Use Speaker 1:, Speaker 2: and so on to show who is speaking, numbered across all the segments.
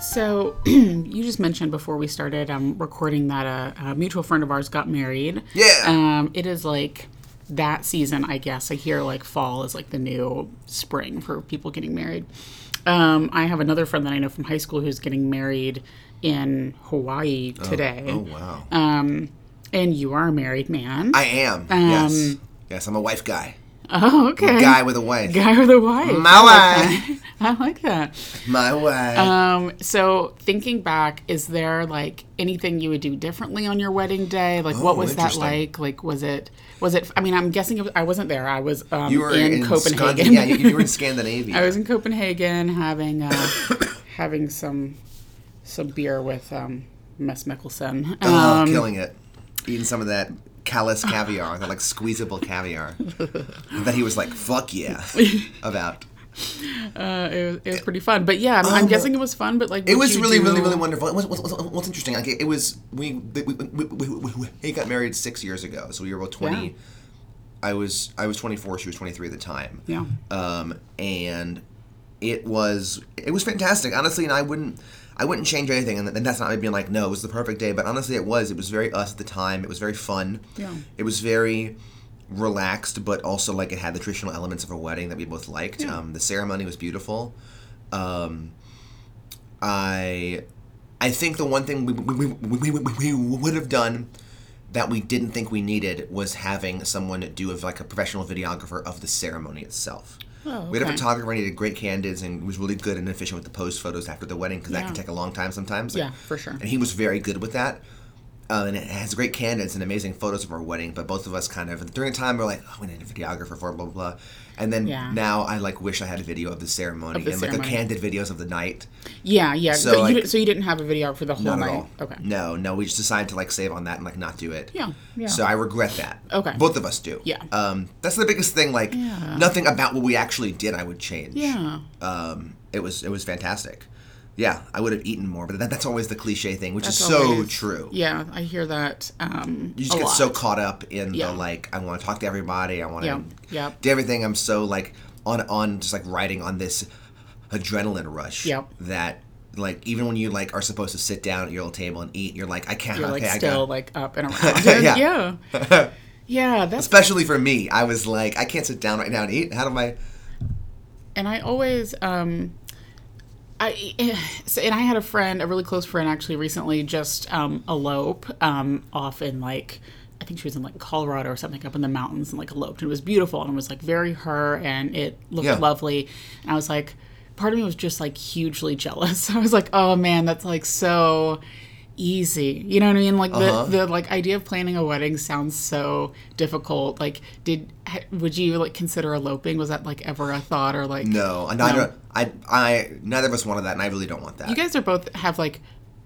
Speaker 1: So you just mentioned before we started um, recording that a, a mutual friend of ours got married.
Speaker 2: Yeah.
Speaker 1: Um, it is like that season, I guess. I hear like fall is like the new spring for people getting married. Um, I have another friend that I know from high school who's getting married in Hawaii today.
Speaker 2: Oh wow.
Speaker 1: Um, and you are a married man.
Speaker 2: I am.
Speaker 1: um,
Speaker 2: yes. Yes, I'm a wife guy.
Speaker 1: oh, okay.
Speaker 2: Guy with a wife.
Speaker 1: Guy with a wife.
Speaker 2: My
Speaker 1: I like
Speaker 2: wife.
Speaker 1: that. I like that.
Speaker 2: My wife.
Speaker 1: Um, so thinking back, is there like anything you would do differently on your wedding day? Like, what
Speaker 2: Oh,
Speaker 1: was that
Speaker 2: interesting.
Speaker 1: like? Like, was it, was it, I mean, I'm guessing it was, I wasn't there. I was um,
Speaker 2: you were
Speaker 1: in,
Speaker 2: in,
Speaker 1: Copenhagen.
Speaker 2: Scandi- yeah, you, you were in Scandinavia.
Speaker 1: I was in Copenhagen having, uh, having some, some beer with, um, Mess Mickelson.
Speaker 2: oh,
Speaker 1: Um,
Speaker 2: killing it. Eating some of that callous caviar, that like squeezable caviar. that he was like, fuck yeah. About.
Speaker 1: uh, it, was, it was pretty fun, but yeah, I'm, I'm guessing it was fun. But like,
Speaker 2: Oh, It was really, really, really wonderful. It was, was, was, was interesting. Like, it it was we we, we, we, we, we- we got married six years ago, so we were about twenty.
Speaker 1: Yeah.
Speaker 2: I was I was twenty four. She was twenty three at the time.
Speaker 1: Yeah.
Speaker 2: Um, and it was it was fantastic, honestly. And I wouldn't I wouldn't change anything. And, th- and that's not me being like, no, it was the perfect day. But honestly, it was. It was very us at the time. It was very fun.
Speaker 1: Yeah.
Speaker 2: It was very relaxed, but also like it had the traditional elements of a wedding that we both liked. Um, the ceremony was beautiful. Um, I I think the one thing we, we, we, we, we, we would have done that we didn't think we needed was having someone do of like a professional videographer of the ceremony itself.
Speaker 1: Oh,
Speaker 2: We had a
Speaker 1: okay.
Speaker 2: photographer and he did great candids and was really good and efficient with the post photos after the wedding because that can
Speaker 1: Yeah.
Speaker 2: take a long time sometimes.
Speaker 1: Yeah, for sure.
Speaker 2: And he was very good with that. Uh, and it has great candids and amazing photos of our wedding, but both of us kind of during the time we are like, oh, we need a videographer for it, blah blah blah, and then
Speaker 1: Yeah.
Speaker 2: now I like wish I had a video of the ceremony
Speaker 1: the
Speaker 2: and like
Speaker 1: ceremony.
Speaker 2: a candid videos of the night.
Speaker 1: Yeah, yeah.
Speaker 2: So,
Speaker 1: So, you
Speaker 2: like-
Speaker 1: didn't so you didn't have a video for the whole
Speaker 2: Not
Speaker 1: night.
Speaker 2: at all.
Speaker 1: Okay.
Speaker 2: No, no, we just decided to like save on that and like not do it.
Speaker 1: Yeah, yeah.
Speaker 2: So I regret that.
Speaker 1: Okay.
Speaker 2: Both of us do.
Speaker 1: Yeah.
Speaker 2: Um, that's the biggest thing. Like,
Speaker 1: Yeah.
Speaker 2: nothing about what we actually did I would change.
Speaker 1: Yeah.
Speaker 2: Um, it was it was fantastic. Yeah, I would have eaten more, but that, that's always the cliche thing, which is
Speaker 1: That's
Speaker 2: so
Speaker 1: always-
Speaker 2: true.
Speaker 1: Yeah, I hear that. Um,
Speaker 2: You just
Speaker 1: a
Speaker 2: get
Speaker 1: lot.
Speaker 2: so caught up in
Speaker 1: Yeah.
Speaker 2: the like, I want to talk to everybody. I want to
Speaker 1: Yep, yep.
Speaker 2: do everything. I'm so like on on just like riding on this adrenaline rush.
Speaker 1: Yep.
Speaker 2: That like even when you like are supposed to sit down at your little table and eat, you're like, I can't.
Speaker 1: you're like
Speaker 2: okay, I got-
Speaker 1: still like up and around. yeah. yeah, Yeah, That's
Speaker 2: especially for me i was like i can't sit down right now and eat how do i
Speaker 1: and I always um, I so- and I had a friend, a really close friend, actually recently just um, elope um, off in like. I think she was in like Colorado or something up in the mountains and like eloped. It was beautiful and it was like very her and it looked
Speaker 2: Yeah.
Speaker 1: lovely. And I was like, part of me was just like hugely jealous. I was like, oh man, that's like so easy. You know what I mean? Like
Speaker 2: Uh-huh.
Speaker 1: the, the like idea of planning a wedding sounds so difficult. Like, did ha- would you like consider eloping? Was that like ever a thought or like
Speaker 2: no Uh, neither i i neither of us wanted that and i really don't want that
Speaker 1: you guys are both have like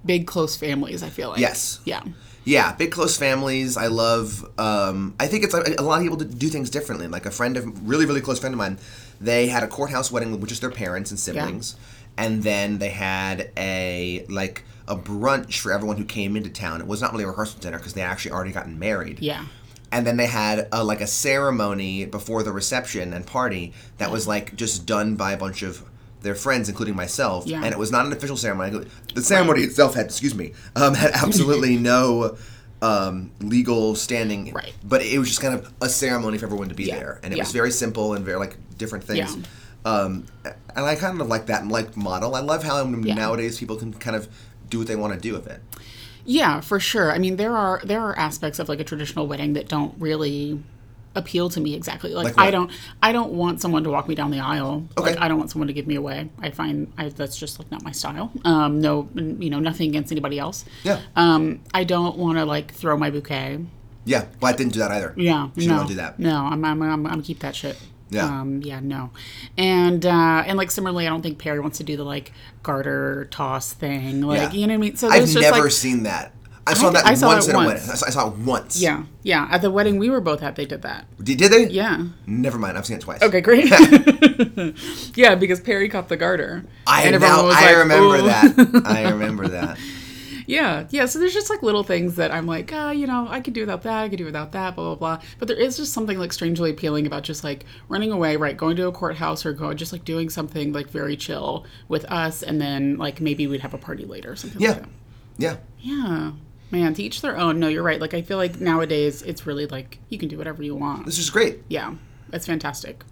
Speaker 1: big close families. I feel like
Speaker 2: Yes.
Speaker 1: yeah,
Speaker 2: yeah big close families i love um i think it's a, a lot of people do things differently like a friend of really really close friend of mine they had a courthouse wedding with just their parents and siblings and then they had a like a brunch for everyone who came into town it was not really a rehearsal dinner because they had actually already gotten married
Speaker 1: yeah.
Speaker 2: and then they had a, like a ceremony before the reception and party that was like just done by a bunch of their friends, including myself.
Speaker 1: Yeah.
Speaker 2: And it was not an official ceremony. The ceremony itself had, excuse me, um, had absolutely no um, legal standing.
Speaker 1: Right.
Speaker 2: But it was just kind of a ceremony for everyone to be
Speaker 1: Yeah.
Speaker 2: there, and it
Speaker 1: Yeah.
Speaker 2: was very simple and very like different things.
Speaker 1: Yeah.
Speaker 2: Um, and I kind of like that like model. I love how nowadays people can kind of do what they want to do with it.
Speaker 1: Yeah, for sure. I mean, there are there are aspects of like a traditional wedding that don't really appeal to me exactly. Like,
Speaker 2: Like what?
Speaker 1: I don't I don't want someone to walk me down the aisle.
Speaker 2: Okay.
Speaker 1: Like I don't want someone to give me away. I find I, that's just like not my style. Um, no, you know, nothing against anybody else.
Speaker 2: Yeah.
Speaker 1: Um, I don't want to like throw my bouquet.
Speaker 2: Yeah. But I didn't do that either.
Speaker 1: Yeah,
Speaker 2: She
Speaker 1: no,
Speaker 2: don't do that.
Speaker 1: No, I'm I'm I'm, I'm keep that shit.
Speaker 2: Yeah.
Speaker 1: Um, yeah, no. And uh, and like similarly, I don't think Perry wants to do the like garter toss thing. Like,
Speaker 2: Yeah.
Speaker 1: you know what I mean? So
Speaker 2: I've
Speaker 1: there's just,
Speaker 2: never
Speaker 1: like,
Speaker 2: seen that. I saw that
Speaker 1: I saw
Speaker 2: once
Speaker 1: it
Speaker 2: at a
Speaker 1: once.
Speaker 2: wedding. I saw, I saw it once.
Speaker 1: Yeah, yeah. At the wedding we were both at, they did that.
Speaker 2: Did, did they?
Speaker 1: Yeah.
Speaker 2: Never mind. I've seen it twice.
Speaker 1: Okay, great. yeah, because Perry caught the garter.
Speaker 2: I
Speaker 1: And everyone
Speaker 2: now
Speaker 1: was
Speaker 2: I
Speaker 1: like,
Speaker 2: remember
Speaker 1: "Ooh."
Speaker 2: that. I remember that.
Speaker 1: Yeah, yeah. So there's just like little things that I'm like, ah, you know, I could do without that. I could do without that. Blah blah blah. But there is just something like strangely appealing about just like running away, right? Going to a courthouse or going just like doing something like very chill with us, and then like maybe we'd have a party later or something.
Speaker 2: Yeah.
Speaker 1: like that.
Speaker 2: Yeah.
Speaker 1: Yeah. Man, to each their own. No, you're right. Like I feel like nowadays it's really like you can do whatever you want.
Speaker 2: This is great.
Speaker 1: Yeah, that's fantastic.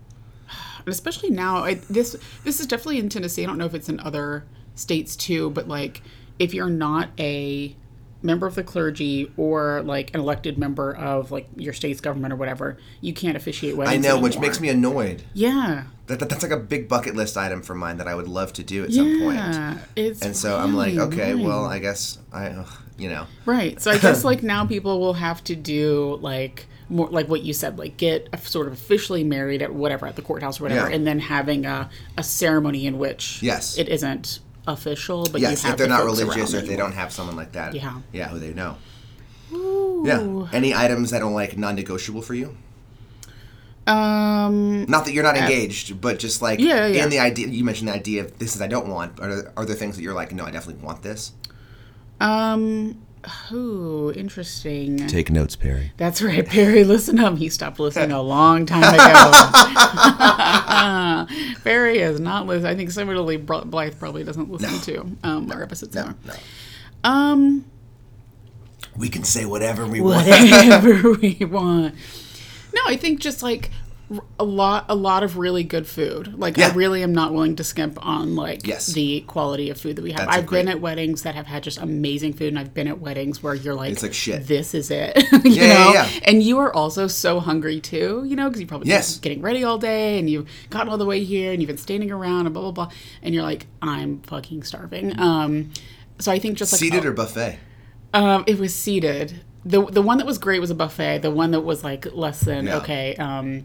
Speaker 1: And especially now, I, this this is definitely in Tennessee. I don't know if it's in other states too, but like if you're not a member of the clergy or like an elected member of like your state's government or whatever, you can't officiate weddings.
Speaker 2: I know, which
Speaker 1: anymore.
Speaker 2: makes me annoyed.
Speaker 1: yeah,
Speaker 2: That, that- that's like a big bucket list item for mine that I would love to do at some point.
Speaker 1: yeah. It's
Speaker 2: And so I'm like,
Speaker 1: really
Speaker 2: okay,
Speaker 1: annoying.
Speaker 2: well, I guess I, ugh, you know,
Speaker 1: Right. So I guess like now people will have to do like more like what you said, like get a, sort of officially married at whatever at the courthouse or whatever,
Speaker 2: Yeah.
Speaker 1: and then having a, a ceremony in which
Speaker 2: Yes.
Speaker 1: it isn't official, but
Speaker 2: yes,
Speaker 1: you have
Speaker 2: if they're
Speaker 1: the
Speaker 2: not
Speaker 1: folks
Speaker 2: religious
Speaker 1: around
Speaker 2: or if they
Speaker 1: you.
Speaker 2: don't have someone like that,
Speaker 1: Yeah.
Speaker 2: yeah, who they know,
Speaker 1: Ooh.
Speaker 2: yeah. Any items that are like non-negotiable for you?
Speaker 1: Um.
Speaker 2: Not that you're not engaged, but just like
Speaker 1: Yeah, yeah.
Speaker 2: in the idea you mentioned the idea of this is I don't want. Are there, are there things that you're like, no, I definitely want this?
Speaker 1: Um. Ooh, interesting.
Speaker 2: Take notes, Perry.
Speaker 1: That's right, Perry. Listen up. He stopped listening a long time ago. Perry is not listening. I think similarly, Br- Blythe probably doesn't listen to um, our episodes
Speaker 2: No,
Speaker 1: anymore.
Speaker 2: no.
Speaker 1: Um.
Speaker 2: We can say whatever we want.
Speaker 1: whatever we want. No, I think just like r- a lot, a lot of really good food. Like I
Speaker 2: Yeah.
Speaker 1: really am not willing to skimp on like
Speaker 2: Yes.
Speaker 1: the quality of food that we have.
Speaker 2: That's a
Speaker 1: I've been
Speaker 2: great-
Speaker 1: at weddings that have had just amazing food, and I've been at weddings where you're like,
Speaker 2: It's like shit.
Speaker 1: This is it. you
Speaker 2: Yeah, yeah,
Speaker 1: know?
Speaker 2: yeah.
Speaker 1: And you are also so hungry too, you know, because you probably
Speaker 2: Yes.
Speaker 1: just getting ready all day, and you've gotten all the way here, and you've been standing around, and blah blah blah, and you're like, I'm fucking starving. Um, so I think just like
Speaker 2: Seated or buffet?
Speaker 1: um, it was seated. the The one that was great was a buffet. The one that was like less than
Speaker 2: Yeah.
Speaker 1: okay. Um,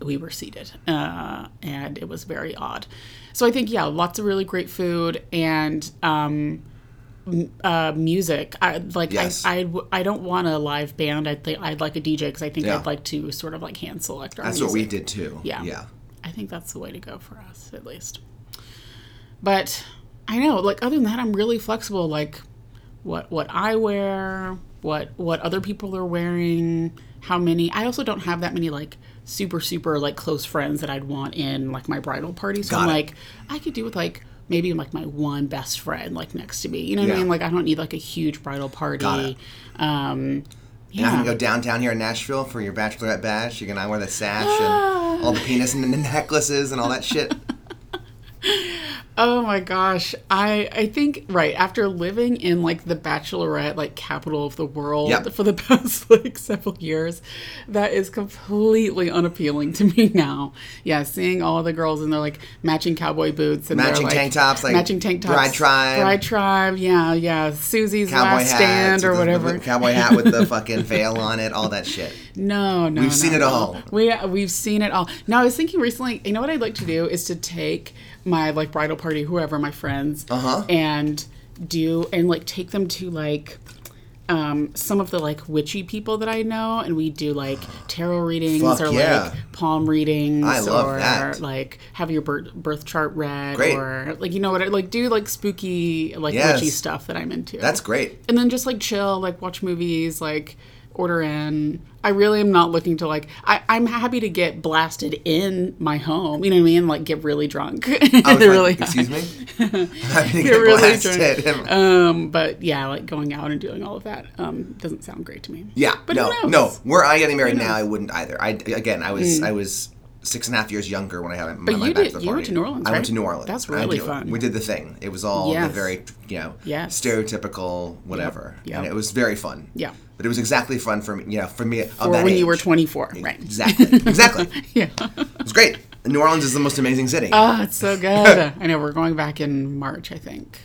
Speaker 1: we were seated, uh, and it was very odd. So I think yeah, lots of really great food and um, m- uh, music. I like
Speaker 2: Yes.
Speaker 1: I, I w- I don't want a live band. I think I'd like a DJ because I think
Speaker 2: Yeah.
Speaker 1: I'd like to sort of like hand select our
Speaker 2: That's
Speaker 1: music.
Speaker 2: what we did too.
Speaker 1: Yeah.
Speaker 2: Yeah.
Speaker 1: I think that's the way to go for us, at least. But I know, like other than that, I'm really flexible. Like what what I wear, what what other people are wearing, how many. I also don't have that many like super super like close friends that I'd want in like my bridal party. So I'm
Speaker 2: Got it.
Speaker 1: like, I could do with like maybe like my one best friend like next to me. You know what
Speaker 2: Yeah.
Speaker 1: I mean? Like I don't need like a huge bridal party.
Speaker 2: it.
Speaker 1: Um,
Speaker 2: You're
Speaker 1: yeah.
Speaker 2: not gonna go downtown here in Nashville for your bachelorette bash. You're gonna wear the sash and all the penis and the necklaces and all that shit.
Speaker 1: Oh my gosh. I I think right after living in like the bachelorette like capital of the world
Speaker 2: Yep.
Speaker 1: for the past like several years, that is completely unappealing to me now. Yeah, seeing all the girls in their like matching cowboy boots and their,
Speaker 2: Matching
Speaker 1: like,
Speaker 2: tank tops, like,
Speaker 1: matching tank tops,
Speaker 2: Bride Tribe.
Speaker 1: bride tribe. Yeah, yeah, Susie's
Speaker 2: Cowboy
Speaker 1: last
Speaker 2: hat
Speaker 1: stand or whatever.
Speaker 2: cowboy hat with the fucking veil on it, all that shit.
Speaker 1: No, no.
Speaker 2: We've seen it all.
Speaker 1: We we've seen it all. Now I was thinking recently. You know what I'd like to do is to take my like bridal party, whoever my friends,
Speaker 2: Uh-huh.
Speaker 1: and do and like take them to like. Um, some of the like witchy people that I know, and we do like tarot readings
Speaker 2: Fuck
Speaker 1: or
Speaker 2: yeah.
Speaker 1: like palm readings,
Speaker 2: I love
Speaker 1: or
Speaker 2: that.
Speaker 1: like have your birth, birth chart read,
Speaker 2: Great.
Speaker 1: or like you know what I like do like spooky like
Speaker 2: Yes.
Speaker 1: witchy stuff that I'm into
Speaker 2: That's great.
Speaker 1: and then just like chill, like watch movies, like order in. I really am not looking to like. I, I'm happy to get blasted in my home. You know what I mean? Like get really drunk.
Speaker 2: I was like,
Speaker 1: really
Speaker 2: excuse me. I'm gonna get
Speaker 1: Get really
Speaker 2: blasted.
Speaker 1: drunk. Um, but yeah, like going out and doing all of that um, doesn't sound great to me.
Speaker 2: yeah,
Speaker 1: but
Speaker 2: no,
Speaker 1: who knows? Hmm.
Speaker 2: no. Were I getting married now, I wouldn't either. I again, I was, I was six and a half years younger when I had my,
Speaker 1: But
Speaker 2: my
Speaker 1: you
Speaker 2: bachelor
Speaker 1: did- you went
Speaker 2: party.
Speaker 1: to New Orleans,
Speaker 2: I went
Speaker 1: right?
Speaker 2: to New Orleans.
Speaker 1: That's
Speaker 2: I
Speaker 1: really
Speaker 2: did-
Speaker 1: fun.
Speaker 2: We did the thing. It was all
Speaker 1: Yes.
Speaker 2: the very, you know,
Speaker 1: Yes.
Speaker 2: stereotypical whatever,
Speaker 1: Yep.
Speaker 2: and it was very fun.
Speaker 1: Yeah.
Speaker 2: but it was exactly fun for me. You know, for me of
Speaker 1: Or
Speaker 2: that
Speaker 1: when you were
Speaker 2: age.
Speaker 1: 24, right?
Speaker 2: Exactly, exactly.
Speaker 1: Yeah.
Speaker 2: It's great. New Orleans is the most amazing city.
Speaker 1: Oh, it's so good. I know we're going back in March, I think.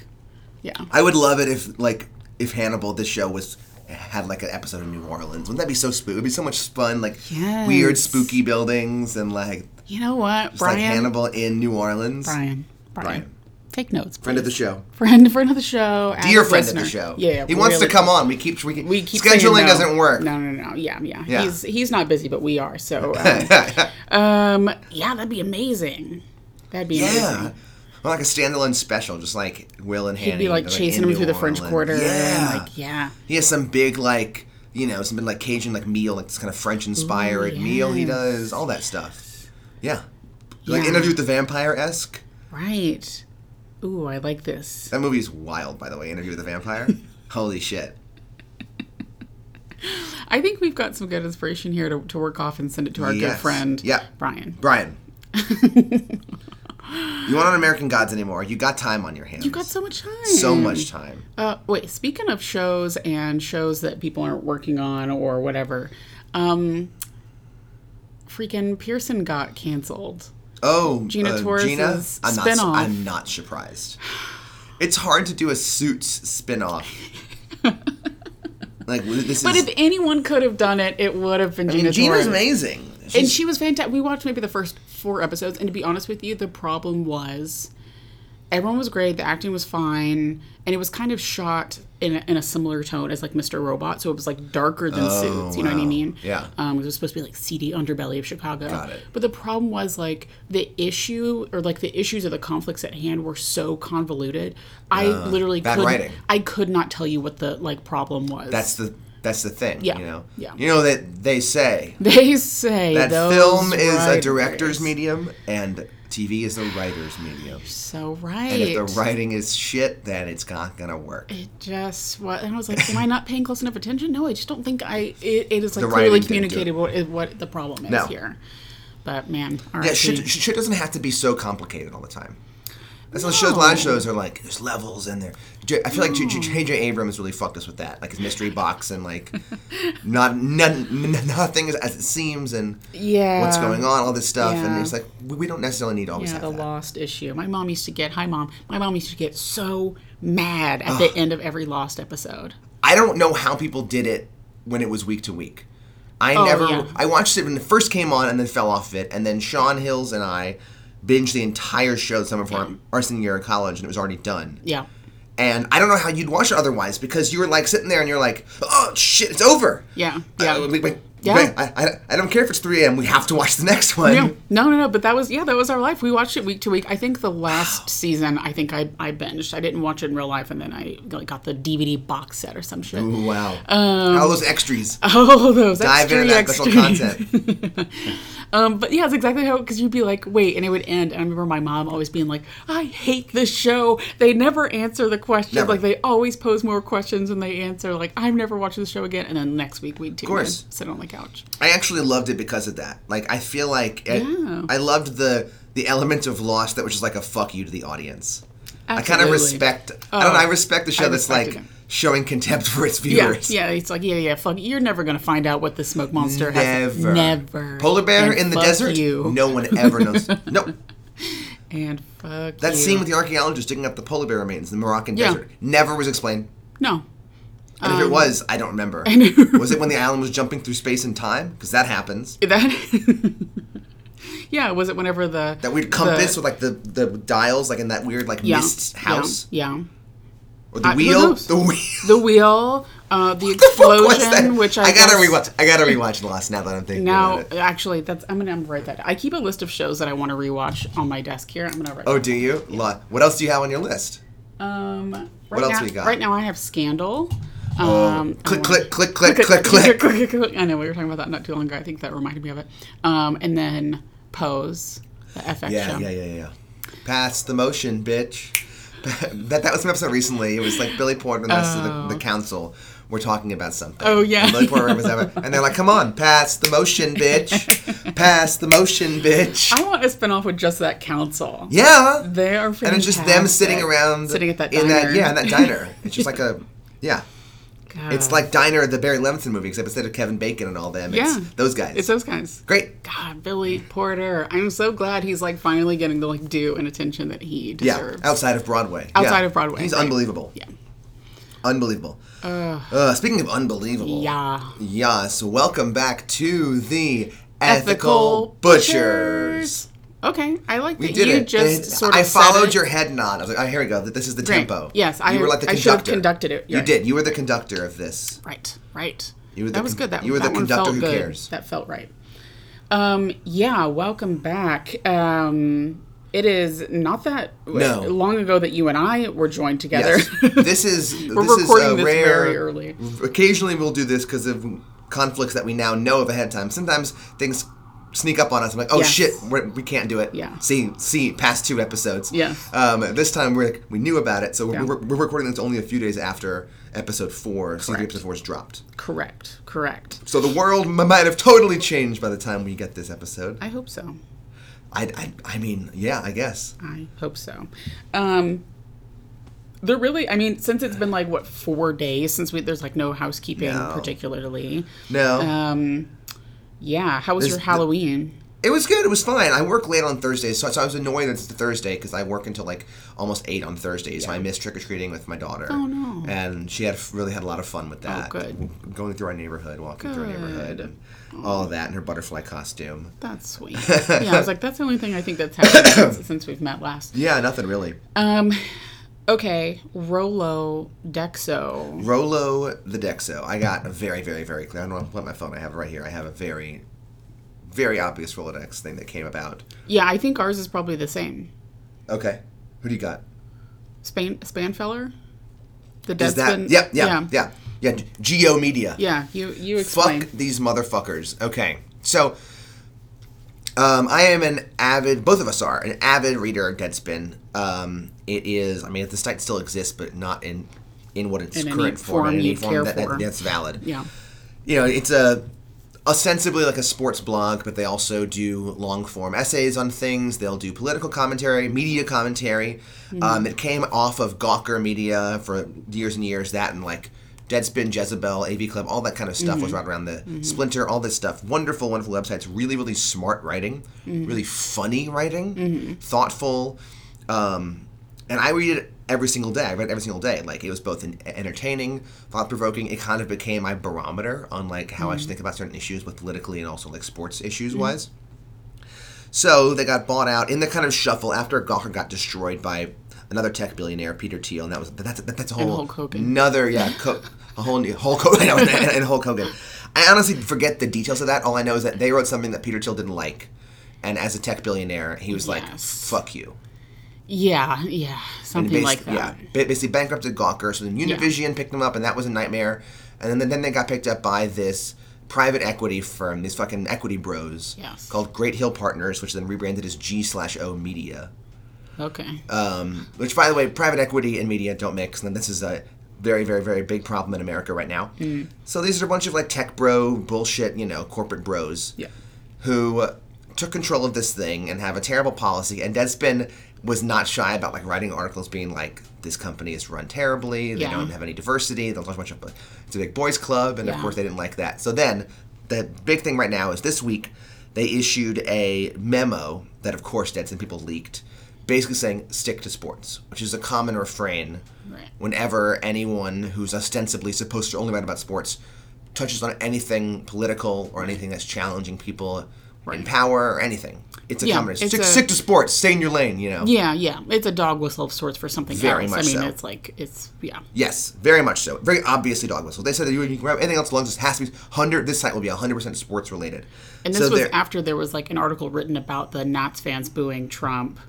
Speaker 1: Yeah.
Speaker 2: I would love it if like if Hannibal this show was had like an episode of New Orleans. Wouldn't that be so spooky? It'd be so much fun, like
Speaker 1: Yes.
Speaker 2: weird spooky buildings and like
Speaker 1: You know what,
Speaker 2: it's like
Speaker 1: Brian?
Speaker 2: Hannibal in New Orleans.
Speaker 1: Brian? Brian.
Speaker 2: Brian.
Speaker 1: Take notes.
Speaker 2: Friend of the show.
Speaker 1: friend friend of the show,
Speaker 2: Dear
Speaker 1: avid
Speaker 2: friend of the
Speaker 1: listener.
Speaker 2: show.
Speaker 1: Yeah, yeah,
Speaker 2: He wants to
Speaker 1: really.
Speaker 2: come on. We keep we,
Speaker 1: We keep saying
Speaker 2: scheduling
Speaker 1: no.
Speaker 2: doesn't work.
Speaker 1: No, no, no. Yeah, yeah.
Speaker 2: Yeah.
Speaker 1: He's he's not busy, but we are. So, um, um, yeah, that'd be amazing. That'd be
Speaker 2: Yeah.
Speaker 1: amazing.
Speaker 2: Or like a standalone special, just like Will and
Speaker 1: He'd
Speaker 2: Hanny.
Speaker 1: be like
Speaker 2: they're,
Speaker 1: chasing
Speaker 2: in
Speaker 1: him
Speaker 2: New
Speaker 1: through the French
Speaker 2: Orleans.
Speaker 1: Quarter.
Speaker 2: Yeah.
Speaker 1: And like, yeah.
Speaker 2: He has some big like you know some big like Cajun like meal like this kind of French inspired
Speaker 1: Ooh,
Speaker 2: meal he
Speaker 1: yes.
Speaker 2: does all that stuff. Yeah, like
Speaker 1: Yeah.
Speaker 2: Interview with the Vampire esque.
Speaker 1: Right. Ooh, I like this.
Speaker 2: That movie is wild, by the way. Interview with the Vampire. Holy shit.
Speaker 1: I think we've got some good inspiration here to, to work off and send it to our good
Speaker 2: Yes.
Speaker 1: friend,
Speaker 2: Yeah.
Speaker 1: Brian.
Speaker 2: Brian, you aren't on American Gods anymore. You got time on your hands.
Speaker 1: You got so much time.
Speaker 2: so much time.
Speaker 1: Uh, wait, speaking of shows and shows that people aren't working on or whatever, um, freaking Pearson got canceled.
Speaker 2: Oh,
Speaker 1: Gina
Speaker 2: uh,
Speaker 1: Torres'
Speaker 2: Gina, I'm not,
Speaker 1: spinoff.
Speaker 2: I'm not surprised. It's hard to do a Suits spinoff. like this
Speaker 1: But
Speaker 2: is.
Speaker 1: if anyone could have done it, it would have been Gina
Speaker 2: Gina's
Speaker 1: Torres.
Speaker 2: amazing. She's
Speaker 1: and she was fantastic. We watched maybe the first four episodes, and to be honest with you, the problem was everyone was great, the acting was fine, and it was kind of shot in a, in a similar tone as like Mr. Robot, so it was like darker than Suits. You know what I
Speaker 2: Oh, wow.
Speaker 1: mean?
Speaker 2: Yeah.
Speaker 1: Um, it was supposed to be like seedy underbelly of Chicago.
Speaker 2: Got it.
Speaker 1: But the problem was like the issue or like the issues or the conflicts at hand were so convoluted. I literally
Speaker 2: Uh, bad
Speaker 1: couldn't-
Speaker 2: writing.
Speaker 1: I could not tell you what the like problem was.
Speaker 2: that's the that's the thing.
Speaker 1: Yeah,
Speaker 2: You know.
Speaker 1: yeah.
Speaker 2: You know that they say
Speaker 1: they say
Speaker 2: that
Speaker 1: those
Speaker 2: film is a
Speaker 1: writers-
Speaker 2: director's medium and TV is a writer's medium.
Speaker 1: So right.
Speaker 2: And if the writing is shit, then it's not gonna work.
Speaker 1: It just what and I was like, am I not paying close enough attention? No, I just don't think I. It, it is like
Speaker 2: The
Speaker 1: clearly
Speaker 2: writing didn't do it.
Speaker 1: communicated what is- what the problem is
Speaker 2: No.
Speaker 1: here. But man, RIP.
Speaker 2: Yeah, shit, shit doesn't have to be so complicated all the time. That's what shows. A lot of
Speaker 1: No.
Speaker 2: shows are like there's levels and there. J- I feel like J- J- J.J. Abrams really fucked us with that, like his mystery box and like not none, n- nothing is as it seems and
Speaker 1: yeah.
Speaker 2: what's going on, all this stuff, and
Speaker 1: Yeah.
Speaker 2: it's like we, we don't necessarily need to always
Speaker 1: Yeah, the
Speaker 2: have that.
Speaker 1: Lost issue. My mom used to get. Hi, mom. My mom used to get so mad at the end of every Lost episode.
Speaker 2: I don't know how people did it when it was week to week. I never.
Speaker 1: Oh, yeah.
Speaker 2: I watched it when it first came on and then fell off it, and then Sean Hills and I binged the entire show the summer before our senior year of college, and it was already done.
Speaker 1: Yeah.
Speaker 2: And I don't know how you'd watch it otherwise because you were like sitting there and you're like, oh shit, it's over.
Speaker 1: Yeah.
Speaker 2: I-
Speaker 1: Yeah.
Speaker 2: I- wait, wait,
Speaker 1: Yeah.
Speaker 2: wait, I, I, I don't care if it's 3 a.m. We have to watch the next one.
Speaker 1: Yeah. No, no, no. But that was yeah, that was our life. We watched it week to week. I think the last season, I think I, I binged. I didn't watch it in real life, and then I like, got the DVD box set or some shit.
Speaker 2: Ooh, wow. all those extras.
Speaker 1: Oh, those
Speaker 2: Dive
Speaker 1: Um, extra,
Speaker 2: into that special
Speaker 1: extra.
Speaker 2: content.
Speaker 1: Um, but yeah, it's exactly how because you'd be like, wait, and it would end. And I remember my mom always being like, I hate this show. They never answer the questions.
Speaker 2: Never.
Speaker 1: Like they always pose more questions than they answer. Like I'm never watching the show again. And then next week we'd tune
Speaker 2: course.
Speaker 1: in, sit on the couch.
Speaker 2: I actually loved it because of that. Like, I feel like it,
Speaker 1: Yeah.
Speaker 2: I loved the the element of loss that was just like a fuck you to the audience. I kind
Speaker 1: Absolutely.
Speaker 2: of respect. I don't know. I respect the show that's like
Speaker 1: respected it.
Speaker 2: showing contempt for its
Speaker 1: Yeah,
Speaker 2: viewers.
Speaker 1: yeah. It's like yeah, yeah. Fuck, you're never gonna find out what the smoke monster has.
Speaker 2: Never.
Speaker 1: never.
Speaker 2: Polar bear
Speaker 1: And
Speaker 2: in the
Speaker 1: fuck
Speaker 2: desert.
Speaker 1: You.
Speaker 2: No one ever knows. no,
Speaker 1: And fuck
Speaker 2: That
Speaker 1: you.
Speaker 2: scene with the archaeologist digging up the polar bear remains in the Moroccan
Speaker 1: Yeah. Um,
Speaker 2: desert never was explained.
Speaker 1: no.
Speaker 2: And if it was, I don't remember. was it when the island was jumping through space and time? Because that happens.
Speaker 1: That. yeah. Was it whenever the
Speaker 2: That weird compass with like the, the dials, like in that weird like
Speaker 1: yeah,
Speaker 2: mist house,
Speaker 1: Yeah. yeah.
Speaker 2: or the
Speaker 1: Uh, who
Speaker 2: wheel,
Speaker 1: knows?
Speaker 2: the wheel.
Speaker 1: The wheel, uh, the
Speaker 2: What's that?
Speaker 1: explosion, which I,
Speaker 2: gotta
Speaker 1: guess-
Speaker 2: rewatch. I gotta rewatch Lost now that I'm thinking
Speaker 1: Now,
Speaker 2: about it.
Speaker 1: actually, that's I'm gonna, I'm gonna write that. down. I keep a list of shows that I want to rewatch on my desk here. I'm gonna write.
Speaker 2: Oh, do you? Lo- What else do you have on your list?
Speaker 1: Um, right
Speaker 2: else
Speaker 1: now,
Speaker 2: we got? Oh,
Speaker 1: Right now, I have Scandal. Um, I
Speaker 2: Click,
Speaker 1: want-
Speaker 2: click, click, click, click, click.
Speaker 1: click, click. I know we were talking about that not too long ago. I think that reminded me of it. Um, and then Pose, the FX
Speaker 2: Yeah,
Speaker 1: show.
Speaker 2: yeah, yeah, yeah. Pass the motion, bitch. that that was an episode recently. It was like Billy Porter and the rest of the, the council were talking about something.
Speaker 1: Oh, yeah.
Speaker 2: And Billy Porter was having- and they're like, "Come on, pass the motion, bitch. pass the motion, bitch."
Speaker 1: I want a spinoff with just that council.
Speaker 2: yeah.
Speaker 1: They are fantastic.
Speaker 2: and it's just them sitting around,
Speaker 1: sitting at that
Speaker 2: in
Speaker 1: diner.
Speaker 2: that yeah, in that diner. It's just like a yeah.
Speaker 1: God.
Speaker 2: It's like diner the Barry Levinson movie, except instead of Kevin Bacon and all them,
Speaker 1: Yeah.
Speaker 2: it's those guys.
Speaker 1: it's those guys.
Speaker 2: Great.
Speaker 1: God, Billy Porter. I'm so glad he's like finally getting the like due and attention that he
Speaker 2: Yeah, Oh.
Speaker 1: deserves.
Speaker 2: outside of Broadway.
Speaker 1: Outside
Speaker 2: Yeah.
Speaker 1: of Broadway,
Speaker 2: He's
Speaker 1: right.
Speaker 2: unbelievable.
Speaker 1: Yeah.
Speaker 2: Unbelievable. Uh, speaking of unbelievable.
Speaker 1: Yeah.
Speaker 2: Yes. Welcome back to the Ethical,
Speaker 1: Ethical
Speaker 2: Butchers.
Speaker 1: Okay, I like that
Speaker 2: You did
Speaker 1: you
Speaker 2: it.
Speaker 1: just
Speaker 2: It-
Speaker 1: sort of.
Speaker 2: I
Speaker 1: said
Speaker 2: followed
Speaker 1: it.
Speaker 2: your head nod. I was like, oh, here we go. Th- This is the
Speaker 1: Right.
Speaker 2: tempo.
Speaker 1: Yes, I-
Speaker 2: You were like the
Speaker 1: I
Speaker 2: conductor.
Speaker 1: should have conducted it.
Speaker 2: You
Speaker 1: You're right.
Speaker 2: did. You were the conductor of this.
Speaker 1: Right, right.
Speaker 2: You were the
Speaker 1: that was
Speaker 2: con-
Speaker 1: good. That
Speaker 2: you were the
Speaker 1: that one
Speaker 2: conductor
Speaker 1: felt
Speaker 2: who
Speaker 1: good.
Speaker 2: cares.
Speaker 1: That felt right. Um, yeah, welcome back. Um, It is not that
Speaker 2: No.
Speaker 1: long ago that you and I were joined together.
Speaker 2: Yes. this is
Speaker 1: We're
Speaker 2: this
Speaker 1: recording
Speaker 2: is a
Speaker 1: this
Speaker 2: rare.
Speaker 1: very early.
Speaker 2: Occasionally, we'll do this because of conflicts that we now know of ahead of time. Sometimes things sneak up on us. I'm like, oh
Speaker 1: Yes.
Speaker 2: shit, we're, we can't do it.
Speaker 1: Yeah.
Speaker 2: See, see, past two episodes.
Speaker 1: Yes.
Speaker 2: Um, this time we're like, we knew about it, so
Speaker 1: Yeah.
Speaker 2: we're, we're recording this only a few days after episode four, season episode four is dropped.
Speaker 1: Correct. Correct.
Speaker 2: So the world m- might have totally changed by the time we get this episode.
Speaker 1: I hope so.
Speaker 2: I, I, I mean, yeah, I guess.
Speaker 1: I hope so. Um, they're really, I mean, since it's been like what four days since we there's like no housekeeping
Speaker 2: No.
Speaker 1: particularly.
Speaker 2: No.
Speaker 1: Um, yeah. How was
Speaker 2: There's
Speaker 1: your
Speaker 2: the-
Speaker 1: Halloween?
Speaker 2: It was good. It was fine. I work late on Thursdays, so, so I was annoyed that it's the Thursday because I work until like almost eight on Thursdays. So I missed trick or treating with my daughter.
Speaker 1: Oh, no. Oh,
Speaker 2: And she had really had a lot of fun with that.
Speaker 1: good.
Speaker 2: W- Going through our neighborhood, walking through our neighborhood,
Speaker 1: Good.
Speaker 2: and all of that in her butterfly costume.
Speaker 1: That's sweet. yeah, I was like, that's the only thing I think that's happened since, since we've met last.
Speaker 2: Yeah, nothing really.
Speaker 1: Um, okay, Rolo Dexo.
Speaker 2: Rolo the Dexo. I got a very, very, very clear. I don't want to put my phone. I have it right here. I have a very, very obvious Rolodex thing that came about.
Speaker 1: Yeah, I think ours is probably the same.
Speaker 2: Okay, who do you got?
Speaker 1: Span Spanfeller, the
Speaker 2: Is that?
Speaker 1: Deadspin.
Speaker 2: yeah, yeah, yeah, yeah. Geo Media.
Speaker 1: yeah. You you explain.
Speaker 2: Fuck these motherfuckers. Okay, so um, I am an avid, both of us are, an avid reader of Deadspin. Um, it is, I mean, the site still exists, but not in in what its
Speaker 1: In any
Speaker 2: current form,
Speaker 1: form
Speaker 2: in any
Speaker 1: you'd
Speaker 2: form
Speaker 1: care
Speaker 2: that, that-
Speaker 1: for.
Speaker 2: that's valid.
Speaker 1: Yeah.
Speaker 2: You know, it's a ostensibly like a sports blog, but they also do long form essays on things. They'll do political commentary, media commentary. Um, it came off of Gawker Media for years and years. That and like Deadspin, Jezebel, AV Club, all that kind of stuff was right around the Splinter, all this stuff. Wonderful, wonderful websites. Really, really smart writing. Really funny writing. Thoughtful. Um, and I read it every single day. I read it every single day. Like it was both en- entertaining, thought provoking. It kind of became my barometer on like how
Speaker 1: Mm.
Speaker 2: I should think about certain issues, both politically and also like sports issues wise. So they got bought out in the kind of shuffle after Gawker got destroyed by another tech billionaire, Peter Thiel, and that was that's that's a whole
Speaker 1: Hulk Hogan.
Speaker 2: another yeah co- a whole new Hulk Hogan and, and Hulk Hogan. I honestly forget the details of that. All I know is that they wrote something that Peter Thiel didn't like, and as a tech billionaire, he was like,
Speaker 1: Yes.
Speaker 2: "Fuck you."
Speaker 1: Yeah. Yeah. Something
Speaker 2: Basi-
Speaker 1: like that.
Speaker 2: Yeah, ba- basically bankrupted Gawker. So then Univision picked them up, and that was a nightmare. And then then they got picked up by this private equity firm, these fucking equity bros,
Speaker 1: Yes.
Speaker 2: called Great Hill Partners, which then rebranded as G slash O Media.
Speaker 1: Okay.
Speaker 2: Um, which, by the way, private equity and media don't mix, and this is a very, very, very big problem in America right now.
Speaker 1: Mm.
Speaker 2: So these are a bunch of like tech bro bullshit, you know, corporate bros
Speaker 1: yeah.
Speaker 2: who took control of this thing and have a terrible policy. And Deadspin was not shy about like writing articles being like, "This company is run terribly. They
Speaker 1: Yeah.
Speaker 2: don't have any diversity. They're a bunch of it's a big boys club." And of
Speaker 1: Yeah.
Speaker 2: course, they didn't like that. So then the big thing right now is this week they issued a memo that, of course, Deadspin people leaked. Basically saying stick to sports, which is a common refrain
Speaker 1: Right.
Speaker 2: whenever anyone who's ostensibly supposed to only write about sports touches on anything political or anything that's challenging people in power or anything. It's a
Speaker 1: Yeah,
Speaker 2: common
Speaker 1: it's
Speaker 2: stick,
Speaker 1: a-
Speaker 2: stick to sports, stay in your lane, you know.
Speaker 1: Yeah. Yeah. It's a dog whistle of sorts for something
Speaker 2: Very
Speaker 1: else.
Speaker 2: much
Speaker 1: I mean,
Speaker 2: so.
Speaker 1: it's like it's yeah.
Speaker 2: Yes, very much so. Very obviously dog whistle. They said that you, you can grab anything else long as it has to be 100 this site will be 100% sports related.
Speaker 1: And this was
Speaker 2: they're-
Speaker 1: after there was like an article written about the Nats fans booing Trump.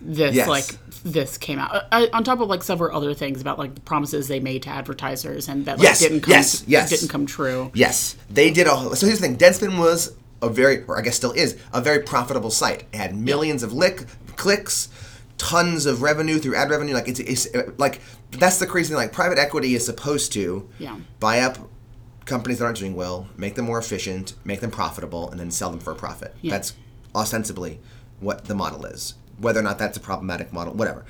Speaker 1: This
Speaker 2: Yes.
Speaker 1: like this came out Uh, uh, on top of like several other things about like the promises they made to advertisers and that like,
Speaker 2: Yes,
Speaker 1: didn't come
Speaker 2: yes, yes.
Speaker 1: didn't come true.
Speaker 2: Yes, they did a. whole- So here's the thing: Deadspin was a very, or I guess still is, a very profitable site. It had millions of lick clicks, tons of revenue through ad revenue. Like it's, it's uh, like that's the crazy thing. Like private equity is supposed to
Speaker 1: Yeah.
Speaker 2: buy up companies that aren't doing well, make them more efficient, make them profitable, and then sell them for a profit. That's ostensibly what the model is. Whether or not that's a problematic model, whatever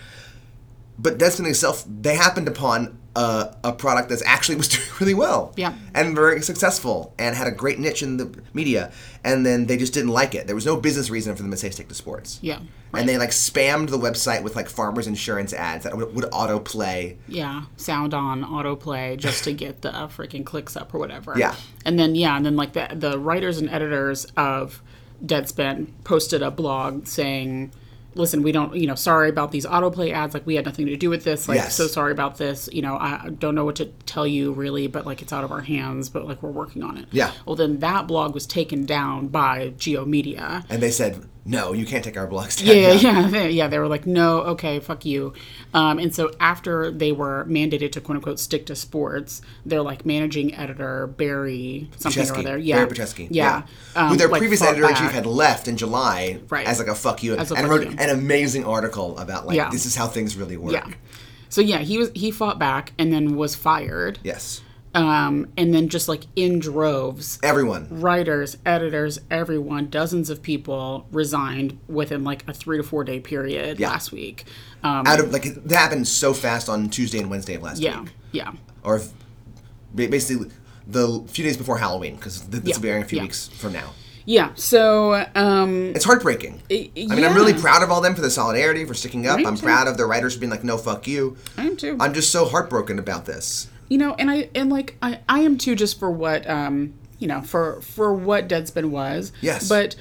Speaker 2: but Destiny itself, they happened upon a, a product that's actually was doing really well,
Speaker 1: Yeah.
Speaker 2: and very successful, and had a great niche in the media, and then they just didn't like it. There was no business reason for them to say stick to sports,
Speaker 1: Yeah.
Speaker 2: and they like spammed the website with like farmers insurance ads that would, would autoplay.
Speaker 1: Yeah, sound on autoplay just to get the uh, freaking clicks up or whatever.
Speaker 2: Yeah.
Speaker 1: and then yeah, and then like the the writers and editors of Deadspin posted a blog saying, "Listen, we don't, you know, sorry about these autoplay ads. Like we had nothing to do with this. Like
Speaker 2: Yes.
Speaker 1: so sorry about this. You know, I I don't know what to tell you really, but like it's out of our hands. But like we're working on it.
Speaker 2: Yeah.
Speaker 1: Well, then that blog was taken down by Geo Media.
Speaker 2: And they said, no, you can't take our blocks down.
Speaker 1: Yeah, yeah, they, yeah. They were like, no, okay, fuck you. Um, and so after they were mandated to quote unquote stick to sports, they're like managing editor Barry something or
Speaker 2: Petresky.
Speaker 1: other. Yeah,
Speaker 2: Barry Petresky.
Speaker 1: Yeah, Um,
Speaker 2: Who their
Speaker 1: like,
Speaker 2: previous
Speaker 1: fought
Speaker 2: editor in chief
Speaker 1: back.
Speaker 2: had left in July
Speaker 1: Right.
Speaker 2: as like a fuck you
Speaker 1: As a
Speaker 2: and
Speaker 1: fuck
Speaker 2: wrote
Speaker 1: you.
Speaker 2: an amazing article about like
Speaker 1: Yeah.
Speaker 2: this is how things really work.
Speaker 1: Yeah. So yeah, he was he fought back and then was fired.
Speaker 2: Yes.
Speaker 1: Um, and then just like in droves,
Speaker 2: Everyone.
Speaker 1: writers, editors, everyone, dozens of people resigned within like a three to four day period last week. Um,
Speaker 2: Out of like it happened so fast on Tuesday and Wednesday of last
Speaker 1: yeah,
Speaker 2: week.
Speaker 1: yeah,
Speaker 2: Or if- ba- basically the few days before Halloween because this will be airing a few
Speaker 1: Yeah.
Speaker 2: weeks from now.
Speaker 1: yeah. So um,
Speaker 2: It's heartbreaking. I mean, I'm
Speaker 1: yeah.
Speaker 2: really proud of all them for the solidarity, for sticking up.
Speaker 1: Me
Speaker 2: I'm
Speaker 1: too.
Speaker 2: proud of the writers being like, no, fuck you.
Speaker 1: I am too.
Speaker 2: I'm just so heartbroken about this.
Speaker 1: you know, and I and like I, I am too, just for what um, you know, for for what Deadspin was.
Speaker 2: Yes.
Speaker 1: But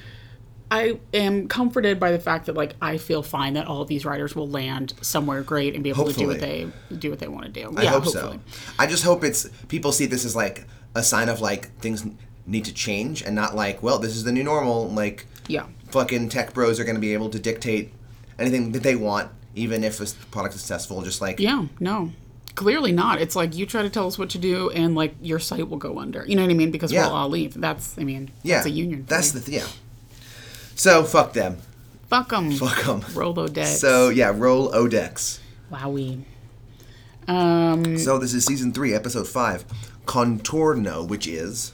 Speaker 1: I am comforted by the fact that like I feel fine that all of these writers will land somewhere great and be able to do
Speaker 2: Hopefully.
Speaker 1: what they do what they want to do.
Speaker 2: I hope so. I just hope it's people see this as like a sign of like things need to change and not like, well, this is the new normal. Like,
Speaker 1: Yeah.
Speaker 2: fucking tech bros are going to be able to dictate anything that they want, even if this product's successful. Just like,
Speaker 1: Yeah, no. Clearly not. It's like you try to tell us what to do and like your site will go under. You know what I mean? Because
Speaker 2: Yeah.
Speaker 1: we'll all leave. That's I mean,
Speaker 2: yeah,
Speaker 1: that's a union.
Speaker 2: That's
Speaker 1: thing.
Speaker 2: the th- yeah. So fuck them.
Speaker 1: fuck them.
Speaker 2: Fuck them.
Speaker 1: Roll Odette.
Speaker 2: So yeah, roll Odex.
Speaker 1: wowie. Um,
Speaker 2: So this is season three, episode five, Contorno, which is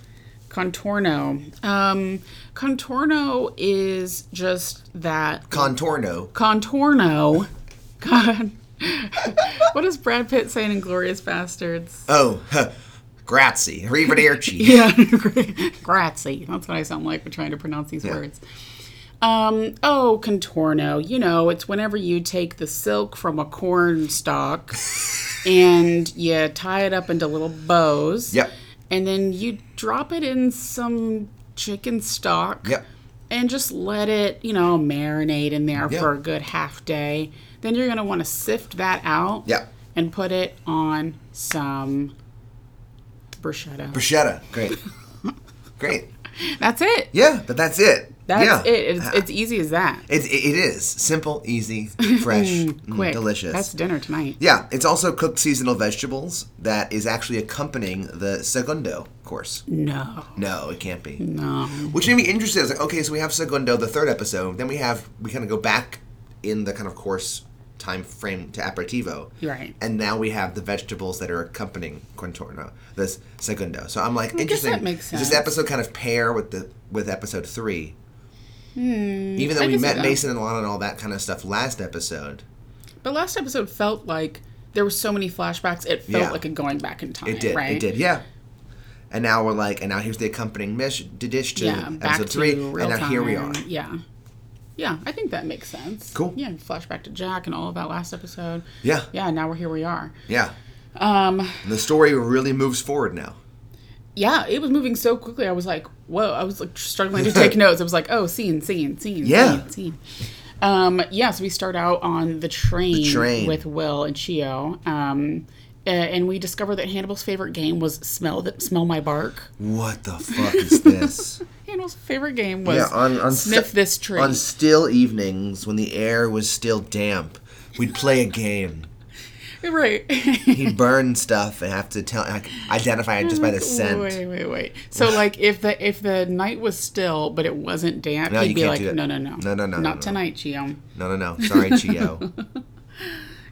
Speaker 1: contorno. Um, contorno is just that
Speaker 2: Contorno.
Speaker 1: contorno. God, what does Brad Pitt saying in *Glorious Bastards*?
Speaker 2: Oh, huh, grazie, arrivederci.
Speaker 1: Yeah, grazie. That's what I sound like for trying to pronounce these words. Um, oh, contorno. You know, it's whenever you take the silk from a corn stalk and you tie it up into little bows.
Speaker 2: Yep.
Speaker 1: And then you drop it in some chicken stock.
Speaker 2: Yep.
Speaker 1: And just let it, you know, marinate in there
Speaker 2: Yeah.
Speaker 1: for a good half day. Then you're going to want to sift that out.
Speaker 2: Yep.
Speaker 1: And put it on some bruschetta.
Speaker 2: Bruschetta. Great. Great.
Speaker 1: That's it.
Speaker 2: Yeah, but that's it.
Speaker 1: That's
Speaker 2: yeah. Uh, Mm,
Speaker 1: it. It's, it's easy as that.
Speaker 2: It, it, it is simple, easy, fresh, mm,
Speaker 1: Quick.
Speaker 2: delicious.
Speaker 1: That's dinner tonight.
Speaker 2: yeah, it's also cooked seasonal vegetables that is actually accompanying the segundo course.
Speaker 1: No.
Speaker 2: No, it can't be.
Speaker 1: No.
Speaker 2: Which made me interested. I was like, okay, so we have segundo, the third episode. Then we have we kind of go back in the kind of course time frame to aperitivo.
Speaker 1: Right.
Speaker 2: And now we have the vegetables that are accompanying contorno, this segundo. So I'm like,
Speaker 1: guess
Speaker 2: interesting.
Speaker 1: that makes
Speaker 2: Does this
Speaker 1: sense.
Speaker 2: episode kind of pair with the with episode three? Even though
Speaker 1: Hmm. I
Speaker 2: we
Speaker 1: guess it
Speaker 2: met
Speaker 1: does.
Speaker 2: Mason and Lana and all that kind of stuff last episode,
Speaker 1: But last episode felt like there were so many flashbacks. It felt
Speaker 2: Yeah.
Speaker 1: like a going back in time.
Speaker 2: it did.
Speaker 1: Right?
Speaker 2: It did. Yeah. And now we're like, and now here's the accompanying mish, dish to
Speaker 1: Yeah. Back
Speaker 2: episode
Speaker 1: to
Speaker 2: three, and
Speaker 1: real
Speaker 2: now
Speaker 1: time.
Speaker 2: here we are.
Speaker 1: Yeah. Yeah. I think that makes sense.
Speaker 2: Cool.
Speaker 1: Yeah. Flashback to Jack and all of that last episode.
Speaker 2: Yeah.
Speaker 1: Yeah. Now we're here. We are.
Speaker 2: Yeah.
Speaker 1: Um.
Speaker 2: And the story really moves forward now.
Speaker 1: Yeah. It was moving so quickly. I was like, whoa. I was like struggling to take notes. I was like, oh, scene, scene, scene,
Speaker 2: Yeah.
Speaker 1: scene, scene. Um, yeah, so we start out on the train,
Speaker 2: train.
Speaker 1: with Will and Chio. Um, a- and we discover that Hannibal's favorite game was smell th- smell my bark.
Speaker 2: What the fuck is this?
Speaker 1: Hannibal's favorite game was
Speaker 2: yeah, on, on
Speaker 1: sniff
Speaker 2: st-
Speaker 1: this tree.
Speaker 2: On still evenings when the air was still damp, we'd play a game.
Speaker 1: right.
Speaker 2: He'd burn stuff and have to tell like, identify it just by the scent.
Speaker 1: Wait, wait, wait. So like if the if the night was still but it wasn't damp,
Speaker 2: No,
Speaker 1: he'd
Speaker 2: you
Speaker 1: be
Speaker 2: can't
Speaker 1: like,
Speaker 2: do that.
Speaker 1: No, no, no.
Speaker 2: No, no, no, no,
Speaker 1: Not
Speaker 2: no.
Speaker 1: tonight, Chio.
Speaker 2: No, no, no. Sorry, Chio.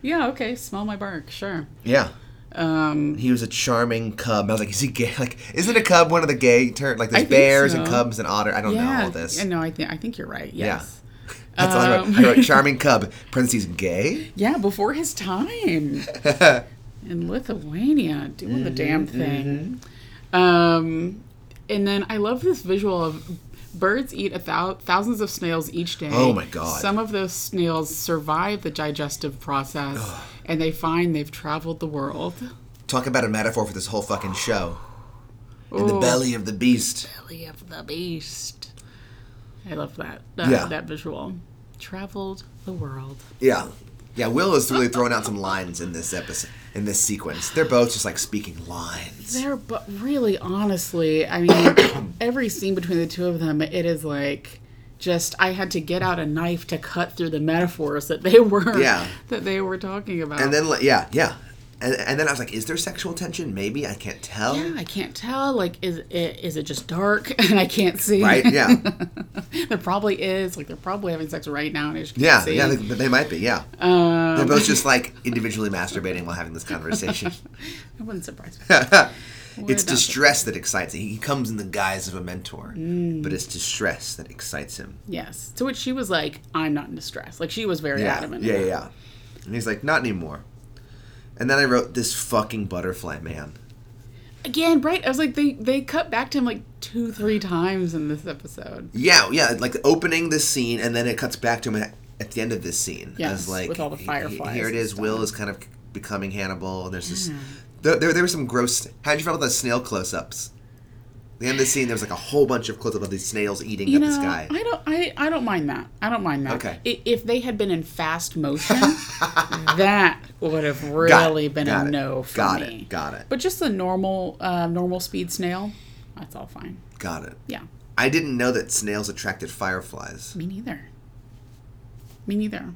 Speaker 1: Yeah, okay, smell my bark, sure.
Speaker 2: Yeah. Um, he was a charming cub. I was like, is he gay? Like, isn't a cub one of the gay terms? Like, there's
Speaker 1: think
Speaker 2: bears and
Speaker 1: so.
Speaker 2: cubs and otter. I don't
Speaker 1: yeah.
Speaker 2: know all this.
Speaker 1: Yeah, no, I think I think you're right. Yes.
Speaker 2: That's all I wrote. I
Speaker 1: Um,
Speaker 2: wrote charming cub. Parentheses gay.
Speaker 1: Yeah, before his time in Lithuania, doing the damn
Speaker 2: Mm-hmm,
Speaker 1: thing. Um, and then I love this visual of birds eat a thou- thousands of snails each day.
Speaker 2: Oh my God.
Speaker 1: Some of those snails survive the digestive process, and they find they've traveled the world.
Speaker 2: Talk about a metaphor for this whole fucking show. In the
Speaker 1: Ooh.
Speaker 2: belly of the beast.
Speaker 1: Belly of the beast. I love that. that
Speaker 2: Yeah.
Speaker 1: That visual. Traveled the world.
Speaker 2: Yeah. Yeah, Will is really throwing out some lines in this episode, in this sequence. They're both just like speaking lines.
Speaker 1: They're but really honestly, I mean, every scene between the two of them, it is like just I had to get out a knife to cut through the metaphors that they were
Speaker 2: Yeah.
Speaker 1: that they were talking about.
Speaker 2: And then, like, yeah, yeah. And, and then I was like, is there sexual tension? Maybe. I can't tell.
Speaker 1: yeah, I can't tell. Like, is it is it just dark and I can't see?
Speaker 2: Right? Yeah.
Speaker 1: there probably is. Like, they're probably having sex right now and I just can't
Speaker 2: Yeah.
Speaker 1: see. Um.
Speaker 2: yeah. They, they might be. Yeah. They're both just like individually masturbating while having this conversation.
Speaker 1: I wouldn't surprise me. does
Speaker 2: it's
Speaker 1: it-
Speaker 2: distress that excites him. He comes in the guise of a mentor,
Speaker 1: Mm.
Speaker 2: but it's distress that excites him.
Speaker 1: Yes. To which she was like, I'm not in distress. Like she was very
Speaker 2: Yeah,
Speaker 1: adamant.
Speaker 2: yeah, yeah, yeah. And he's like, not anymore. And then I wrote this fucking butterfly man.
Speaker 1: Again, right? I was like, they they cut back to him like two, three times in this episode.
Speaker 2: Yeah, yeah, like opening this scene, and then it cuts back to him at, at the end of this scene.
Speaker 1: Yes,
Speaker 2: As, like
Speaker 1: with all the
Speaker 2: he- he-
Speaker 1: fireflies
Speaker 2: Here it
Speaker 1: and
Speaker 2: is.
Speaker 1: stuff. Mm-hmm.
Speaker 2: Will is kind of becoming Hannibal. And there's this. There, there, there were some gross. How would you feel about the snail close-ups? The end of the scene, there was like a whole bunch of close-ups of these snails eating
Speaker 1: You
Speaker 2: at
Speaker 1: know,
Speaker 2: this guy.
Speaker 1: I don't, I, I don't mind that. I don't mind that.
Speaker 2: Okay.
Speaker 1: I, if they had been in fast motion, that would have
Speaker 2: Got it,
Speaker 1: really been
Speaker 2: got
Speaker 1: a
Speaker 2: it,
Speaker 1: no for
Speaker 2: got
Speaker 1: me.
Speaker 2: it. Got it.
Speaker 1: But just the normal, uh, normal speed snail, that's all fine.
Speaker 2: Got it.
Speaker 1: Yeah.
Speaker 2: I didn't know that snails attracted fireflies.
Speaker 1: Me neither. Me neither.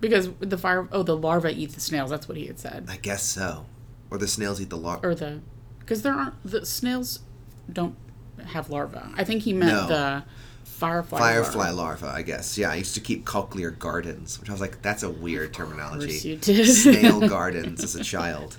Speaker 1: Because the fire, oh, the larva eats the snails. That's what he had said.
Speaker 2: I guess so. Or the snails eat the larvae.
Speaker 1: or the because there aren't the snails don't have larvae. I think he meant
Speaker 2: No.
Speaker 1: the firefly.
Speaker 2: Firefly
Speaker 1: larva.
Speaker 2: larva, I guess. Yeah, I used to keep cochlear gardens, which I was like, that's a weird
Speaker 1: Of course
Speaker 2: terminology.
Speaker 1: you did.
Speaker 2: Snail gardens as a child.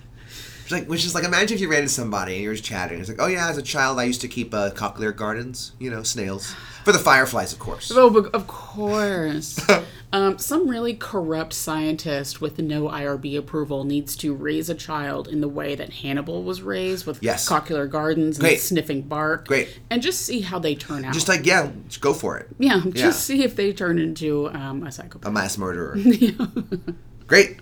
Speaker 2: Which, like, which is like, imagine if you ran into somebody and you were just chatting. It's like, oh yeah, as a child I used to keep uh, cochlear gardens, you know, snails. For the fireflies, of course.
Speaker 1: Oh, but of course. um, some really corrupt scientist with no IRB approval needs to raise a child in the way that Hannibal was raised, with
Speaker 2: Yes.
Speaker 1: cochlear gardens and
Speaker 2: Great.
Speaker 1: sniffing bark.
Speaker 2: Great.
Speaker 1: And just see how they turn out.
Speaker 2: Just like, yeah, just go for it.
Speaker 1: yeah, just see if they turn into um, a psychopath.
Speaker 2: A mass murderer. Great.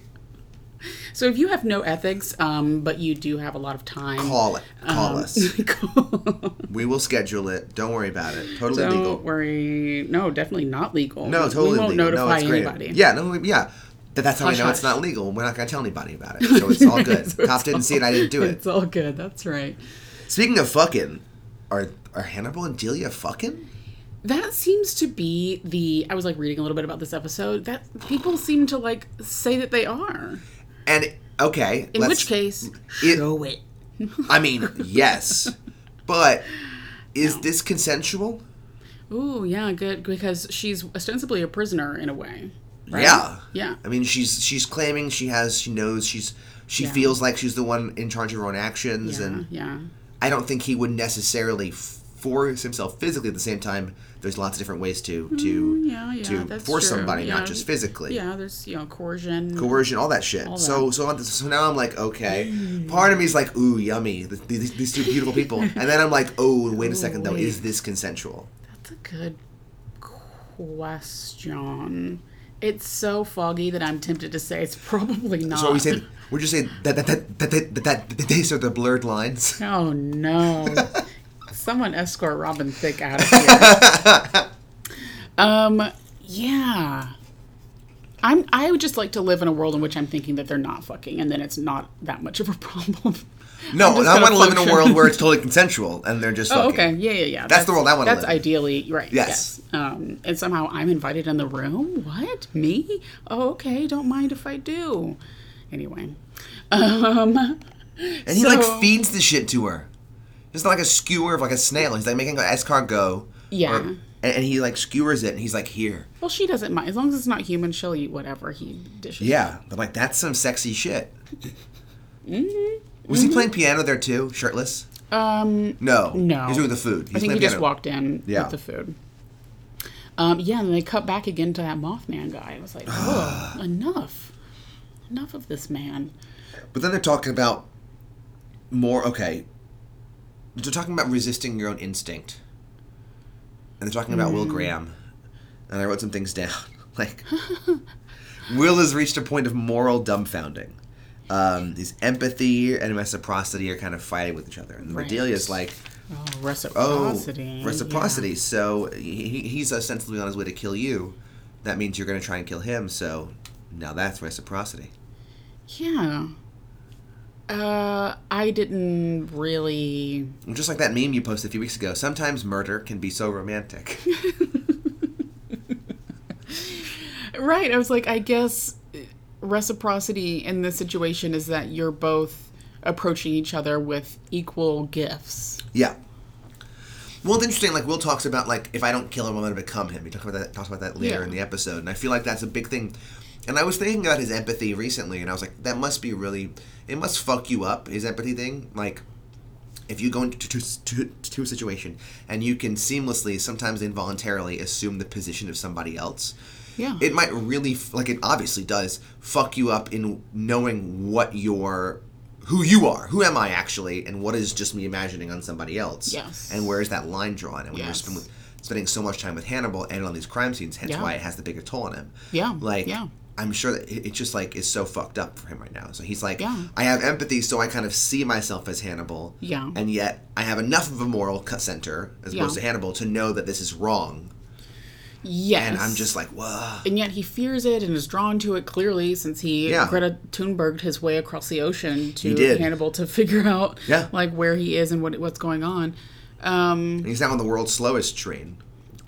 Speaker 1: so if you have no ethics, um, but you do have a lot of time,
Speaker 2: Call it.
Speaker 1: Um.
Speaker 2: Call us.
Speaker 1: call.
Speaker 2: We will schedule it. Don't worry about it. Totally
Speaker 1: Don't
Speaker 2: legal.
Speaker 1: worry. No, definitely not legal.
Speaker 2: No, totally
Speaker 1: We won't
Speaker 2: legal. no,
Speaker 1: notify
Speaker 2: it's great.
Speaker 1: anybody.
Speaker 2: Yeah, no, we- yeah. But that's how I
Speaker 1: Hush,
Speaker 2: know it's
Speaker 1: hush.
Speaker 2: not legal. We're not going to tell anybody about it. So it's all good.
Speaker 1: So it's
Speaker 2: Cop didn't see it. I didn't do it.
Speaker 1: It's all good. That's right.
Speaker 2: Speaking of fucking, are are Hannibal and Delia fucking?
Speaker 1: That seems to be the. I was like reading a little bit about this episode. That people seem to like say that they are.
Speaker 2: And okay,
Speaker 1: In
Speaker 2: let's-
Speaker 1: which case,
Speaker 2: it-
Speaker 1: show it.
Speaker 2: I mean, yes, but is this consensual?
Speaker 1: Ooh, yeah, good because she's ostensibly a prisoner in a way. Right?
Speaker 2: Yeah.
Speaker 1: Yeah.
Speaker 2: I mean, she's she's claiming she has she knows she's she
Speaker 1: Yeah.
Speaker 2: feels like she's the one in charge of her own actions,
Speaker 1: Yeah.
Speaker 2: and
Speaker 1: Yeah.
Speaker 2: I don't think he would necessarily force himself physically. At the same time, there's lots of different ways to to
Speaker 1: Yeah. Yeah.
Speaker 2: to
Speaker 1: that's
Speaker 2: force
Speaker 1: true.
Speaker 2: somebody,
Speaker 1: Yeah.
Speaker 2: not just physically.
Speaker 1: Yeah. There's you know coercion.
Speaker 2: Coercion, all that shit. So, so, I'm- so now I'm like, okay.
Speaker 1: Mm.
Speaker 2: Part of me's like, ooh, yummy. th- These, these two beautiful people. And then I'm like, oh, wait a second though. Is this consensual?
Speaker 1: That's a good question. It's so foggy that I'm tempted to say it's probably not.
Speaker 2: So we say, we just say that that that that that, that, that, that these are the blurred lines.
Speaker 1: Oh no! Someone escort Robin Thicke out of here. um. Yeah. I'm. I would just like to live in a world in which I'm thinking that they're not fucking, and then it's not that much of a problem.
Speaker 2: No,
Speaker 1: just
Speaker 2: I
Speaker 1: gonna
Speaker 2: want to live in a
Speaker 1: function.
Speaker 2: world where it's totally consensual and they're just
Speaker 1: Oh,
Speaker 2: fucking.
Speaker 1: okay. Yeah, yeah, yeah. That's,
Speaker 2: the world I wanna
Speaker 1: That's
Speaker 2: live in.
Speaker 1: ideally right.
Speaker 2: Yes.
Speaker 1: Yes. Um, and somehow I'm invited in the room. What? Me? Oh, okay. Don't mind if I do. Anyway, um,
Speaker 2: And he like
Speaker 1: So-
Speaker 2: feeds the shit to her. It's not like a skewer of like a snail. He's like making an escargot.
Speaker 1: Yeah.
Speaker 2: or- and, and he like skewers it and he's like, here.
Speaker 1: well, she doesn't mind as long as it's not human. She'll eat whatever he dishes.
Speaker 2: Yeah, but like that's some sexy shit. Was he playing piano there too, shirtless?
Speaker 1: Mm-hmm. Um,
Speaker 2: No,
Speaker 1: No.
Speaker 2: He's doing the food. He's
Speaker 1: I think
Speaker 2: playing
Speaker 1: he just
Speaker 2: piano.
Speaker 1: walked in
Speaker 2: Yeah.
Speaker 1: with the food. Um, yeah, and they cut back again to that Mothman guy. I was like, whoa, enough, enough of this man.
Speaker 2: But then they're talking about more. Okay, they're talking about resisting your own instinct, and they're talking about
Speaker 1: Mm.
Speaker 2: Will Graham. And I wrote some things down. Like, Will has reached a point of moral dumbfounding. Um, his empathy and reciprocity are kind of fighting with each other, and
Speaker 1: Right.
Speaker 2: Redelia's like.
Speaker 1: Oh,
Speaker 2: Oh,
Speaker 1: reciprocity.
Speaker 2: reciprocity. So he, he's ostensibly on his way to kill you. That means you're going to try and kill him. So now that's reciprocity.
Speaker 1: Yeah. Uh, I didn't really.
Speaker 2: Just like that meme you posted a few weeks ago. Sometimes murder can be so romantic.
Speaker 1: right. I was like, I guess reciprocity in this situation is that you're both approaching each other with equal gifts.
Speaker 2: Yeah. Well, it's interesting. Like Will talks about, like if I don't kill him, I'm going to become him. He talks about that. Talks about that later
Speaker 1: Yeah.
Speaker 2: in the episode, and I feel like that's a big thing. And I was thinking about his empathy recently, and I was like, that must be really, it must fuck you up. His empathy thing, like if you go into to, to, to a situation and you can seamlessly, sometimes involuntarily, assume the position of somebody else,
Speaker 1: Yeah.
Speaker 2: it might really f- like it obviously does fuck you up in knowing what your who you are who am i actually and what is just me imagining on somebody else
Speaker 1: Yes.
Speaker 2: and where is that line drawn and we were
Speaker 1: Yes.
Speaker 2: spend, spending so much time with hannibal and on these crime scenes hence
Speaker 1: Yeah.
Speaker 2: why it has the bigger toll on him
Speaker 1: Yeah,
Speaker 2: like
Speaker 1: yeah.
Speaker 2: i'm sure that it it just like is so fucked up for him right now so he's like
Speaker 1: Yeah.
Speaker 2: i have empathy so i kind of see myself as hannibal
Speaker 1: Yeah.
Speaker 2: and yet i have enough of a moral c- center as
Speaker 1: Yeah.
Speaker 2: opposed to hannibal to know that this is wrong
Speaker 1: yes.
Speaker 2: and i'm just like whoa
Speaker 1: And yet he fears it and is drawn to it clearly since he
Speaker 2: Yeah.
Speaker 1: Greta Thunberged his way across the ocean to
Speaker 2: did.
Speaker 1: Hannibal to figure out
Speaker 2: Yeah.
Speaker 1: like where he is and what what's going on. Um,
Speaker 2: And he's now on the world's slowest train.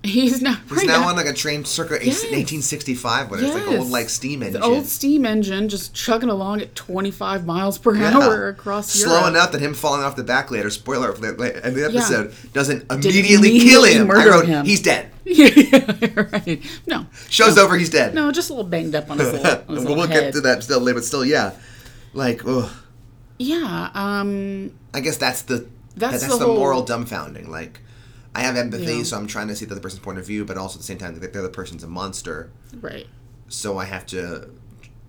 Speaker 1: he's now
Speaker 2: He's now on like a train circa 18- 1865, when it's like old
Speaker 1: Yes.
Speaker 2: like steam engine.
Speaker 1: old steam engine just chugging along at 25 miles per
Speaker 2: Yeah.
Speaker 1: hour across Europe.
Speaker 2: Slow enough that him falling off the back later, spoiler for the, la- end of the episode, doesn't immediately,
Speaker 1: immediately
Speaker 2: kill him. I
Speaker 1: murder
Speaker 2: wrote,
Speaker 1: him.
Speaker 2: he's dead.
Speaker 1: Yeah, right. No,
Speaker 2: Show's over, he's dead.
Speaker 1: no, just a little banged up on his little, on his
Speaker 2: we'll
Speaker 1: little
Speaker 2: we'll
Speaker 1: head.
Speaker 2: get to that still later, but still, yeah. Like, ugh.
Speaker 1: Yeah, um,
Speaker 2: I guess that's the that's,
Speaker 1: That's
Speaker 2: the,
Speaker 1: the whole-
Speaker 2: moral dumbfounding. Like, I have empathy,
Speaker 1: Yeah.
Speaker 2: so I'm trying to see the other person's point of view, but also at the same time, the other person's a monster,
Speaker 1: right.
Speaker 2: so I have to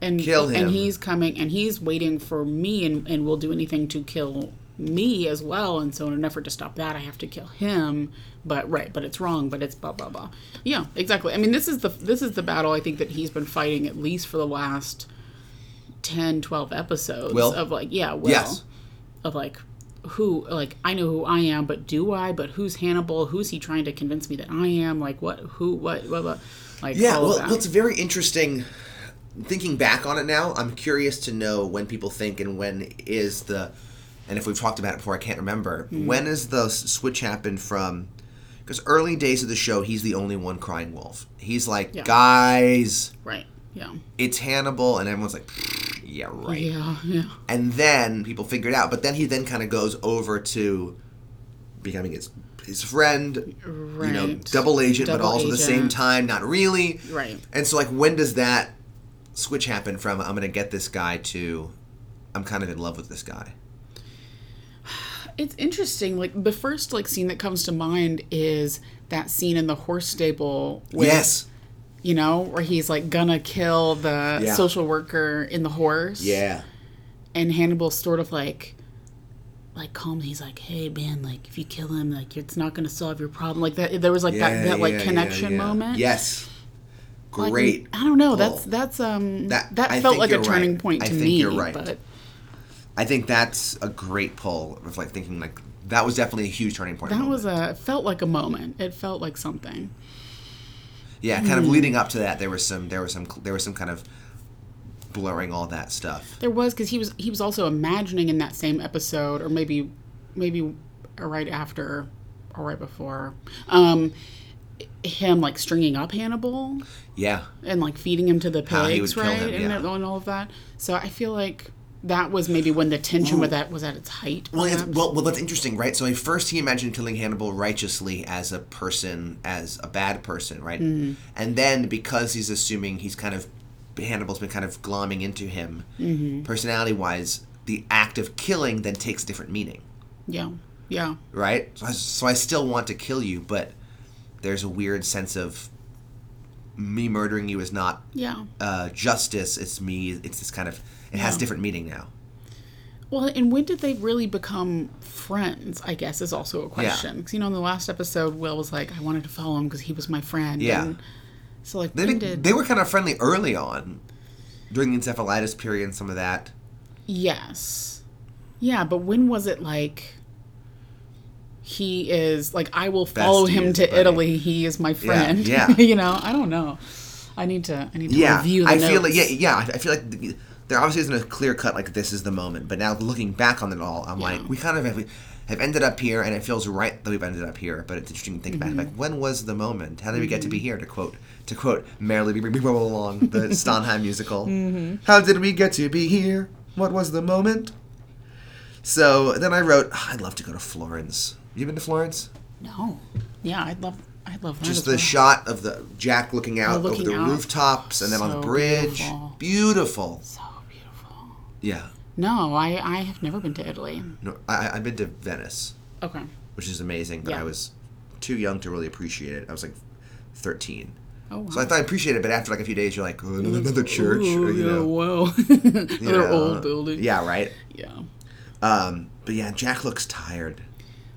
Speaker 1: And
Speaker 2: Kill him.
Speaker 1: And he's coming, and he's waiting for me, and and will do anything to kill me as well. And so, in an effort to stop that, I have to kill him. But right, but it's wrong. But it's blah blah blah. Yeah, exactly. I mean, this is the this is the battle I think that he's been fighting at least for the last 10, 12 episodes
Speaker 2: Will?
Speaker 1: of like yeah, well,
Speaker 2: Yes.
Speaker 1: of like who like I know who I am, but do I? But who's Hannibal? Who's he trying to convince me that I am? Like what? Who? What? Blah, blah. Like all
Speaker 2: Yeah,
Speaker 1: of
Speaker 2: well,
Speaker 1: that.
Speaker 2: well, it's very interesting. Thinking back on it now, I'm curious to know when people think and when is the, and if we've talked about it before, I can't remember.
Speaker 1: Hmm.
Speaker 2: When is the s- switch happen from? Because early days of the show, he's the only one crying wolf. He's like,
Speaker 1: Yeah.
Speaker 2: guys,
Speaker 1: right. Yeah.
Speaker 2: it's Hannibal, and everyone's like, yeah, right.
Speaker 1: Yeah. Yeah.
Speaker 2: And then people figure it out, but then he then kind of goes over to becoming his his friend, you know,
Speaker 1: Right.
Speaker 2: double agent, but
Speaker 1: Double
Speaker 2: also at the same
Speaker 1: agent.
Speaker 2: time, not really.
Speaker 1: Right.
Speaker 2: And so, like, when does that switch happen from I'm going to get this guy to I'm kind of in love with this guy?
Speaker 1: It's interesting. Like the first like scene that comes to mind is that scene in the horse stable. With,
Speaker 2: yes.
Speaker 1: You know, where he's like gonna kill the
Speaker 2: Yeah.
Speaker 1: social worker in the horse. and Hannibal's sort of like like calm he's like hey man like if you kill him like it's not gonna solve your problem like that there was like that, that like
Speaker 2: yeah,
Speaker 1: connection
Speaker 2: yeah, yeah.
Speaker 1: moment
Speaker 2: Yes.
Speaker 1: Like,
Speaker 2: Great.
Speaker 1: I don't know
Speaker 2: pull.
Speaker 1: that's that's um
Speaker 2: That-
Speaker 1: that,
Speaker 2: I
Speaker 1: felt
Speaker 2: think
Speaker 1: like a
Speaker 2: you're
Speaker 1: turning
Speaker 2: right.
Speaker 1: point
Speaker 2: I
Speaker 1: to
Speaker 2: think
Speaker 1: me
Speaker 2: you're right.
Speaker 1: but
Speaker 2: I think that's a great pull of like thinking like that was definitely a huge turning point.
Speaker 1: that
Speaker 2: moment.
Speaker 1: was a it felt like a moment it felt like something
Speaker 2: yeah, kind of leading up to that. There was some there was some there was some kind of blurring all that stuff.
Speaker 1: There was because he was he was also imagining in that same episode, or maybe maybe right after or right before, um, him like stringing up Hannibal
Speaker 2: Yeah.
Speaker 1: and like feeding him to the pigs,
Speaker 2: How he would kill
Speaker 1: right,
Speaker 2: him,
Speaker 1: and,
Speaker 2: yeah.
Speaker 1: that- and all of that. So I feel like that was maybe when the tension with that was at its height.
Speaker 2: Well, it's,
Speaker 1: perhaps.
Speaker 2: well, well, that's interesting, right? So, at first, he imagined killing Hannibal righteously as a person, as a bad person, right? And then, because he's assuming he's kind of Hannibal's been kind of glomming into him, personality-wise, the act of killing then takes different meaning,
Speaker 1: yeah, yeah,
Speaker 2: right? So I, so I still want to kill you, but there's a weird sense of me murdering you is not
Speaker 1: yeah.
Speaker 2: uh, justice. It's me. It's this kind of. It has different meaning now.
Speaker 1: Well, and when did they really become friends? I guess is also a question. 'Cause, you know, in the last episode, Will was like, "I wanted to follow him because he was my friend."
Speaker 2: Yeah.
Speaker 1: And so like,
Speaker 2: They,
Speaker 1: when
Speaker 2: be-
Speaker 1: did
Speaker 2: they were kind of friendly early on during the encephalitis period and some of that.
Speaker 1: Yes. Yeah, but when was it like he is like I will follow him
Speaker 2: Besties,
Speaker 1: to
Speaker 2: buddy.
Speaker 1: Italy. He is my friend.
Speaker 2: yeah.
Speaker 1: you know, I don't know. I need to I need to
Speaker 2: Yeah,
Speaker 1: review the
Speaker 2: I
Speaker 1: notes.
Speaker 2: feel like yeah, yeah. I I feel like the, there obviously isn't a clear cut like this is the moment. But now looking back on it all, I'm
Speaker 1: Yeah.
Speaker 2: like, we kind of have, have ended up here, and it feels right that we've ended up here. But it's interesting to think
Speaker 1: Mm-hmm.
Speaker 2: about it. Like, when was the moment? How did we get to be here? To quote, to quote Merrily We We Roll Along, the Stonheim musical.
Speaker 1: Mm-hmm.
Speaker 2: How did we get to be here? What was the moment? So then I wrote, "Ah, I'd love to go to Florence. You been to Florence?
Speaker 1: No. Yeah, I'd love. I'd love that
Speaker 2: Just
Speaker 1: as
Speaker 2: the
Speaker 1: well.
Speaker 2: shot of the Jack looking out
Speaker 1: Oh, looking
Speaker 2: over the
Speaker 1: out.
Speaker 2: rooftops and then on the
Speaker 1: So
Speaker 2: bridge.
Speaker 1: beautiful.
Speaker 2: beautiful.
Speaker 1: So beautiful.
Speaker 2: Yeah.
Speaker 1: No, I I have never been to Italy.
Speaker 2: No, I, I- I've been to Venice,
Speaker 1: Okay.
Speaker 2: which is amazing, but
Speaker 1: Yeah.
Speaker 2: I was too young to really appreciate it. I was like 13.
Speaker 1: Oh wow.
Speaker 2: So I thought I appreciated it, but after like a few days, you're like, oh, another, another church. or,
Speaker 1: Ooh,
Speaker 2: you
Speaker 1: yeah,
Speaker 2: know,
Speaker 1: Whoa.
Speaker 2: you
Speaker 1: Another
Speaker 2: know,
Speaker 1: old building.
Speaker 2: Yeah, right?
Speaker 1: Yeah.
Speaker 2: Um, but yeah, Jack looks tired.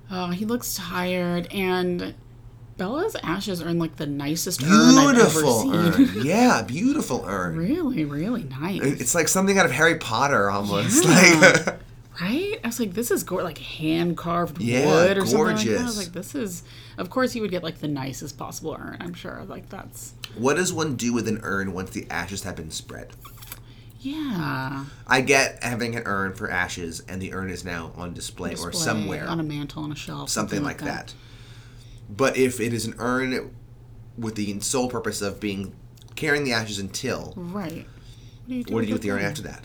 Speaker 1: Oh, he looks tired, and Bella's ashes are in like the nicest urn I've ever
Speaker 2: Beautiful
Speaker 1: seen.
Speaker 2: urn. Yeah, beautiful urn.
Speaker 1: Really, really nice,
Speaker 2: It's like something out of Harry Potter almost.
Speaker 1: Yeah.
Speaker 2: Like,
Speaker 1: right? I was like, this is gor- like hand carved
Speaker 2: Yeah,
Speaker 1: wood or something like that. I
Speaker 2: gorgeous.
Speaker 1: was like, this is. Of course, you would get like the nicest possible urn. I'm sure. Like that's
Speaker 2: what does one do with an urn once the ashes have been spread?
Speaker 1: yeah.
Speaker 2: I get having an urn for ashes, and the urn is now on display, or
Speaker 1: display
Speaker 2: somewhere,
Speaker 1: on a mantle on a shelf,
Speaker 2: something, like that. But if it is an urn with the sole purpose of being carrying the ashes until,
Speaker 1: Right. What do you do,
Speaker 2: what do you do with the urn
Speaker 1: urn?
Speaker 2: after that?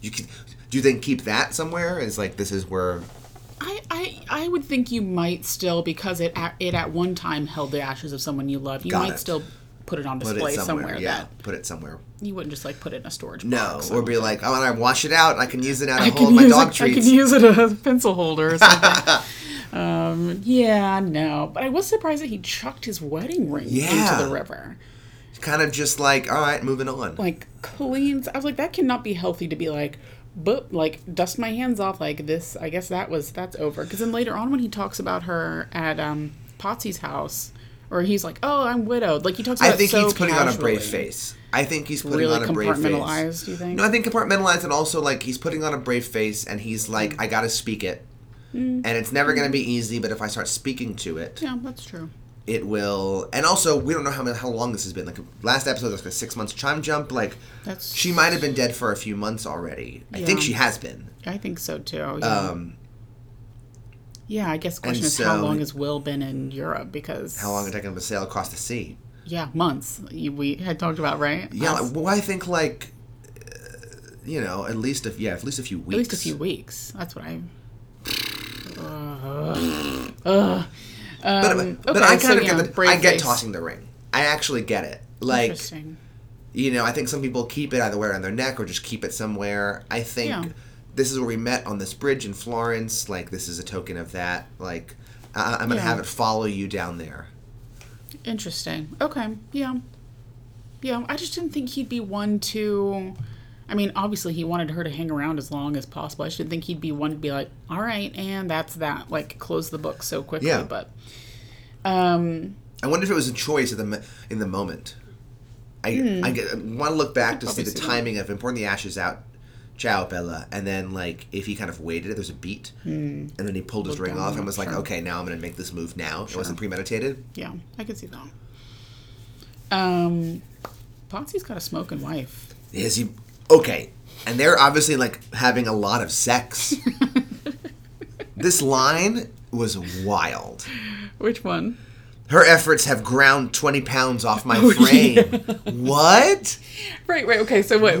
Speaker 2: You can, do you then keep that somewhere? Is like this is where
Speaker 1: I, I, I would think you might still because it at, it at one time held the ashes of someone you love. You
Speaker 2: Got
Speaker 1: might
Speaker 2: it.
Speaker 1: still put it on
Speaker 2: put
Speaker 1: display
Speaker 2: it somewhere.
Speaker 1: somewhere.
Speaker 2: yeah,
Speaker 1: that
Speaker 2: put it somewhere.
Speaker 1: you wouldn't just like put it in a storage
Speaker 2: No,
Speaker 1: box.
Speaker 2: or be like, oh, I wash it out. I can use it out
Speaker 1: I
Speaker 2: of hold
Speaker 1: can,
Speaker 2: my
Speaker 1: use
Speaker 2: dog
Speaker 1: it, I
Speaker 2: treats.
Speaker 1: can use it as a pencil holder or something. um, yeah, no. But I was surprised that he chucked his wedding ring
Speaker 2: Yeah.
Speaker 1: into the river.
Speaker 2: kind of just like, all right, moving on.
Speaker 1: Like cleans. I was like, that cannot be healthy to be like, but like dust my hands off like this. I guess that was that's over. Because then later on when he talks about her at um, Patsy's house, or he's like, oh, I'm widowed. Like he talks.
Speaker 2: I
Speaker 1: about it
Speaker 2: think
Speaker 1: so
Speaker 2: he's putting on a brave
Speaker 1: casually.
Speaker 2: face. I think he's putting
Speaker 1: Really
Speaker 2: on a brave face.
Speaker 1: compartmentalized. Do you think?
Speaker 2: No, I think compartmentalized and also like he's putting on a brave face and he's like,
Speaker 1: Mm.
Speaker 2: I gotta speak it. And it's never gonna be easy, but if I start speaking to it,
Speaker 1: yeah, that's true.
Speaker 2: it will. And also, we don't know how how long this has been. Like last episode, was like a six months time jump. Like
Speaker 1: That's
Speaker 2: she might have been dead for a few months already. I think
Speaker 1: Yeah.
Speaker 2: she has been.
Speaker 1: I think so too. Yeah.
Speaker 2: Um,
Speaker 1: Yeah, I guess the question
Speaker 2: And
Speaker 1: is how
Speaker 2: so-
Speaker 1: long has Will been in Europe? Because
Speaker 2: how long it took him to sail across the sea?
Speaker 1: Yeah, months. You- We had talked about right.
Speaker 2: Yeah,
Speaker 1: Us-
Speaker 2: well, I think like, uh, you know, at least if yeah, at least a few weeks.
Speaker 1: at least a few weeks. That's what I. Ugh. Ugh.
Speaker 2: But,
Speaker 1: Um,
Speaker 2: but
Speaker 1: okay,
Speaker 2: I kind
Speaker 1: so,
Speaker 2: of
Speaker 1: yeah,
Speaker 2: get the,
Speaker 1: brave
Speaker 2: I get
Speaker 1: face.
Speaker 2: tossing the ring. I actually get it. Like
Speaker 1: Interesting.
Speaker 2: you know, I think some people keep it either wear it on their neck or just keep it somewhere. I think
Speaker 1: Yeah.
Speaker 2: this is where we met on this bridge in Florence. Like this is a token of that. Like I, I'm gonna
Speaker 1: Yeah.
Speaker 2: have it follow you down there.
Speaker 1: Interesting. Okay. Yeah. Yeah. I just didn't think he'd be one to. I mean, obviously, he wanted her to hang around as long as possible. I just didn't think he'd be one to be like, all right, and that's that. Like, close the book so quickly.
Speaker 2: Yeah.
Speaker 1: But. Um,
Speaker 2: I wonder if it was a choice at the mo- in the moment. I I, want to look back to see
Speaker 1: Hmm. probably
Speaker 2: the
Speaker 1: see that.
Speaker 2: timing of him pouring the ashes out. Ciao, Bella. And then, like, if he kind of waited, there's a beat, and then he pulled his ring
Speaker 1: Hmm. down
Speaker 2: off
Speaker 1: on
Speaker 2: and
Speaker 1: it,
Speaker 2: was like,
Speaker 1: sure.
Speaker 2: "Okay, now I'm going to make this move." Now it wasn't premeditated.
Speaker 1: yeah, I could see that. Um, Patsy's got a smoking wife.
Speaker 2: Is he okay? And they're obviously like having a lot of sex. this line was wild.
Speaker 1: Which one?
Speaker 2: Her efforts have ground twenty pounds off my frame. What?
Speaker 1: Right, right. Okay, so what?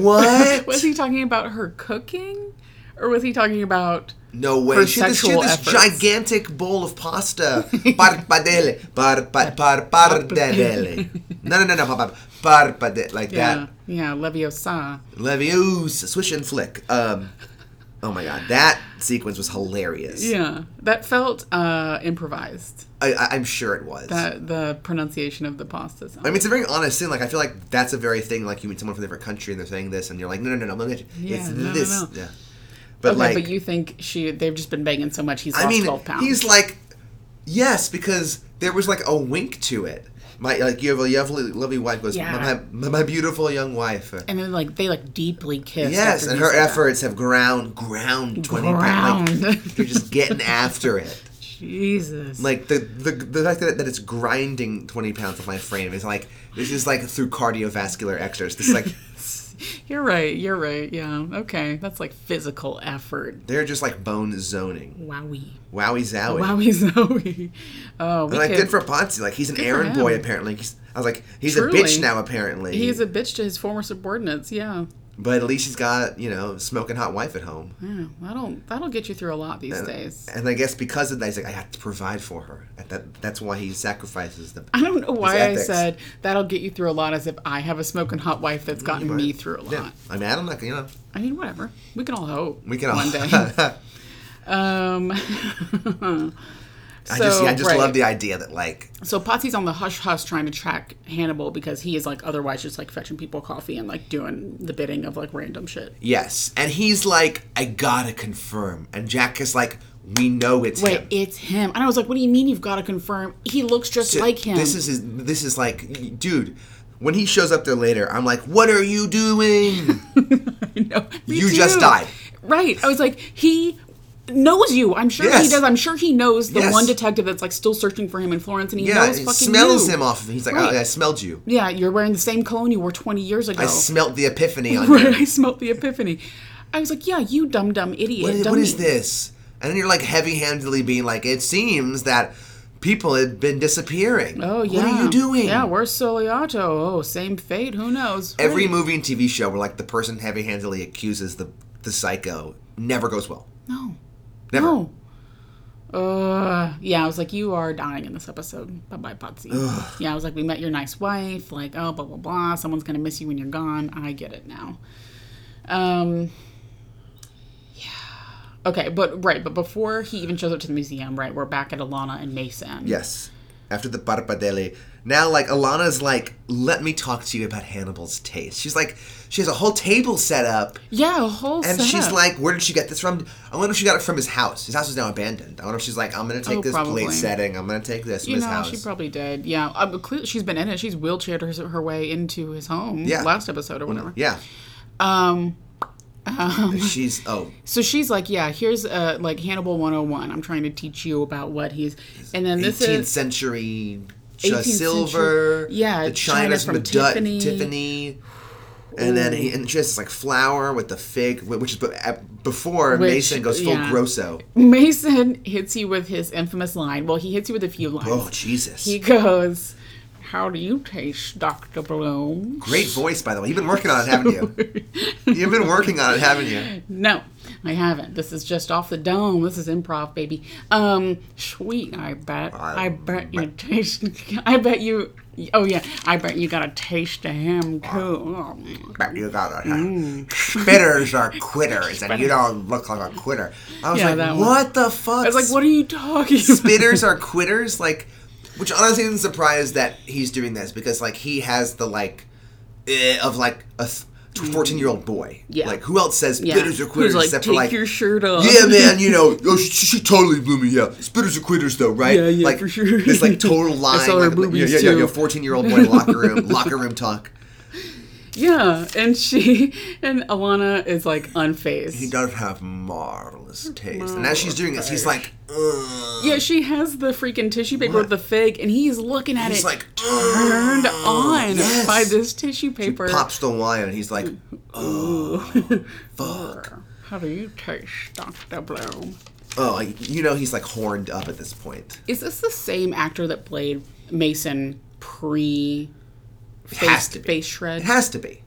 Speaker 2: What?
Speaker 1: was he talking about her cooking? Or was he talking about. uh,
Speaker 2: No way.
Speaker 1: Her
Speaker 2: she, had this, she had
Speaker 1: sexual
Speaker 2: this
Speaker 1: efforts.
Speaker 2: gigantic bowl of pasta. Parpadelle. Parpa, par, pardelle. No, no, no, no. par- par- Parpadelle. Like
Speaker 1: Yeah,
Speaker 2: that.
Speaker 1: yeah, Leviosa.
Speaker 2: Leviosa. Swish and flick. Um, oh my God. That sequence was hilarious.
Speaker 1: Yeah, that felt uh, improvised.
Speaker 2: I, I, I'm sure it was.
Speaker 1: That the pronunciation of the pasta sound.
Speaker 2: I mean, it's a very honest thing. Like, I feel like that's a very thing. Like, you meet someone from a different country and they're saying this, and you're like, no, no, no, no. It's
Speaker 1: Yeah, no, no,
Speaker 2: this.
Speaker 1: no.
Speaker 2: Yeah. But,
Speaker 1: okay,
Speaker 2: like,
Speaker 1: but you think she? They've just been banging so much. He's lost
Speaker 2: I mean,
Speaker 1: twelve pounds.
Speaker 2: he's like, yes, because there was like a wink to it. My like you have a lovely, lovely wife goes,
Speaker 1: Yeah.
Speaker 2: my, my, my beautiful young wife.
Speaker 1: and then like they like deeply kissed.
Speaker 2: yes,
Speaker 1: after
Speaker 2: and
Speaker 1: he
Speaker 2: her
Speaker 1: said that.
Speaker 2: efforts have ground, ground twenty pounds. Like,
Speaker 1: Ground.
Speaker 2: you're just getting after it.
Speaker 1: Jesus.
Speaker 2: Like the the, the fact that, that it's grinding twenty pounds off my frame is like this is like through cardiovascular exercise. This is like
Speaker 1: You're right. You're right. Yeah. Okay. That's like physical effort.
Speaker 2: They're just like bone zoning.
Speaker 1: Wowie.
Speaker 2: Wowie zowie.
Speaker 1: Wowie zowie. Oh, we
Speaker 2: And like
Speaker 1: could-
Speaker 2: good for Ponzi. Like he's an
Speaker 1: Good for
Speaker 2: errand boy
Speaker 1: him.
Speaker 2: apparently. He's, I was like, he's
Speaker 1: Truly.
Speaker 2: a bitch now apparently.
Speaker 1: He's a bitch to his former subordinates. Yeah.
Speaker 2: but at least he's got you know smoking hot wife at home.
Speaker 1: Yeah. That'll that'll get you through a lot these days.
Speaker 2: And I guess because of that, he's like, I have to provide for her. And That, that's why he sacrifices the.
Speaker 1: I don't know why I
Speaker 2: ethics.
Speaker 1: said that'll get you through a lot as if I have a smoking hot wife that's gotten me through a lot.
Speaker 2: Mm, Yeah, I mean, I don't like you know.
Speaker 1: I mean, whatever. We can all hope.
Speaker 2: We can all.
Speaker 1: one day.
Speaker 2: I
Speaker 1: Um,
Speaker 2: just,
Speaker 1: So,
Speaker 2: yeah, I just
Speaker 1: right.
Speaker 2: love the idea that like
Speaker 1: so Patsy's on the hush hush trying to track Hannibal because he is like otherwise just like fetching people coffee and like doing the bidding of like random shit.
Speaker 2: yes, and he's like, I gotta confirm, and Jack is like, we know it's
Speaker 1: Wait,
Speaker 2: him.
Speaker 1: it's him. And I was like, what do you mean you've got to confirm? He looks just
Speaker 2: Th-
Speaker 1: like him.
Speaker 2: This is his, this is like, dude. When he shows up there later, I'm like, what are you doing?
Speaker 1: No, me
Speaker 2: You just
Speaker 1: too.
Speaker 2: died.
Speaker 1: Right. I was like, he knows you. I'm sure he
Speaker 2: Yes.
Speaker 1: does. I'm sure he knows the
Speaker 2: Yes.
Speaker 1: one detective that's like still searching for him in Florence and he
Speaker 2: yeah,
Speaker 1: knows
Speaker 2: it
Speaker 1: fucking
Speaker 2: smells
Speaker 1: you.
Speaker 2: him off. He's like,
Speaker 1: Right.
Speaker 2: oh, I smelled you.
Speaker 1: Yeah, you're wearing the same cologne you wore 20 years ago.
Speaker 2: I smelt the epiphany on
Speaker 1: right,
Speaker 2: you.
Speaker 1: I smelt the epiphany. I was like, yeah, you dumb dumb idiot.
Speaker 2: What is- what
Speaker 1: dummy.
Speaker 2: is this? And then you're like heavy-handedly being like, it seems that people had been disappearing.
Speaker 1: Oh yeah.
Speaker 2: What are you doing?
Speaker 1: Yeah, where's Soliato? Oh, same fate. Who knows?
Speaker 2: Every
Speaker 1: Right.
Speaker 2: movie and TV show where like the person heavy-handedly accuses the the psycho never goes well.
Speaker 1: no,
Speaker 2: Never.
Speaker 1: no. Oh. Uh, yeah, I was like, you are dying in this episode. Bye bye, Potsy. Yeah, I was like, we met your nice wife. Like, oh, blah blah blah. Someone's gonna miss you when you're gone. I get it now. Um. Yeah. Okay, but right, but before he even shows up to the museum, right, we're back at Alana and Mason.
Speaker 2: Yes. After the Parpadele. Now, like, Alana's like, let me talk to you about Hannibal's taste. She's like, she has a whole table set up,
Speaker 1: Yeah, a whole.
Speaker 2: and she's
Speaker 1: setup.
Speaker 2: like, where did she get this from? I wonder if she got it from his house. His house is now abandoned. I wonder if she's like, I'm going to take
Speaker 1: Oh,
Speaker 2: this
Speaker 1: probably.
Speaker 2: plate setting, I'm going to take this from
Speaker 1: You
Speaker 2: his
Speaker 1: know,
Speaker 2: house.
Speaker 1: she probably did. Yeah, um, cle- she's been in it. She's wheelchaired her, her way into his home.
Speaker 2: Yeah.
Speaker 1: last episode or whatever.
Speaker 2: yeah.
Speaker 1: Um,
Speaker 2: She's, oh,
Speaker 1: so she's like, yeah, here's uh like Hannibal 101. I'm trying to teach you about what he's, and then this
Speaker 2: 18th
Speaker 1: is
Speaker 2: century just
Speaker 1: 18th century-
Speaker 2: silver.
Speaker 1: yeah,
Speaker 2: the
Speaker 1: china
Speaker 2: China's
Speaker 1: from
Speaker 2: from Medut,
Speaker 1: Tiffany.
Speaker 2: Tiffany. And then he, and she has this like flower with the fig, wh- which is be- at- before
Speaker 1: Which-
Speaker 2: Mason goes full
Speaker 1: yeah.
Speaker 2: grosso.
Speaker 1: Mason hits you with his infamous line. Well, he hits you with a few lines.
Speaker 2: Oh Jesus!
Speaker 1: He goes, "How do you taste, Doctor Bloom?"
Speaker 2: Great voice, by the way. You've been working on it, haven't you? You've been working on it, haven't you?
Speaker 1: No, I haven't. This is just off the dome. This is improv, baby. Um, sweet. I bet. I,
Speaker 2: I
Speaker 1: bet you taste. I bet you. Oh yeah. I bet you got a taste of him too.
Speaker 2: Bet you got it. Huh?
Speaker 1: Mm.
Speaker 2: Spitters are quitters, and you don't look like a quitter. I was
Speaker 1: Yeah, that
Speaker 2: like,
Speaker 1: one.
Speaker 2: what the fuck?
Speaker 1: I was like, what are you talking? about?
Speaker 2: spitters are quitters like which honestly isn't surprised that he's doing this because like he has the like eh, of like a 14 year old boy
Speaker 1: Yeah.
Speaker 2: like who else says
Speaker 1: Yeah.
Speaker 2: spitters are quitters
Speaker 1: Who's like,
Speaker 2: except
Speaker 1: take
Speaker 2: for like
Speaker 1: your shirt off.
Speaker 2: yeah man you know oh, she, she totally blew me yeah spitters are quitters though right
Speaker 1: Yeah, yeah,
Speaker 2: like
Speaker 1: for sure.
Speaker 2: this like total line
Speaker 1: I saw her
Speaker 2: like,
Speaker 1: boobies,
Speaker 2: yeah, yeah, yeah,
Speaker 1: too.
Speaker 2: 14 year old boy locker room locker room talk
Speaker 1: Yeah, and she and Alana is like
Speaker 2: he
Speaker 1: unfazed.
Speaker 2: does have marvelous taste and as she's doing this he's like Ugh.
Speaker 1: Yeah, she has the freaking tissue paper with the fig, and he's looking at
Speaker 2: he's
Speaker 1: it,
Speaker 2: like "Oh,
Speaker 1: turned on
Speaker 2: yes.
Speaker 1: by this tissue paper.
Speaker 2: pops the wine and he's like
Speaker 1: How do you taste, Doctor Bloom?
Speaker 2: Oh, you know he's like horned up at this point.
Speaker 1: Is this the same actor that played Mason pre
Speaker 2: has
Speaker 1: face,
Speaker 2: to be.
Speaker 1: face
Speaker 2: It
Speaker 1: shred?
Speaker 2: has to be.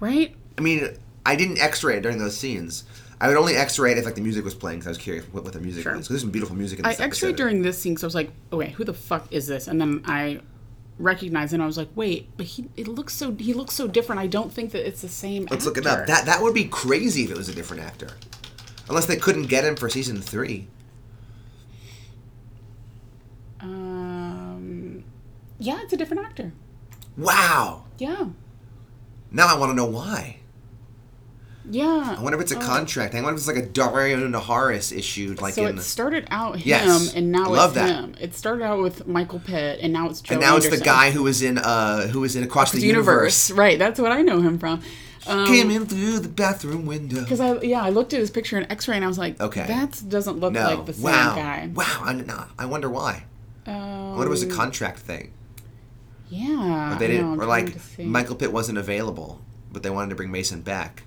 Speaker 1: Right?
Speaker 2: I mean, I didn't X-ray it during those scenes. I would only X-ray it if like the music was playing because I was curious what, what the music was. Because there's some beautiful music in
Speaker 1: I
Speaker 2: this
Speaker 1: x rayed
Speaker 2: episode.
Speaker 1: during this scene because I was like, oh, wait, who the fuck is this? And then I recognized and I was like, wait, but he it looks so he looks so different. I don't think that it's the same
Speaker 2: Let's look it up. That that would be crazy if it was a different actor, unless they couldn't get him for season three.
Speaker 1: um, yeah, it's a different actor.
Speaker 2: Wow.
Speaker 1: Yeah.
Speaker 2: Now I want to know why.
Speaker 1: Yeah.
Speaker 2: I wonder if it's a contract. I wonder if it's like a Dario Naharis issued like
Speaker 1: so
Speaker 2: in.
Speaker 1: it started out him
Speaker 2: Yes.
Speaker 1: and now
Speaker 2: I love
Speaker 1: it's
Speaker 2: that.
Speaker 1: him. It started out with Michael Pitt and now it's Joe
Speaker 2: and now it's the
Speaker 1: Anderson.
Speaker 2: guy who was in uh who was in Across the,
Speaker 1: The universe.
Speaker 2: Universe.
Speaker 1: Right, that's what I know him from. Um,
Speaker 2: Came in through the bathroom window.
Speaker 1: Because I yeah, I looked at his picture in X-ray and I was like,
Speaker 2: Okay.
Speaker 1: that doesn't look
Speaker 2: No.
Speaker 1: like the same
Speaker 2: wow.
Speaker 1: guy.
Speaker 2: Wow. I, no, I wonder why. I
Speaker 1: Um,
Speaker 2: wonder if it was a contract thing.
Speaker 1: yeah,
Speaker 2: They
Speaker 1: I know,
Speaker 2: didn't,
Speaker 1: I'm
Speaker 2: or
Speaker 1: trying
Speaker 2: like
Speaker 1: to see.
Speaker 2: Michael Pitt wasn't available, but they wanted to bring Mason back.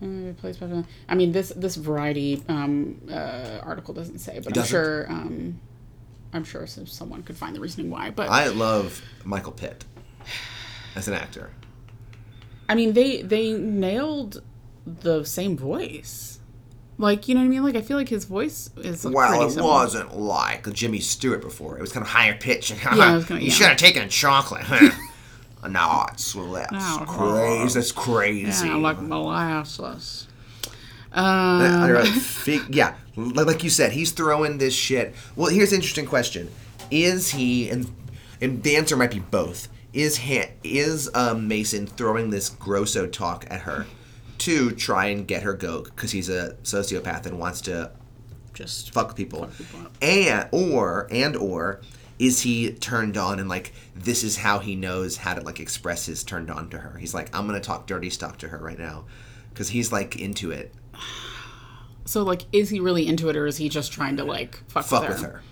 Speaker 1: Uh, replaced by- I mean, this this Variety um, uh, article doesn't say, but I'm
Speaker 2: doesn't?
Speaker 1: sure um, I'm sure some- someone could find the reasoning why. But I,
Speaker 2: I love Michael Pitt as an actor.
Speaker 1: mean, they they nailed the same voice. Like you know what I mean? Like I feel like his voice is
Speaker 2: Well,
Speaker 1: pretty
Speaker 2: it
Speaker 1: similar.
Speaker 2: wasn't like Jimmy Stewart before. It was kind of higher pitch.
Speaker 1: Yeah, it was kinda-
Speaker 2: you
Speaker 1: yeah.
Speaker 2: should have taken a chocolate. huh? no, it's well, that's
Speaker 1: No.
Speaker 2: crazy. That's crazy.
Speaker 1: Oh, Yeah, like molasses. Uh,
Speaker 2: Uh, under a fig- yeah, li- like you said, he's throwing this shit. Well, here's an interesting question: Is he and and the answer might be both? Is ha- is um, Mason throwing this grosso talk at her to try and get her go because he's a sociopath and wants to
Speaker 1: just
Speaker 2: fuck people,
Speaker 1: people up.
Speaker 2: and or and or is he turned on and like this is how he knows how to like express his turned on to her? He's like, I'm gonna talk dirty stuff to her right now because he's like into it.
Speaker 1: so like, is he really into it, or is he just trying to like fuck,
Speaker 2: Fuck
Speaker 1: with her?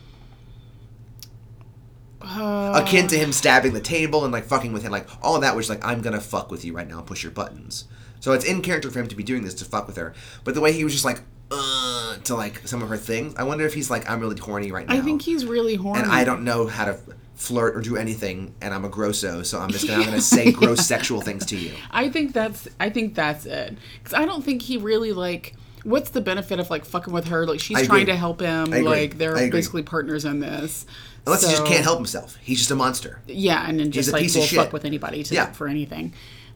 Speaker 2: with her. akin
Speaker 1: Uh.
Speaker 2: to him stabbing the table and like fucking with him, like all of that, which like I'm gonna fuck with you right now, push your buttons. So it's in character for him to be doing this to fuck with her. But the way he was just like, uh, to like some of her things, I wonder if he's like, I'm really horny right now,
Speaker 1: I think he's really horny.
Speaker 2: and I don't know how to flirt or do anything, and I'm a grosso, so I'm just gonna, I'm gonna say gross sexual things to you.
Speaker 1: I think that's I think that's it. Because I don't think he really like. What's the benefit of like fucking with her? Like she's
Speaker 2: I
Speaker 1: trying
Speaker 2: agree.
Speaker 1: to help him.
Speaker 2: I agree.
Speaker 1: Like they're
Speaker 2: I agree.
Speaker 1: basically partners in this.
Speaker 2: Unless he just
Speaker 1: So-
Speaker 2: can't help himself, he's just a monster.
Speaker 1: Yeah, and then just
Speaker 2: a
Speaker 1: like
Speaker 2: piece of
Speaker 1: will fuck
Speaker 2: shit.
Speaker 1: with anybody to,
Speaker 2: Yeah.
Speaker 1: for anything.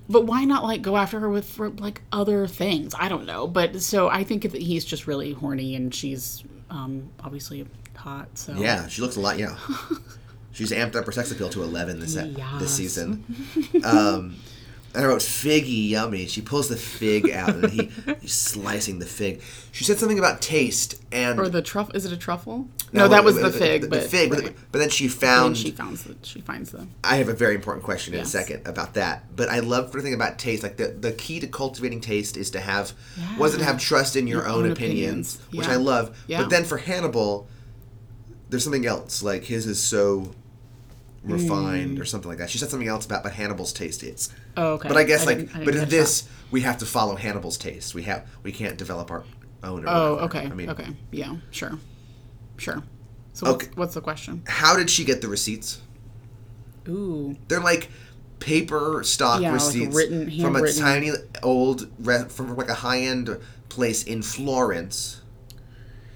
Speaker 1: But why not like go after her with for, like other things? I don't know. But so I think that he's just really horny and she's um obviously hot. So
Speaker 2: Yeah, she looks a lot. Yeah, she's amped up her sex appeal to eleven this
Speaker 1: Yes.
Speaker 2: this season. Um, and I wrote figgy yummy. She pulls the fig out and he he's slicing the fig. She said something about taste and
Speaker 1: Or the truffle? Is it a truffle? No, that was the fig.
Speaker 2: The,
Speaker 1: but
Speaker 2: fig,
Speaker 1: right.
Speaker 2: but, but then she
Speaker 1: And
Speaker 2: found.
Speaker 1: she finds the, she finds them.
Speaker 2: I have a very important question in
Speaker 1: Yes.
Speaker 2: a second about that, but I love the thing about taste. Like the, the key to cultivating taste is to have was it to have trust in your, own,
Speaker 1: own
Speaker 2: opinions,
Speaker 1: opinions.
Speaker 2: which
Speaker 1: Yeah.
Speaker 2: I love.
Speaker 1: Yeah.
Speaker 2: But then for Hannibal, there's something else. Like his is so refined or something like that. She said something else about what Hannibal's taste is.
Speaker 1: Oh, Mm. okay.
Speaker 2: But I guess like
Speaker 1: didn't- I didn't
Speaker 2: but in
Speaker 1: catch
Speaker 2: this we have to follow Hannibal's taste. We have we can't develop our own. Or
Speaker 1: Oh,
Speaker 2: whatever.
Speaker 1: okay.
Speaker 2: I mean,
Speaker 1: okay. Yeah, sure. Sure. So what's,
Speaker 2: Okay.
Speaker 1: what's the question?
Speaker 2: how did she get the receipts?
Speaker 1: Ooh.
Speaker 2: They're like paper stock
Speaker 1: Yeah, like
Speaker 2: receipts
Speaker 1: written-
Speaker 2: from a
Speaker 1: handwritten.
Speaker 2: tiny old re- from like a high end place in Florence.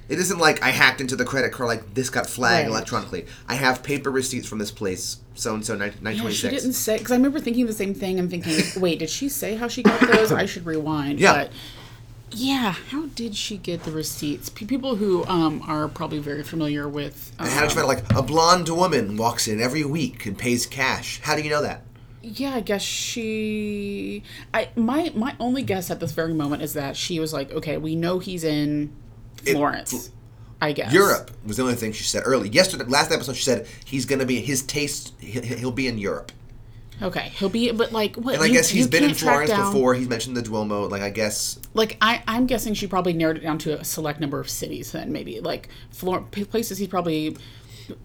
Speaker 2: It isn't like I hacked into the credit card like this got flagged
Speaker 1: Right.
Speaker 2: electronically. I have paper receipts from this place, so and so
Speaker 1: Yeah, she
Speaker 2: 926.
Speaker 1: didn't say because I remember thinking the same thing. I'm thinking, wait, did she say how she got those? I should rewind.
Speaker 2: Yeah.
Speaker 1: But yeah, how did she get the receipts? P- people who um, are probably very familiar with um,
Speaker 2: And how did you find out, like a blonde woman walks in every week and pays cash? How do you know that?
Speaker 1: Yeah, I guess she. I my my only guess at this very moment is that she was like, okay, we know he's in Florence. I guess
Speaker 2: Europe was the only thing she said early. Yesterday, last episode, she said he's gonna be his taste. he- He'll be in Europe.
Speaker 1: Okay, he'll be, but like, what?
Speaker 2: And I
Speaker 1: you-
Speaker 2: guess he's
Speaker 1: you
Speaker 2: been in
Speaker 1: can't track
Speaker 2: Florence
Speaker 1: down-
Speaker 2: before. He's mentioned the Duomo. Like I guess
Speaker 1: Like, I, I'm guessing she probably narrowed it down to a select number of cities. Then maybe like Flor- p- places he probably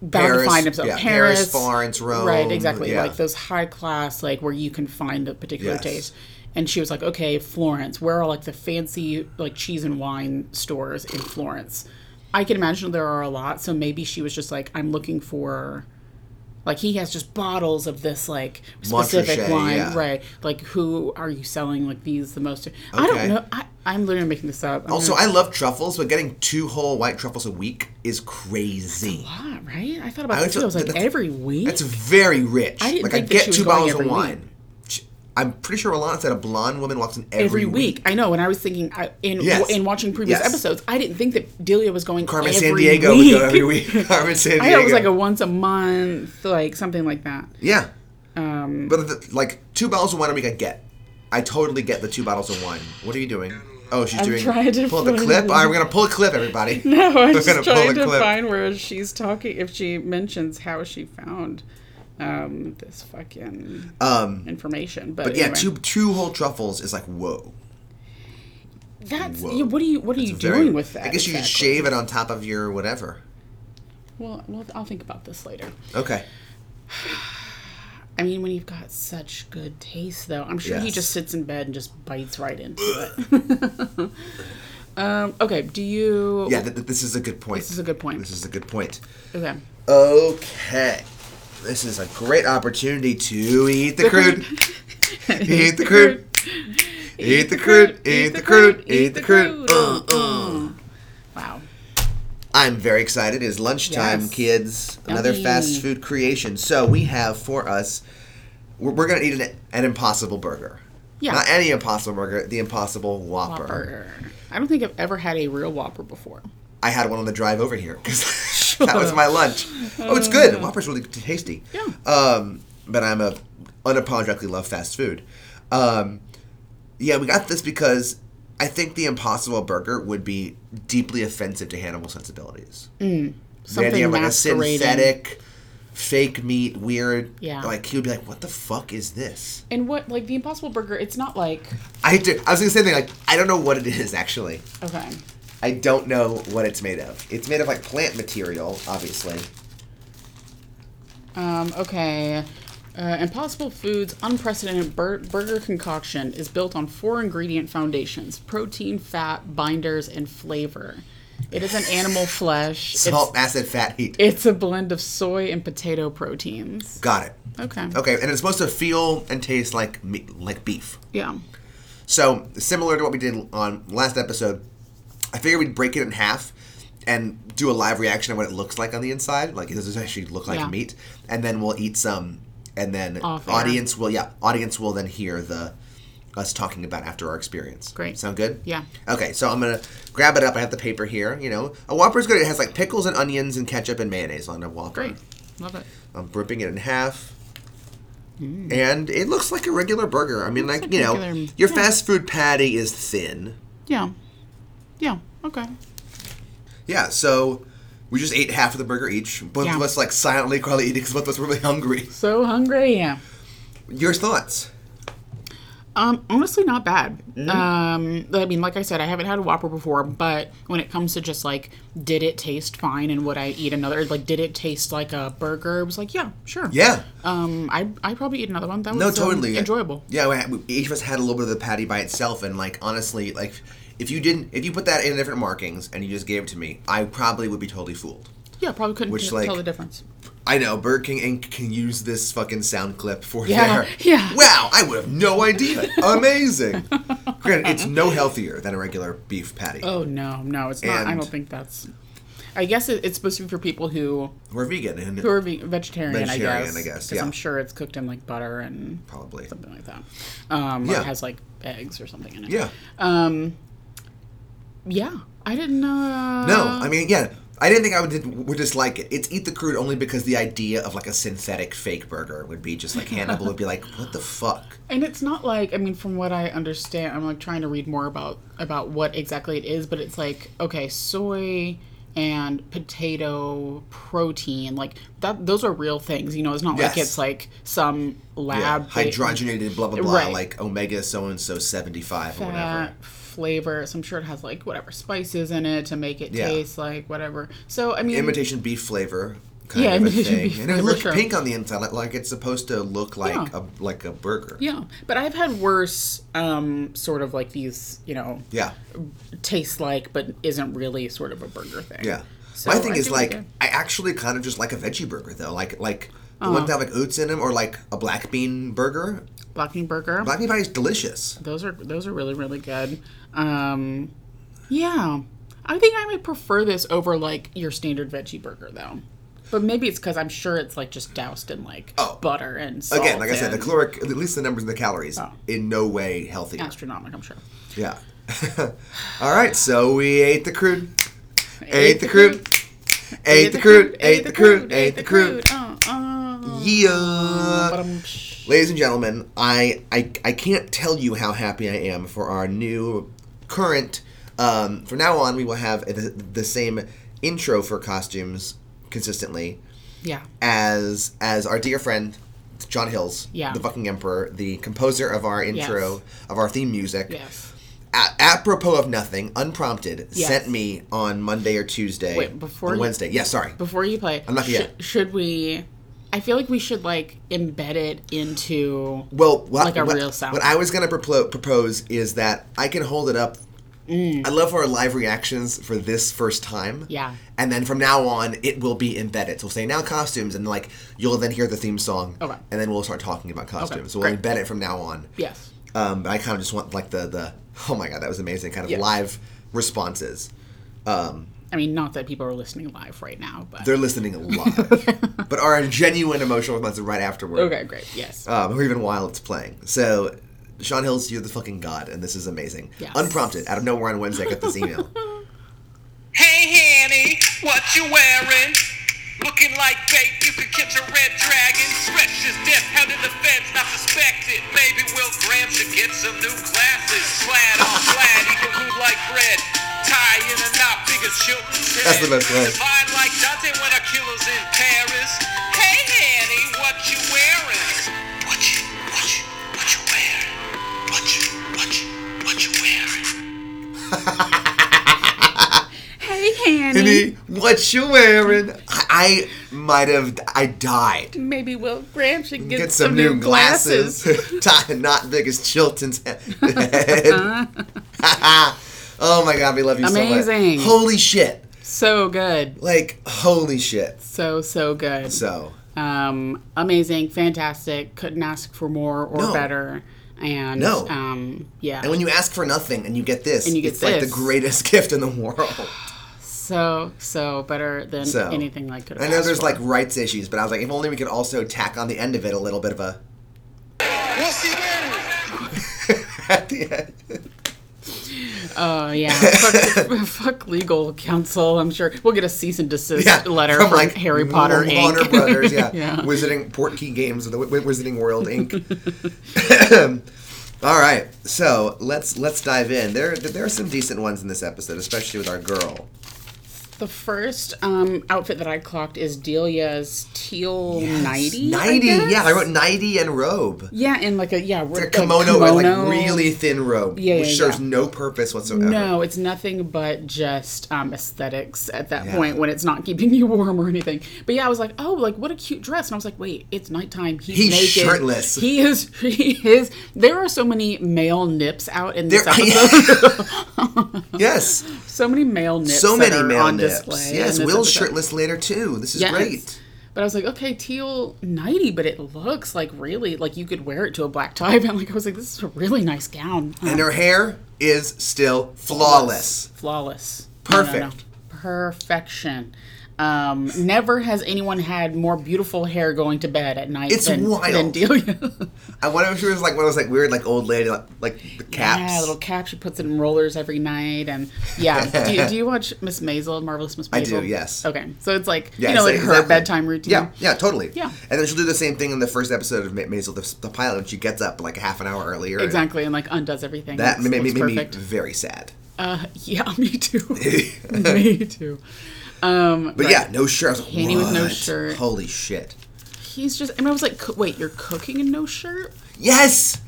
Speaker 1: bound to
Speaker 2: Paris,
Speaker 1: find himself.
Speaker 2: yeah,
Speaker 1: Paris,
Speaker 2: Paris, Florence, Rome,
Speaker 1: right? Exactly,
Speaker 2: yeah.
Speaker 1: like those high class, like where you can find a particular
Speaker 2: Yes.
Speaker 1: taste. And she was like, okay, Florence. Where are like the fancy like cheese and wine stores in Florence? I can imagine there are a lot. So maybe she was just like, I'm looking for. Like he has just bottles of this like specific
Speaker 2: Montrachet,
Speaker 1: wine,
Speaker 2: yeah.
Speaker 1: right? Like who are you selling like these the most? I don't
Speaker 2: Okay.
Speaker 1: know. I, I'm literally making this up. I'm
Speaker 2: Also, I love truffles, but getting two whole white truffles a week is crazy.
Speaker 1: not- Ah, right? I thought about
Speaker 2: I
Speaker 1: that too. I was
Speaker 2: feel-
Speaker 1: like
Speaker 2: that's-
Speaker 1: every week.
Speaker 2: That's very rich.
Speaker 1: I didn't
Speaker 2: like
Speaker 1: think
Speaker 2: I
Speaker 1: that
Speaker 2: get
Speaker 1: she was
Speaker 2: two
Speaker 1: going
Speaker 2: bottles of
Speaker 1: every
Speaker 2: wine. Ch- I'm pretty sure Alana said a blonde woman walks in every,
Speaker 1: every week. I know. And I was thinking I, in
Speaker 2: Yes.
Speaker 1: in watching previous
Speaker 2: Yes.
Speaker 1: episodes, I didn't think that Delia was going
Speaker 2: Carmen
Speaker 1: every
Speaker 2: San Diego
Speaker 1: week.
Speaker 2: would go every week. Carmen San Diego.
Speaker 1: I thought it was like a once a month, like something like that.
Speaker 2: yeah.
Speaker 1: Um,
Speaker 2: but the, like two bottles of wine a week, I get. I totally get the two bottles of wine. What are you doing? Oh, she's doing.
Speaker 1: trying to
Speaker 2: pull the
Speaker 1: find
Speaker 2: clip.
Speaker 1: the-
Speaker 2: All right, we're gonna pull a clip, everybody.
Speaker 1: No, I'm
Speaker 2: we're
Speaker 1: just
Speaker 2: gonna
Speaker 1: trying
Speaker 2: pull a
Speaker 1: to
Speaker 2: clip.
Speaker 1: find where she's talking. If she mentions how she found um, this fucking
Speaker 2: Um,
Speaker 1: information, but,
Speaker 2: but yeah,
Speaker 1: anyway.
Speaker 2: two two whole truffles is like whoa.
Speaker 1: That's
Speaker 2: Whoa.
Speaker 1: yeah, what are you what are you
Speaker 2: Very-
Speaker 1: doing with that?
Speaker 2: I guess you could
Speaker 1: exactly?
Speaker 2: shave it on top of your whatever.
Speaker 1: Well, well, I'll think about this later.
Speaker 2: Okay.
Speaker 1: I mean, when you've got such good taste, though, I'm sure he
Speaker 2: Yes.
Speaker 1: just sits in bed and just bites right into it. um, okay, do you?
Speaker 2: Yeah, th- th- this is a good point.
Speaker 1: This is a good point.
Speaker 2: This is a good point.
Speaker 1: Okay.
Speaker 2: Okay. This is a great opportunity to eat the crude. Eat the crude. Eat the crude. Eat the crude. Eat the crude. Uh, uh.
Speaker 1: Wow.
Speaker 2: I'm very excited. It is lunchtime,
Speaker 1: Yes.
Speaker 2: kids. Another
Speaker 1: Yummy.
Speaker 2: fast food creation. So we have for us, we're, we're going to eat an, an impossible burger.
Speaker 1: Yeah.
Speaker 2: Not any impossible burger, the impossible Whopper.
Speaker 1: Whopper. I don't think I've ever had a real Whopper before.
Speaker 2: I had one on the drive over here because that was my lunch. Oh, it's good. Whopper's really tasty.
Speaker 1: Mm. Yeah.
Speaker 2: Um, but I'm a unapologetically love fast food. Um, yeah, we got this because I think the Impossible Burger would be deeply offensive to Hannibal sensibilities. The
Speaker 1: Something
Speaker 2: idea of like a
Speaker 1: masquerading.
Speaker 2: synthetic, fake meat, weird.
Speaker 1: Yeah.
Speaker 2: Like he would be like, "What the fuck is this?"
Speaker 1: And what, like the Impossible Burger? It's not like
Speaker 2: I had to, I was gonna say thing like, I don't know what it is actually.
Speaker 1: okay.
Speaker 2: I don't know what it's made of. It's made of like plant material, obviously.
Speaker 1: Um, okay. Uh, Impossible Foods' unprecedented bur- burger concoction is built on four ingredient foundations protein, fat, binders, and flavor. It is an animal flesh.
Speaker 2: Salt, acid, fat, heat.
Speaker 1: It's, it's a blend of soy and potato proteins.
Speaker 2: Got it.
Speaker 1: Okay.
Speaker 2: Okay, and it's supposed to feel and taste like me- like beef.
Speaker 1: Yeah.
Speaker 2: So similar to what we did on last episode, I figured we'd break it in half and do a live reaction of what it looks like on the inside. Like, does this actually look like
Speaker 1: Yeah.
Speaker 2: meat? And then we'll eat some, and then
Speaker 1: Off air.
Speaker 2: audience will yeah, audience will then hear the us talking about after our experience.
Speaker 1: Great.
Speaker 2: Sound good?
Speaker 1: Yeah.
Speaker 2: Okay, so I'm gonna grab it up. I have the paper here. You know, a Whopper's good. It has like pickles and onions and ketchup and mayonnaise on a Whopper.
Speaker 1: Great. Love it.
Speaker 2: I'm ripping it in half. And it looks like a regular burger. I mean, like,
Speaker 1: Mm. like
Speaker 2: you know,
Speaker 1: regular-
Speaker 2: your
Speaker 1: yeah.
Speaker 2: fast food patty is thin.
Speaker 1: Yeah. Yeah. Okay.
Speaker 2: Yeah, so we just ate half of the burger each. Both
Speaker 1: Yeah.
Speaker 2: of us, like, silently probably eating because both of us were really hungry.
Speaker 1: So hungry. Yeah.
Speaker 2: Your thoughts?
Speaker 1: Um, honestly, not bad.
Speaker 2: Mm-hmm.
Speaker 1: Um, I mean, like I said, I haven't had a Whopper before, but when it comes to just like, did it taste fine, and would I eat another? Like, did it taste like a burger? It was like, yeah, sure.
Speaker 2: Yeah.
Speaker 1: Um, I I probably eat another one. That was
Speaker 2: No,
Speaker 1: um,
Speaker 2: totally.
Speaker 1: enjoyable.
Speaker 2: Yeah, we had- we, each of us had a little bit of the patty by itself, and, like, honestly, like, if you didn't, if you put that in different markings and you just gave it to me, I probably would be totally fooled.
Speaker 1: Yeah, probably couldn't
Speaker 2: Which,
Speaker 1: t-
Speaker 2: like-
Speaker 1: tell the difference.
Speaker 2: I know Burger King Inc. can use this fucking sound clip for
Speaker 1: Yeah,
Speaker 2: their.
Speaker 1: yeah.
Speaker 2: Wow, I would have no idea. Amazing. Granted, it's no healthier than a regular beef patty.
Speaker 1: Oh no, no, it's not. I
Speaker 2: And-
Speaker 1: don't think that's. I guess it, it's supposed to be for people who
Speaker 2: We're vegan and
Speaker 1: who are ve- vegetarian. I
Speaker 2: Vegetarian,
Speaker 1: guess.
Speaker 2: I guess,
Speaker 1: 'cause
Speaker 2: yeah.
Speaker 1: I'm sure it's cooked in like butter and
Speaker 2: probably.
Speaker 1: something like that. Um, or
Speaker 2: Yeah.
Speaker 1: it has like eggs or something in it.
Speaker 2: Yeah.
Speaker 1: Um, yeah, I didn't. Uh,
Speaker 2: No, I mean, yeah. I didn't think I would, did, would dislike it. It's eat the crude only because the idea of like a synthetic fake burger would be just like Hannibal would be like, what the fuck?
Speaker 1: and it's not like I mean, from what I understand, I'm like trying to read more about about what exactly it is, but it's like okay, soy and potato protein, like that. Those are real things, you know. It's not like
Speaker 2: Yes.
Speaker 1: it's like some
Speaker 2: Yeah,
Speaker 1: lab
Speaker 2: hydrogenated, blah blah blah,
Speaker 1: Right.
Speaker 2: like omega so and so seventy five or whatever.
Speaker 1: fat flavor. So I'm sure it has like whatever spices in it to make it
Speaker 2: Yeah.
Speaker 1: taste like whatever. So I mean,
Speaker 2: imitation beef flavor kind
Speaker 1: Yeah,
Speaker 2: of a
Speaker 1: imitation
Speaker 2: thing.
Speaker 1: beef
Speaker 2: and it
Speaker 1: flavor,
Speaker 2: looks
Speaker 1: sure.
Speaker 2: pink on the inside, like, like it's supposed to look like
Speaker 1: Yeah.
Speaker 2: a like a burger.
Speaker 1: yeah. But I've had worse, um, sort of like these, you know,
Speaker 2: Yeah.
Speaker 1: tastes like but isn't really sort of a burger thing.
Speaker 2: Yeah.
Speaker 1: So
Speaker 2: My thing
Speaker 1: I
Speaker 2: is
Speaker 1: think
Speaker 2: like
Speaker 1: we
Speaker 2: I actually kind of just like a veggie burger though, like like the ones that have like oats in them or like a black bean burger.
Speaker 1: Black bean burger.
Speaker 2: Black bean patty is delicious.
Speaker 1: those are those are really really good. Um, yeah, I think I would prefer this over like your standard veggie burger though. But maybe it's because I'm sure it's like just doused in like
Speaker 2: Oh.
Speaker 1: butter and salt
Speaker 2: Again, like I said, the
Speaker 1: and
Speaker 2: caloric, at least the numbers and the calories, in no way healthy.
Speaker 1: astronomic. I'm sure.
Speaker 2: Yeah. All right, so we ate the crude, ate the crude, ate the crude, ate the crude, ate the crude.
Speaker 1: Uh, uh.
Speaker 2: Yeah.
Speaker 1: Ba-dum.
Speaker 2: Ladies and gentlemen, I, I I can't tell you how happy I am for our new current. Um, from now on, we will have the, the same intro for costumes consistently
Speaker 1: Yeah.
Speaker 2: as as our dear friend John Hills,
Speaker 1: Yeah.
Speaker 2: the fucking emperor, the composer of our intro
Speaker 1: Yes.
Speaker 2: of our theme music.
Speaker 1: Yes.
Speaker 2: A- apropos of nothing, unprompted,
Speaker 1: Yes.
Speaker 2: sent me on Monday or Tuesday,
Speaker 1: Wait, before
Speaker 2: on
Speaker 1: you-
Speaker 2: Wednesday. Yeah, sorry.
Speaker 1: Before you play,
Speaker 2: not
Speaker 1: sh-
Speaker 2: yet.
Speaker 1: should we I feel like we should like embed it into
Speaker 2: Well, what,
Speaker 1: Like a
Speaker 2: what-
Speaker 1: real sound.
Speaker 2: What I was gonna proplo- propose is that I can hold it up. I love our live reactions for this first time.
Speaker 1: Mm. Yeah.
Speaker 2: And then from now on, it will be embedded. So we'll say now costumes, and like you'll then hear the theme song.
Speaker 1: Okay.
Speaker 2: And then we'll start talking about costumes. so we'll
Speaker 1: great.
Speaker 2: embed it from now on.
Speaker 1: yes.
Speaker 2: Um, but I kind of just want like the the oh my god that was amazing kind of
Speaker 1: Yeah.
Speaker 2: live responses.
Speaker 1: I mean, not that people are listening live right now, but
Speaker 2: They're listening live, but are genuine emotional responses right afterward.
Speaker 1: okay, great. Yes.
Speaker 2: um, or even while it's playing. So, Sean Hills, you're the fucking god, and this is amazing.
Speaker 1: Yes.
Speaker 2: Unprompted, out of nowhere on Wednesday, I got this email.
Speaker 3: Hey, Hanny, what you wearing? Looking like bait, you could catch a red dragon. Stretched his death, how did the feds not suspect it? Maybe Will Graham should get some new glasses. Flat on flat, equal food like bread. Tie in a knot, big as Chilton's head.
Speaker 2: That's the best line.
Speaker 3: Divine like Dante when our killer's in Paris. Hey, Hanny, what you wearing? What you, what you, what you wearing? What you, what you, what you wearing?
Speaker 1: hey, Hanny.
Speaker 2: Penny, what you wearing? I, I might have, I died.
Speaker 1: Maybe Will Graham should get,
Speaker 2: Get some, new glasses. Tie a knot big as Chilton's head. oh my god, we love you so much.
Speaker 1: Amazing.
Speaker 2: Holy shit.
Speaker 1: So good.
Speaker 2: Like, holy shit.
Speaker 1: So so good.
Speaker 2: So,
Speaker 1: um, amazing, fantastic. Couldn't ask for more or
Speaker 2: No.
Speaker 1: better. And
Speaker 2: No.
Speaker 1: um, yeah.
Speaker 2: and when you ask for nothing and you get this,
Speaker 1: And you get
Speaker 2: it's like
Speaker 1: this.
Speaker 2: the greatest gift in the world.
Speaker 1: so so better than
Speaker 2: So
Speaker 1: anything like could. have
Speaker 2: I know
Speaker 1: asked
Speaker 2: there's
Speaker 1: for.
Speaker 2: like rights issues, but I was like, if only we could also tack on the end of it a little bit of a
Speaker 3: What's he wearing?
Speaker 2: at the end.
Speaker 1: Oh yeah, fuck, fuck legal counsel. I'm sure we'll get a cease and desist letter from, Harry Potter
Speaker 2: Warner,
Speaker 1: Inc.
Speaker 2: Warner Brothers, yeah.
Speaker 1: Yeah.
Speaker 2: Wizarding Portkey Games of the Wi- Wi- Wizarding World Inc. All right, so let's let's dive in. There there are some decent ones in this episode, especially with our girl.
Speaker 1: the first um, outfit that I clocked is Delia's teal nighty. I
Speaker 2: ninety, yeah.
Speaker 1: guess?
Speaker 2: I wrote ninety and robe.
Speaker 1: yeah, and like a yeah,
Speaker 2: A kimono,
Speaker 1: like,
Speaker 2: or like
Speaker 1: kimono.
Speaker 2: really thin robe,
Speaker 1: Yeah,
Speaker 2: which
Speaker 1: yeah,
Speaker 2: serves
Speaker 1: yeah.
Speaker 2: no purpose whatsoever.
Speaker 1: No, it's nothing but just um, aesthetics at that
Speaker 2: Yeah.
Speaker 1: point when it's not keeping you warm or anything. But yeah, I was like, oh, like what a cute dress, and I was like, wait, it's nighttime. He's,
Speaker 2: He's
Speaker 1: naked.
Speaker 2: shirtless.
Speaker 1: He is. He is. There are so many male nips out in this
Speaker 2: There-
Speaker 1: episode.
Speaker 2: Yes.
Speaker 1: so many male nips.
Speaker 2: so
Speaker 1: that
Speaker 2: many
Speaker 1: are
Speaker 2: male
Speaker 1: on
Speaker 2: nips.
Speaker 1: display.
Speaker 2: Yes,
Speaker 1: in this
Speaker 2: Will's
Speaker 1: episode.
Speaker 2: shirtless later too. This is
Speaker 1: Yes.
Speaker 2: great.
Speaker 1: But I was like, okay, teal nighty, but it looks like really like you could wear it to a black tie. And like I was like, this is a really nice gown. Um,
Speaker 2: And her hair is still flawless.
Speaker 1: flawless, No, no, no.
Speaker 2: Perfect.
Speaker 1: perfection. Um, never has anyone had more beautiful hair going to bed at night
Speaker 2: It's
Speaker 1: than,
Speaker 2: wild.
Speaker 1: than Delia.
Speaker 2: I wonder if she was like one of those like weird like old lady like, like the caps.
Speaker 1: yeah, little cap. She puts it in rollers every night, and yeah. do, you, do you watch Miss Maisel, Marvelous Miss Maisel?
Speaker 2: I do, yes.
Speaker 1: Okay, so it's like
Speaker 2: Yeah,
Speaker 1: you know,
Speaker 2: it's
Speaker 1: like her
Speaker 2: exactly.
Speaker 1: bedtime routine.
Speaker 2: Yeah, yeah, totally.
Speaker 1: Yeah.
Speaker 2: And then she'll do the same thing in the first episode of Ma- Maisel, the, the pilot. When she gets up like half an hour earlier. and
Speaker 1: Exactly, and like undoes everything.
Speaker 2: That
Speaker 1: Looks-
Speaker 2: made,
Speaker 1: looks
Speaker 2: made, made me
Speaker 1: perfect.
Speaker 2: very sad.
Speaker 1: Uh, yeah, me too. me too. Um,
Speaker 2: But
Speaker 1: right.
Speaker 2: yeah, no shirt. I was like,
Speaker 1: Handy with no
Speaker 2: "What?
Speaker 1: shirt."
Speaker 2: Holy shit.
Speaker 1: he's just. And I was like, "Co- wait, you're cooking in no shirt?
Speaker 2: Yes.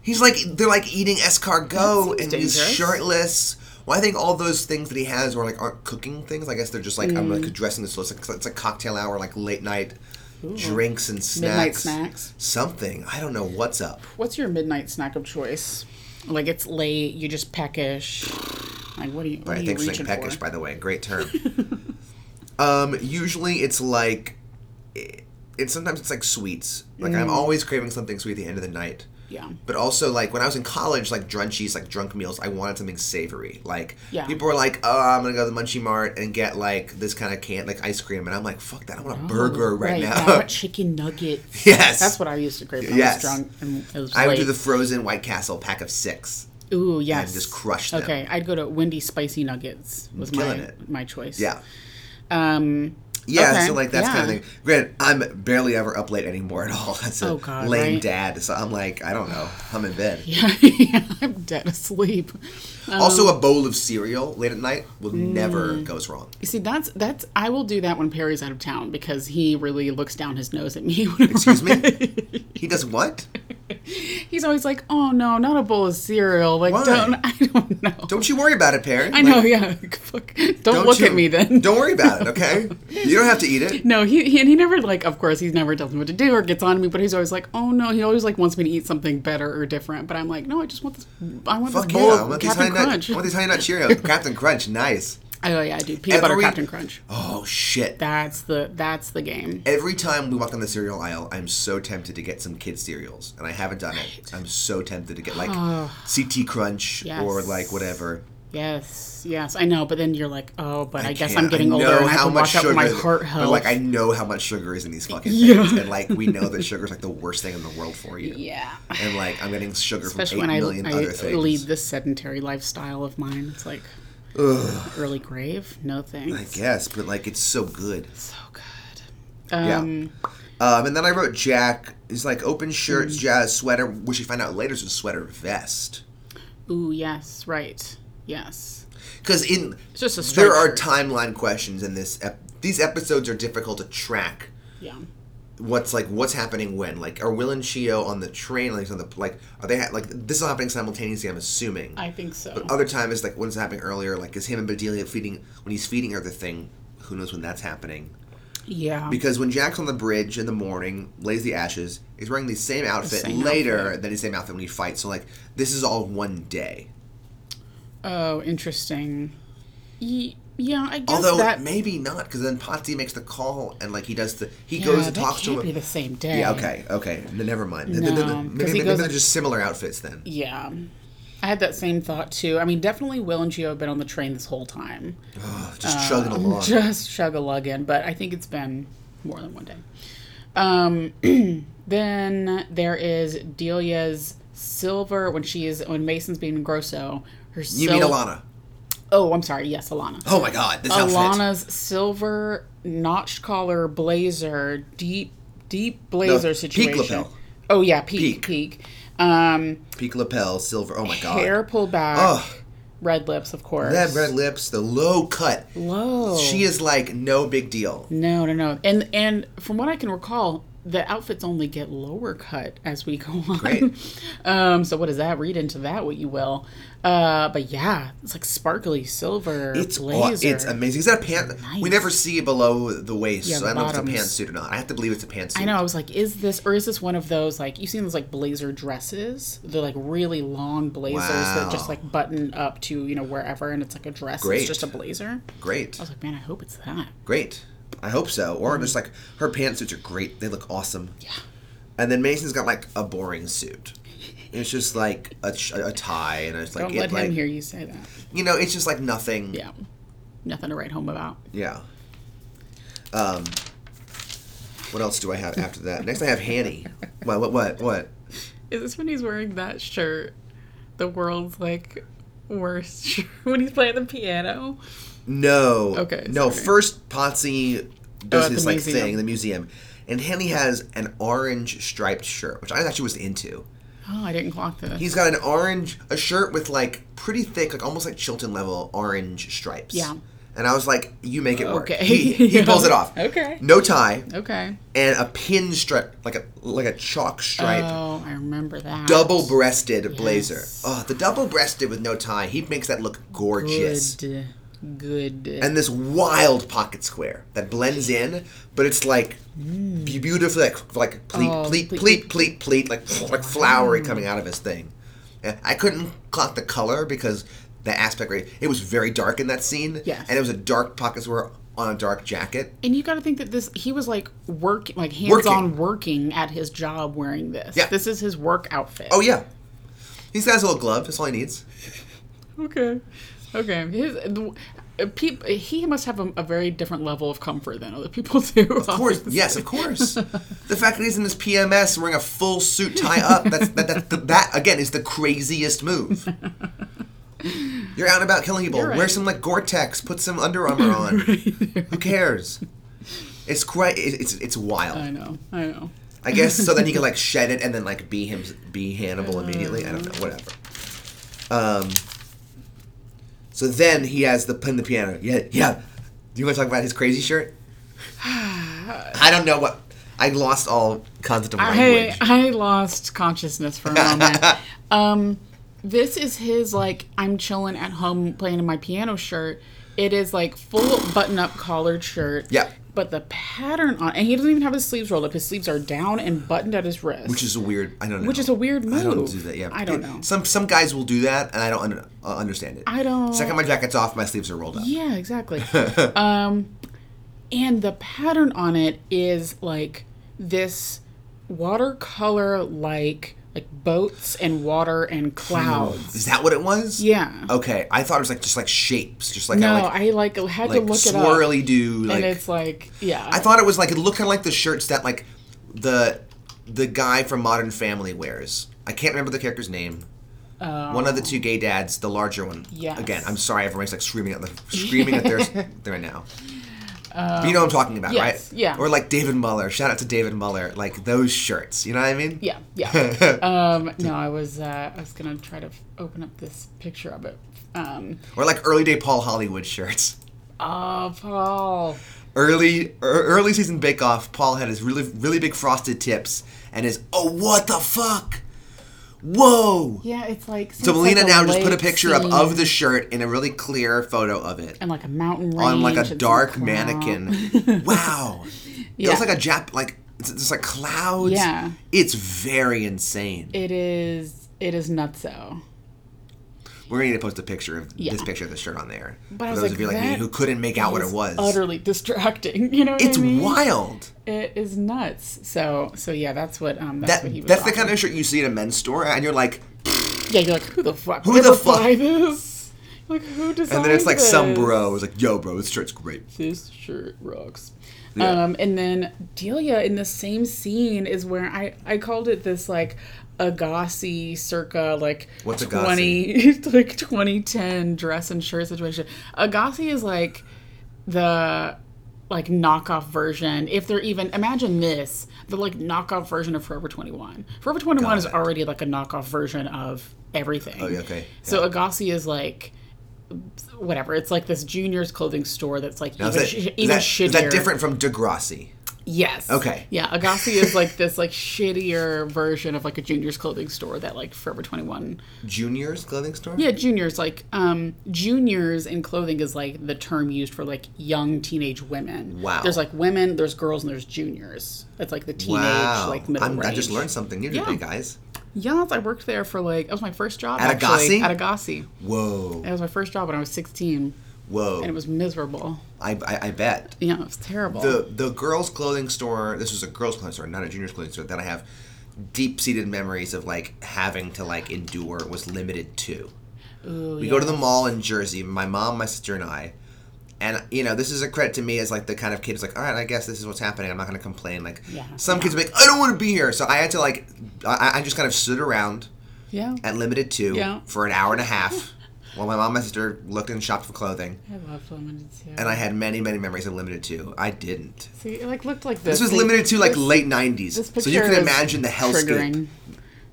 Speaker 2: He's like they're like eating escargot and
Speaker 1: seems
Speaker 2: he's
Speaker 1: dangerous.
Speaker 2: shirtless. Well, I think all those things that he has are like aren't cooking things. I guess they're just like I'm like
Speaker 1: Mm.
Speaker 2: addressing this. So it's like, it's like cocktail hour, like late night drinks and
Speaker 1: Midnight
Speaker 2: snacks.
Speaker 1: snacks.
Speaker 2: Something I don't know what's up.
Speaker 1: What's your midnight snack of choice? Like it's late, you just peckish. Like what are you? What
Speaker 2: But
Speaker 1: are
Speaker 2: I
Speaker 1: you
Speaker 2: think
Speaker 1: reaching
Speaker 2: saying peckish,
Speaker 1: for?
Speaker 2: by the way, great term. um, usually it's like it, it's sometimes it's like sweets. Like I'm always craving something sweet at the end of the night.
Speaker 1: Mm. yeah.
Speaker 2: But also, like when I was in college, like drunchies, like drunk meals, I wanted something savory. Like
Speaker 1: Yeah.
Speaker 2: people were like, "Oh, I'm gonna go to the Munchie Mart and get like this kind of can like ice cream," and I'm like, "Fuck that! I want a
Speaker 1: Oh,
Speaker 2: burger right, now."
Speaker 1: I want chicken nuggets.
Speaker 2: yes,
Speaker 1: That's what I used to crave when
Speaker 2: Yes.
Speaker 1: I was drunk and it was
Speaker 2: I
Speaker 1: late.
Speaker 2: would do the frozen White Castle pack of six.
Speaker 1: Ooh yes.
Speaker 2: just crush them.
Speaker 1: Okay, I'd go to Wendy's spicy nuggets was my
Speaker 2: Killing it.
Speaker 1: my choice.
Speaker 2: Yeah,
Speaker 1: Um.
Speaker 2: yeah.
Speaker 1: Okay,
Speaker 2: So like that's kind
Speaker 1: yeah.
Speaker 2: of thing. Granted, I'm barely ever up late anymore at all. That's a
Speaker 1: Oh, God,
Speaker 2: lame
Speaker 1: right?
Speaker 2: dad. So I'm like, I don't know. I'm in bed.
Speaker 1: yeah, Um, I'm dead asleep.
Speaker 2: Also, a bowl of cereal late at night will
Speaker 1: Hmm.
Speaker 2: never goes wrong.
Speaker 1: You see, that's that's I will do that when Perry's out of town because he really looks down his nose at me. When
Speaker 2: Excuse me. he does what?
Speaker 1: He's always like, "Oh no, not a bowl of cereal." Like,
Speaker 2: Why?
Speaker 1: don't I don't know.
Speaker 2: Don't you worry about it, Perry.
Speaker 1: I know, yeah. Like, fuck. Don't, look
Speaker 2: you-
Speaker 1: at me then.
Speaker 2: Don't worry about it, okay? You don't have to eat it.
Speaker 1: No, he, he and he never like. Of course, he's never tells me what to do or gets on me. But he's always like, "Oh no," he always like wants me to eat something better or different. But I'm like, "No, I just want this. I want
Speaker 2: Fuck
Speaker 1: this
Speaker 2: yeah.
Speaker 1: bowl
Speaker 2: I
Speaker 1: of
Speaker 2: want these
Speaker 1: Captain
Speaker 2: honey nut,
Speaker 1: Crunch."
Speaker 2: I want these honey nut Cheerios. Captain Crunch, nice.
Speaker 1: oh yeah, I do peanut butter
Speaker 2: Every-
Speaker 1: Captain Crunch.
Speaker 2: Oh, shit.
Speaker 1: That's the that's the game.
Speaker 2: Every time we walk on the cereal aisle, I'm so tempted to get some kid cereals, and I haven't done it. I'm so tempted to get like CT Crunch
Speaker 1: Yes.
Speaker 2: or like whatever.
Speaker 1: Yes, yes, I know. But then you're like, "Oh, but I, guess
Speaker 2: can't-
Speaker 1: I'm getting
Speaker 2: I
Speaker 1: older
Speaker 2: know
Speaker 1: and I
Speaker 2: how
Speaker 1: can
Speaker 2: much
Speaker 1: watch out for my
Speaker 2: sugar-
Speaker 1: heart health."
Speaker 2: But like, I know how much sugar is in these fucking things,
Speaker 1: Yeah.
Speaker 2: and like, we know that sugar's like the worst thing in the world for you.
Speaker 1: yeah.
Speaker 2: And like, I'm getting sugar
Speaker 1: Especially
Speaker 2: from
Speaker 1: when
Speaker 2: eight
Speaker 1: I,
Speaker 2: million
Speaker 1: I
Speaker 2: other things.
Speaker 1: lead this sedentary lifestyle of mine. It's like early grave. No thanks.
Speaker 2: I guess, but like, it's so good.
Speaker 1: so good.
Speaker 2: Yeah.
Speaker 1: Um,
Speaker 2: Um, and then I wrote Jack. He's like open
Speaker 1: Mm.
Speaker 2: shirts, jazz sweater, which you find out later is a sweater vest.
Speaker 1: Ooh, yes, right. Yes.
Speaker 2: Because in
Speaker 1: It's just a
Speaker 2: there
Speaker 1: straight
Speaker 2: are
Speaker 1: shirt.
Speaker 2: timeline questions in this. Ep- these episodes are difficult to track.
Speaker 1: Yeah.
Speaker 2: What's like what's happening when? Like, are Will and Shio on the train? Like, on the like, are they ha- like this is all happening simultaneously? I'm assuming.
Speaker 1: I think so.
Speaker 2: Other time is like what's happening earlier. Like, is him and Bedelia feeding when he's feeding her the thing? Who knows when that's happening?
Speaker 1: yeah.
Speaker 2: Because when Jack's on the bridge in the morning, lays the ashes, he's wearing the same outfit
Speaker 1: same
Speaker 2: later than the same outfit when he fights. So like this is all one day.
Speaker 1: oh, interesting. Ye- yeah, I guess
Speaker 2: Although
Speaker 1: that
Speaker 2: maybe not, because then Patsy makes the call and like he does the he
Speaker 1: yeah,
Speaker 2: goes and
Speaker 1: that
Speaker 2: talks
Speaker 1: can't
Speaker 2: to him.
Speaker 1: be the same day.
Speaker 2: yeah, okay, okay. No, never mind. Th-
Speaker 1: Um, No,
Speaker 2: th- th-
Speaker 1: 'cause
Speaker 2: maybe
Speaker 1: he
Speaker 2: maybe
Speaker 1: goes-
Speaker 2: they're just similar outfits then.
Speaker 1: Yeah. I had that same thought too. I mean, definitely Will and Gio have been on the train this whole time.
Speaker 2: Ugh, just chugging
Speaker 1: um,
Speaker 2: along.
Speaker 1: Just chug a lug in, but I think it's been more than one day. Um, then there is Delia's silver when she is when Mason's being Grosso. Her
Speaker 2: you mean Alana?
Speaker 1: Oh, I'm sorry. Yes, Alana.
Speaker 2: Oh my God, this outfit.
Speaker 1: Alana's silver notched collar blazer, deep deep blazer
Speaker 2: No, peak
Speaker 1: situation.
Speaker 2: lapel.
Speaker 1: Oh yeah, peak peak. Um,
Speaker 2: Peak lapel, silver. Oh my God.
Speaker 1: hair pulled back,
Speaker 2: Ugh.
Speaker 1: red lips, of course.
Speaker 2: That red lips, the low cut.
Speaker 1: Low.
Speaker 2: She is like no big deal.
Speaker 1: No, no, no. And and from what I can recall, the outfits only get lower cut as we go on.
Speaker 2: Great.
Speaker 1: Um, so what does that read into that? What you will? Uh, but yeah, it's like sparkly silver
Speaker 2: It's aw-
Speaker 1: blazer.
Speaker 2: it's amazing. Is that a pant? We never see below the waist,
Speaker 1: Yeah,
Speaker 2: so
Speaker 1: the
Speaker 2: I don't know if
Speaker 1: bottoms.
Speaker 2: it's a pantsuit or not. I have to believe it's a pantsuit.
Speaker 1: I know. I was like, is this or is this one of those like you've seen those like blazer dresses? They're like really long blazers that
Speaker 2: Wow.
Speaker 1: just like button up to you know wherever, and it's like a dress.
Speaker 2: Great.
Speaker 1: It's just a blazer. I
Speaker 2: Great,
Speaker 1: was like, man, I hope it's that.
Speaker 2: great. I hope so. Or
Speaker 1: Mm-hmm.
Speaker 2: just like her pantsuits are great. They look awesome. Yeah. And then Mason's got like a boring suit. It's just like a, ch- a tie, and it's like
Speaker 1: Don't
Speaker 2: it,
Speaker 1: let
Speaker 2: like
Speaker 1: him hear you say that.
Speaker 2: you know, it's just like nothing.
Speaker 1: Yeah, nothing to write home about.
Speaker 2: Yeah. Um. What else do I have after that? Next, I have Hanny. What? What? What? What?
Speaker 1: Is this when he's wearing that shirt? The world's like worst shirt when he's playing the piano.
Speaker 2: No.
Speaker 1: Okay,
Speaker 2: No,
Speaker 1: sorry. Oh,
Speaker 2: first Potsy does
Speaker 1: at
Speaker 2: his
Speaker 1: the
Speaker 2: like
Speaker 1: museum.
Speaker 2: thing in the museum, and Henny has an orange striped shirt, which I actually was into.
Speaker 1: Oh, I didn't clock this.
Speaker 2: He's got an orange, a shirt with like pretty thick, like almost like Chilton level orange stripes.
Speaker 1: Yeah.
Speaker 2: And I was like, "You make it work."
Speaker 1: Okay.
Speaker 2: He, he
Speaker 1: Yeah.
Speaker 2: pulls it off.
Speaker 1: Okay.
Speaker 2: No tie
Speaker 1: okay.
Speaker 2: and a pin stripe, like a like a chalk stripe,
Speaker 1: Oh, I remember that.
Speaker 2: double breasted blazer.
Speaker 1: Yes.
Speaker 2: Oh, the double breasted with no tie. He makes that look gorgeous.
Speaker 1: Good. Good.
Speaker 2: and this wild pocket square that blends in, but it's like be- beautifully like like pleat,
Speaker 1: Oh,
Speaker 2: pleat,
Speaker 1: pleat, Mm.
Speaker 2: pleat, pleat, pleat, like like flowery coming out of his thing. And I couldn't clock the color because the aspect rate. It was very dark in that scene,
Speaker 1: Yes.
Speaker 2: and it was a dark pocket square on a dark jacket.
Speaker 1: And you got to think that this he was like work like hands
Speaker 2: Working.
Speaker 1: on working at his job wearing this.
Speaker 2: Yeah.
Speaker 1: This is his work outfit.
Speaker 2: Oh yeah, he's got his little glove. That's all he needs.
Speaker 1: Okay. Okay. His the, uh, peop, he must have a, a very different level of comfort than other people do.
Speaker 2: Of course, yes, of course. the fact that he's in his PMS wearing a full suit tie up, that's, that, that, that, that, again, is the craziest move. You're out and about killing people.
Speaker 1: You're right.
Speaker 2: Wear some, like, Gore-Tex. Put some Under Armour on. Who cares? It's quite, it, it's, it's wild.
Speaker 1: I
Speaker 2: I,
Speaker 1: know. I know.
Speaker 2: guess so then he can, like, shed it and then, like, be him, be Hannibal immediately. I don't know, whatever. Um, so then he has the pin the piano. Yeah, yeah. Do you want to talk about his crazy shirt? I don't know what. I lost all concept of
Speaker 1: I
Speaker 2: language.
Speaker 1: I lost consciousness for a moment. um, this is his like I'm chilling at home playing in my piano shirt. It is like full button up collared shirt.
Speaker 2: Yeah.
Speaker 1: But the pattern on, and he doesn't even have his sleeves rolled up. His sleeves are down and buttoned at his wrist.
Speaker 2: which is a weird. I don't know.
Speaker 1: Which is a weird
Speaker 2: I don't
Speaker 1: move.
Speaker 2: do that. Yeah,
Speaker 1: I don't know.
Speaker 2: Some some guys will do that, and I don't un- uh, understand it.
Speaker 1: I don't-
Speaker 2: Second, my jacket's off. My sleeves are rolled up.
Speaker 1: Yeah, exactly. um, and the pattern on it is like this watercolor, like like boats and water
Speaker 2: Hmm.
Speaker 1: and clouds.
Speaker 2: Is that what it was?
Speaker 1: Yeah.
Speaker 2: Okay, I thought it was like just like shapes, just like
Speaker 1: No,
Speaker 2: I like,
Speaker 1: I like had
Speaker 2: like
Speaker 1: to look it up,
Speaker 2: swirly do like.
Speaker 1: and it's like yeah.
Speaker 2: I thought it was like it looked kind of like the shirts that like the the guy from Modern Family wears. I can't remember the character's name. One of the two gay dads, the larger one.
Speaker 1: Yes.
Speaker 2: Again, I'm sorry, everybody's like screaming at the screaming at their right now. but you know what I'm talking about,
Speaker 1: Um, yes,
Speaker 2: right?
Speaker 1: yeah.
Speaker 2: Or like David Muller. Shout out to David Muller. Like those shirts. You know what I mean?
Speaker 1: yeah, yeah. um, no, I was uh, I was gonna try to f- open up this picture of it. Um,
Speaker 2: Or like early day Paul Hollywood shirts.
Speaker 1: oh, Paul.
Speaker 2: Early er, early season Bake Off, Paul had his really really big frosted tips and his oh what the fuck, whoa.
Speaker 1: Yeah, it's like
Speaker 2: So Melina
Speaker 1: like
Speaker 2: now just put a
Speaker 1: lake
Speaker 2: picture up
Speaker 1: scene
Speaker 2: of the shirt in a really clear photo of it
Speaker 1: and like a mountain range
Speaker 2: on like
Speaker 1: and
Speaker 2: a
Speaker 1: some
Speaker 2: dark
Speaker 1: cloud.
Speaker 2: mannequin. wow, it
Speaker 1: Yeah.
Speaker 2: looks like a Jap like it's it's like clouds.
Speaker 1: Yeah.
Speaker 2: it's very insane.
Speaker 1: It is. It is nutso.
Speaker 2: We're gonna need to post a picture of
Speaker 1: Yeah.
Speaker 2: this picture of the shirt on there
Speaker 1: But I
Speaker 2: for
Speaker 1: was
Speaker 2: those
Speaker 1: like,
Speaker 2: of you like me
Speaker 1: that
Speaker 2: who couldn't make out what it
Speaker 1: It's
Speaker 2: was.
Speaker 1: Utterly distracting. You know. What
Speaker 2: it's
Speaker 1: I mean?
Speaker 2: wild.
Speaker 1: It is nuts. So so yeah, that's what um that's
Speaker 2: That
Speaker 1: what he was.
Speaker 2: that's the
Speaker 1: talking
Speaker 2: kind of shirt you see in a men's store, and you're like,
Speaker 1: Yeah, you're like, who the fuck?
Speaker 2: Who
Speaker 1: would
Speaker 2: the fuck?
Speaker 1: buy This? Like, who designed
Speaker 2: and then it's like some
Speaker 1: this?
Speaker 2: bro is like, "Yo, bro, this shirt's great."
Speaker 1: This shirt rocks.
Speaker 2: Yeah.
Speaker 1: Um, and then Delia in the same scene is where I I called it this like Agassi circa like
Speaker 2: What's
Speaker 1: twenty like twenty ten dress and shirt situation. Agassi is like the like knockoff version if they're even imagine this the like knockoff version of forever 21 forever 21 is
Speaker 2: it. Oh,
Speaker 1: already like a knockoff version of everything
Speaker 2: yeah, okay.
Speaker 1: so agassi is like whatever it's like this juniors clothing store that's like
Speaker 2: Now,
Speaker 1: even,
Speaker 2: is, that,
Speaker 1: sh-
Speaker 2: is
Speaker 1: even
Speaker 2: that- is
Speaker 1: shittier
Speaker 2: that different from Degrassi?
Speaker 1: yes
Speaker 2: Okay.
Speaker 1: yeah agassi is like this like shittier version of like a juniors clothing store that like forever 21
Speaker 2: Junior's clothing store?
Speaker 1: yeah juniors like um juniors in clothing is like the term used for like young teenage women
Speaker 2: Wow.
Speaker 1: there's like women there's girls and there's juniors that's like the teenage
Speaker 2: Wow.
Speaker 1: like middle
Speaker 2: I'm, I
Speaker 1: range.
Speaker 2: just learned something new
Speaker 1: Yeah.
Speaker 2: today, guys.
Speaker 1: yes i worked there for like that was my first job
Speaker 2: At
Speaker 1: actually,
Speaker 2: Agassi?
Speaker 1: at agassi
Speaker 2: Whoa.
Speaker 1: that was my first job when i was 16
Speaker 2: Whoa.
Speaker 1: and it was miserable
Speaker 2: I, I, I bet.
Speaker 1: yeah it was terrible
Speaker 2: The the girls' clothing store, this was a girls' clothing store, not a junior's clothing store, that I have deep seated memories of like having to like endure was limited to.
Speaker 1: Ooh,
Speaker 2: We go to the mall in Jersey, my mom, my sister, and I. And you know, this is a credit to me as like the kind of kid who's like, all right, I guess this is what's happening. I'm not gonna complain. Like
Speaker 1: Yeah.
Speaker 2: some kids are like, I don't want to be here. So I had to like, I, I just kind of stood around
Speaker 1: yeah
Speaker 2: at limited two
Speaker 1: Yeah.
Speaker 2: for an hour and a half while my mom and my sister looked and shopped for clothing
Speaker 1: i loved limited too
Speaker 2: and i had many many memories of limited two i didn't
Speaker 1: see it like looked like this
Speaker 2: this was
Speaker 1: See,
Speaker 2: limited to like
Speaker 1: this-
Speaker 2: late 90s
Speaker 1: this
Speaker 2: so you
Speaker 1: picture
Speaker 2: can
Speaker 1: is
Speaker 2: imagine the hellscape
Speaker 1: triggering.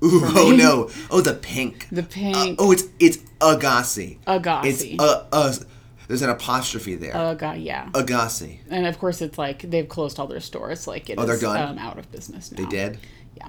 Speaker 2: Ooh, oh no oh the pink
Speaker 1: the pink
Speaker 2: oh it's it's agassi
Speaker 1: Agassi.
Speaker 2: it's uh, uh there's an apostrophe there
Speaker 1: oh god
Speaker 2: Uh,
Speaker 1: yeah
Speaker 2: agassi
Speaker 1: And of course, it's like they've closed all their stores. Like it
Speaker 2: Oh, they're
Speaker 1: is,
Speaker 2: gone?
Speaker 1: um, out of business now.
Speaker 2: they did
Speaker 1: Yeah.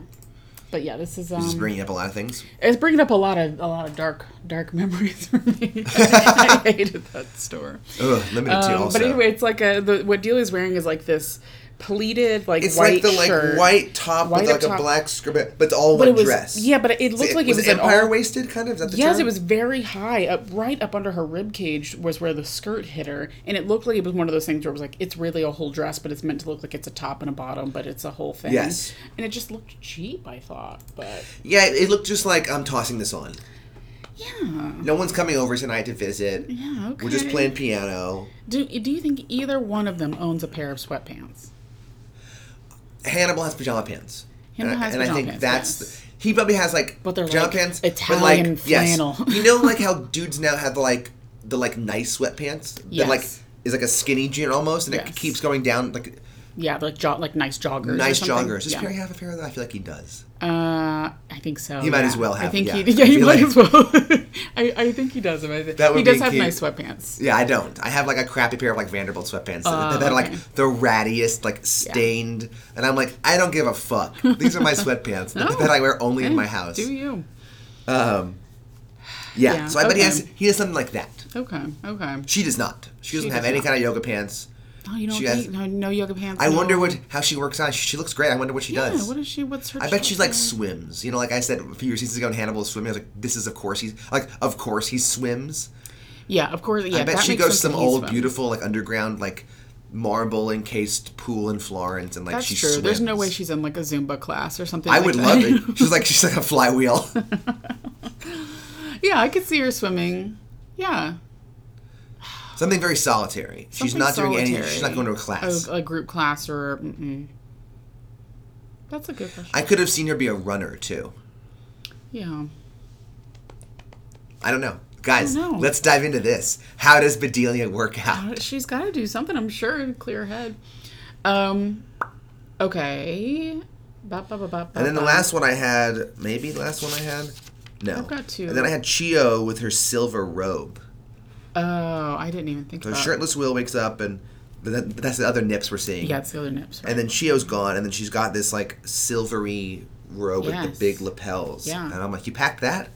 Speaker 1: But yeah, this is um,
Speaker 2: just bringing up a lot of things
Speaker 1: it's bringing up a lot of a lot of dark dark memories for me. I hated that store.
Speaker 2: Ugh, limited two
Speaker 1: Um,
Speaker 2: also
Speaker 1: but anyway, it's like a the, what Delia's wearing is like this pleated like
Speaker 2: it's
Speaker 1: white
Speaker 2: like the like
Speaker 1: shirt.
Speaker 2: white top
Speaker 1: White
Speaker 2: with
Speaker 1: up
Speaker 2: like
Speaker 1: top.
Speaker 2: a black script, but it's all
Speaker 1: But
Speaker 2: one
Speaker 1: it was
Speaker 2: dress.
Speaker 1: yeah, but it looked like it was, an
Speaker 2: empire
Speaker 1: all-
Speaker 2: waisted kind of. Is that the
Speaker 1: Yes,
Speaker 2: term?
Speaker 1: it was very high up, right up under her rib cage was where the skirt hit her, and it looked like it was one of those things where it was like it's really a whole dress, but it's meant to look like it's a top and a bottom, but it's a whole thing.
Speaker 2: Yes.
Speaker 1: and it just looked cheap, I thought, but
Speaker 2: Yeah, it looked just like I'm tossing this on.
Speaker 1: yeah.
Speaker 2: No one's coming over tonight to visit.
Speaker 1: Yeah, okay.
Speaker 2: We're just playing piano.
Speaker 1: Do Do you think either one of them owns a pair of sweatpants?
Speaker 2: Hannibal has pajama pants.
Speaker 1: Hannibal
Speaker 2: and, I-
Speaker 1: has
Speaker 2: and I
Speaker 1: pajama
Speaker 2: think
Speaker 1: pants,
Speaker 2: that's
Speaker 1: yes.
Speaker 2: the- he probably has like
Speaker 1: But they're,
Speaker 2: pajama
Speaker 1: like,
Speaker 2: pants,
Speaker 1: Italian flannel.
Speaker 2: Yes. you know, like how dudes now have the like the like nice sweatpants that like
Speaker 1: Yes.
Speaker 2: is like a skinny jean almost, and
Speaker 1: Yes.
Speaker 2: it keeps going down. Like
Speaker 1: Yeah, like jo- like nice joggers.
Speaker 2: Nice
Speaker 1: or something.
Speaker 2: joggers. Does
Speaker 1: Yeah.
Speaker 2: Perry have a pair of that? I feel like he does.
Speaker 1: Uh, I think so.
Speaker 2: He might
Speaker 1: yeah.
Speaker 2: as well
Speaker 1: I
Speaker 2: have,
Speaker 1: think
Speaker 2: yeah.
Speaker 1: he. Yeah,
Speaker 2: I
Speaker 1: he
Speaker 2: feel
Speaker 1: might
Speaker 2: like-
Speaker 1: as well. I, I think he does. I think.
Speaker 2: That would
Speaker 1: he does
Speaker 2: be
Speaker 1: have
Speaker 2: cute.
Speaker 1: nice sweatpants.
Speaker 2: Yeah, I don't. I have like a crappy pair of like Vanderbilt sweatpants that, that are
Speaker 1: Oh, okay.
Speaker 2: like the rattiest, like stained, and I'm like, I don't give a fuck. These are my sweatpants that-
Speaker 1: No.
Speaker 2: that I wear only
Speaker 1: Oh.
Speaker 2: in
Speaker 1: Hey,
Speaker 2: my house.
Speaker 1: Do you?
Speaker 2: Yeah,
Speaker 1: Yeah,
Speaker 2: so I bet he
Speaker 1: okay.
Speaker 2: has he has something like that.
Speaker 1: Okay. Okay.
Speaker 2: She does not. She doesn't
Speaker 1: She
Speaker 2: have
Speaker 1: does
Speaker 2: any
Speaker 1: not.
Speaker 2: kind of yoga pants.
Speaker 1: Oh, you don't
Speaker 2: She has-
Speaker 1: eat, no, no yoga pants.
Speaker 2: I
Speaker 1: no-
Speaker 2: wonder what how she works out. She, she looks great. I wonder what she
Speaker 1: Yeah,
Speaker 2: does.
Speaker 1: what is she? What's her?
Speaker 2: I bet she's like
Speaker 1: job?
Speaker 2: swims. You know, like I said a few seasons ago, in Hannibal swimming. I was like, this is of course he's like, of course he swims.
Speaker 1: Yeah, of course. Yeah,
Speaker 2: I bet
Speaker 1: that
Speaker 2: she
Speaker 1: makes
Speaker 2: goes to
Speaker 1: sense
Speaker 2: some
Speaker 1: that he's
Speaker 2: old,
Speaker 1: from-
Speaker 2: beautiful, like underground, like marble encased pool in Florence, and like
Speaker 1: That's
Speaker 2: she
Speaker 1: true.
Speaker 2: swims.
Speaker 1: There's no way she's in like a Zumba class or something.
Speaker 2: I
Speaker 1: like
Speaker 2: would
Speaker 1: that.
Speaker 2: love it. She's like she's like a flywheel.
Speaker 1: yeah, I could see her swimming. Yeah,
Speaker 2: Something very solitary. she's
Speaker 1: Something
Speaker 2: not doing any. She's
Speaker 1: solitary.
Speaker 2: not
Speaker 1: Oh,
Speaker 2: going to a class.
Speaker 1: a, a group class or. Mm-mm. That's a good question.
Speaker 2: I could have seen her be a runner too.
Speaker 1: yeah.
Speaker 2: I don't know, guys.
Speaker 1: don't know.
Speaker 2: Let's dive into this. How does Bedelia work out?
Speaker 1: She's got to do something, I'm sure, to clear her head. Um, okay. Ba, ba, ba, ba, ba,
Speaker 2: And then the
Speaker 1: ba.
Speaker 2: last one I had, maybe the last one I had, no.
Speaker 1: I've got two.
Speaker 2: And then I had Chio with her silver robe.
Speaker 1: Oh, I didn't even think
Speaker 2: So
Speaker 1: about
Speaker 2: shirtless Will wakes up, and but that, but that's the other nips we're seeing.
Speaker 1: Yeah, it's the other nips.
Speaker 2: And then Chio's gone, and then she's got this like silvery robe with
Speaker 1: Yes.
Speaker 2: the big lapels.
Speaker 1: Yeah.
Speaker 2: And I'm like, you packed that?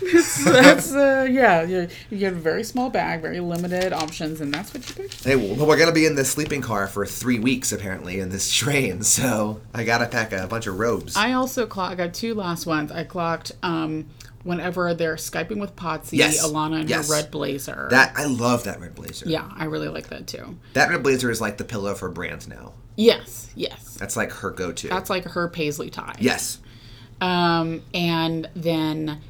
Speaker 1: that's, uh, yeah, you you have a very small bag, very limited options, and that's what you picked.
Speaker 2: Hey, well, we're gonna be in this sleeping car for three weeks apparently in this train, so I gotta pack a bunch of robes.
Speaker 1: I also clocked, I got two last ones. I clocked um, whenever they're Skyping with Potsy,
Speaker 2: Yes.
Speaker 1: Alana, and
Speaker 2: Yes.
Speaker 1: her red blazer.
Speaker 2: that I love that red blazer.
Speaker 1: yeah, I really like that too.
Speaker 2: That red blazer is like the pillow for Brand now.
Speaker 1: Yes, yes.
Speaker 2: That's like her go-to.
Speaker 1: That's like her paisley tie.
Speaker 2: yes.
Speaker 1: Um, and then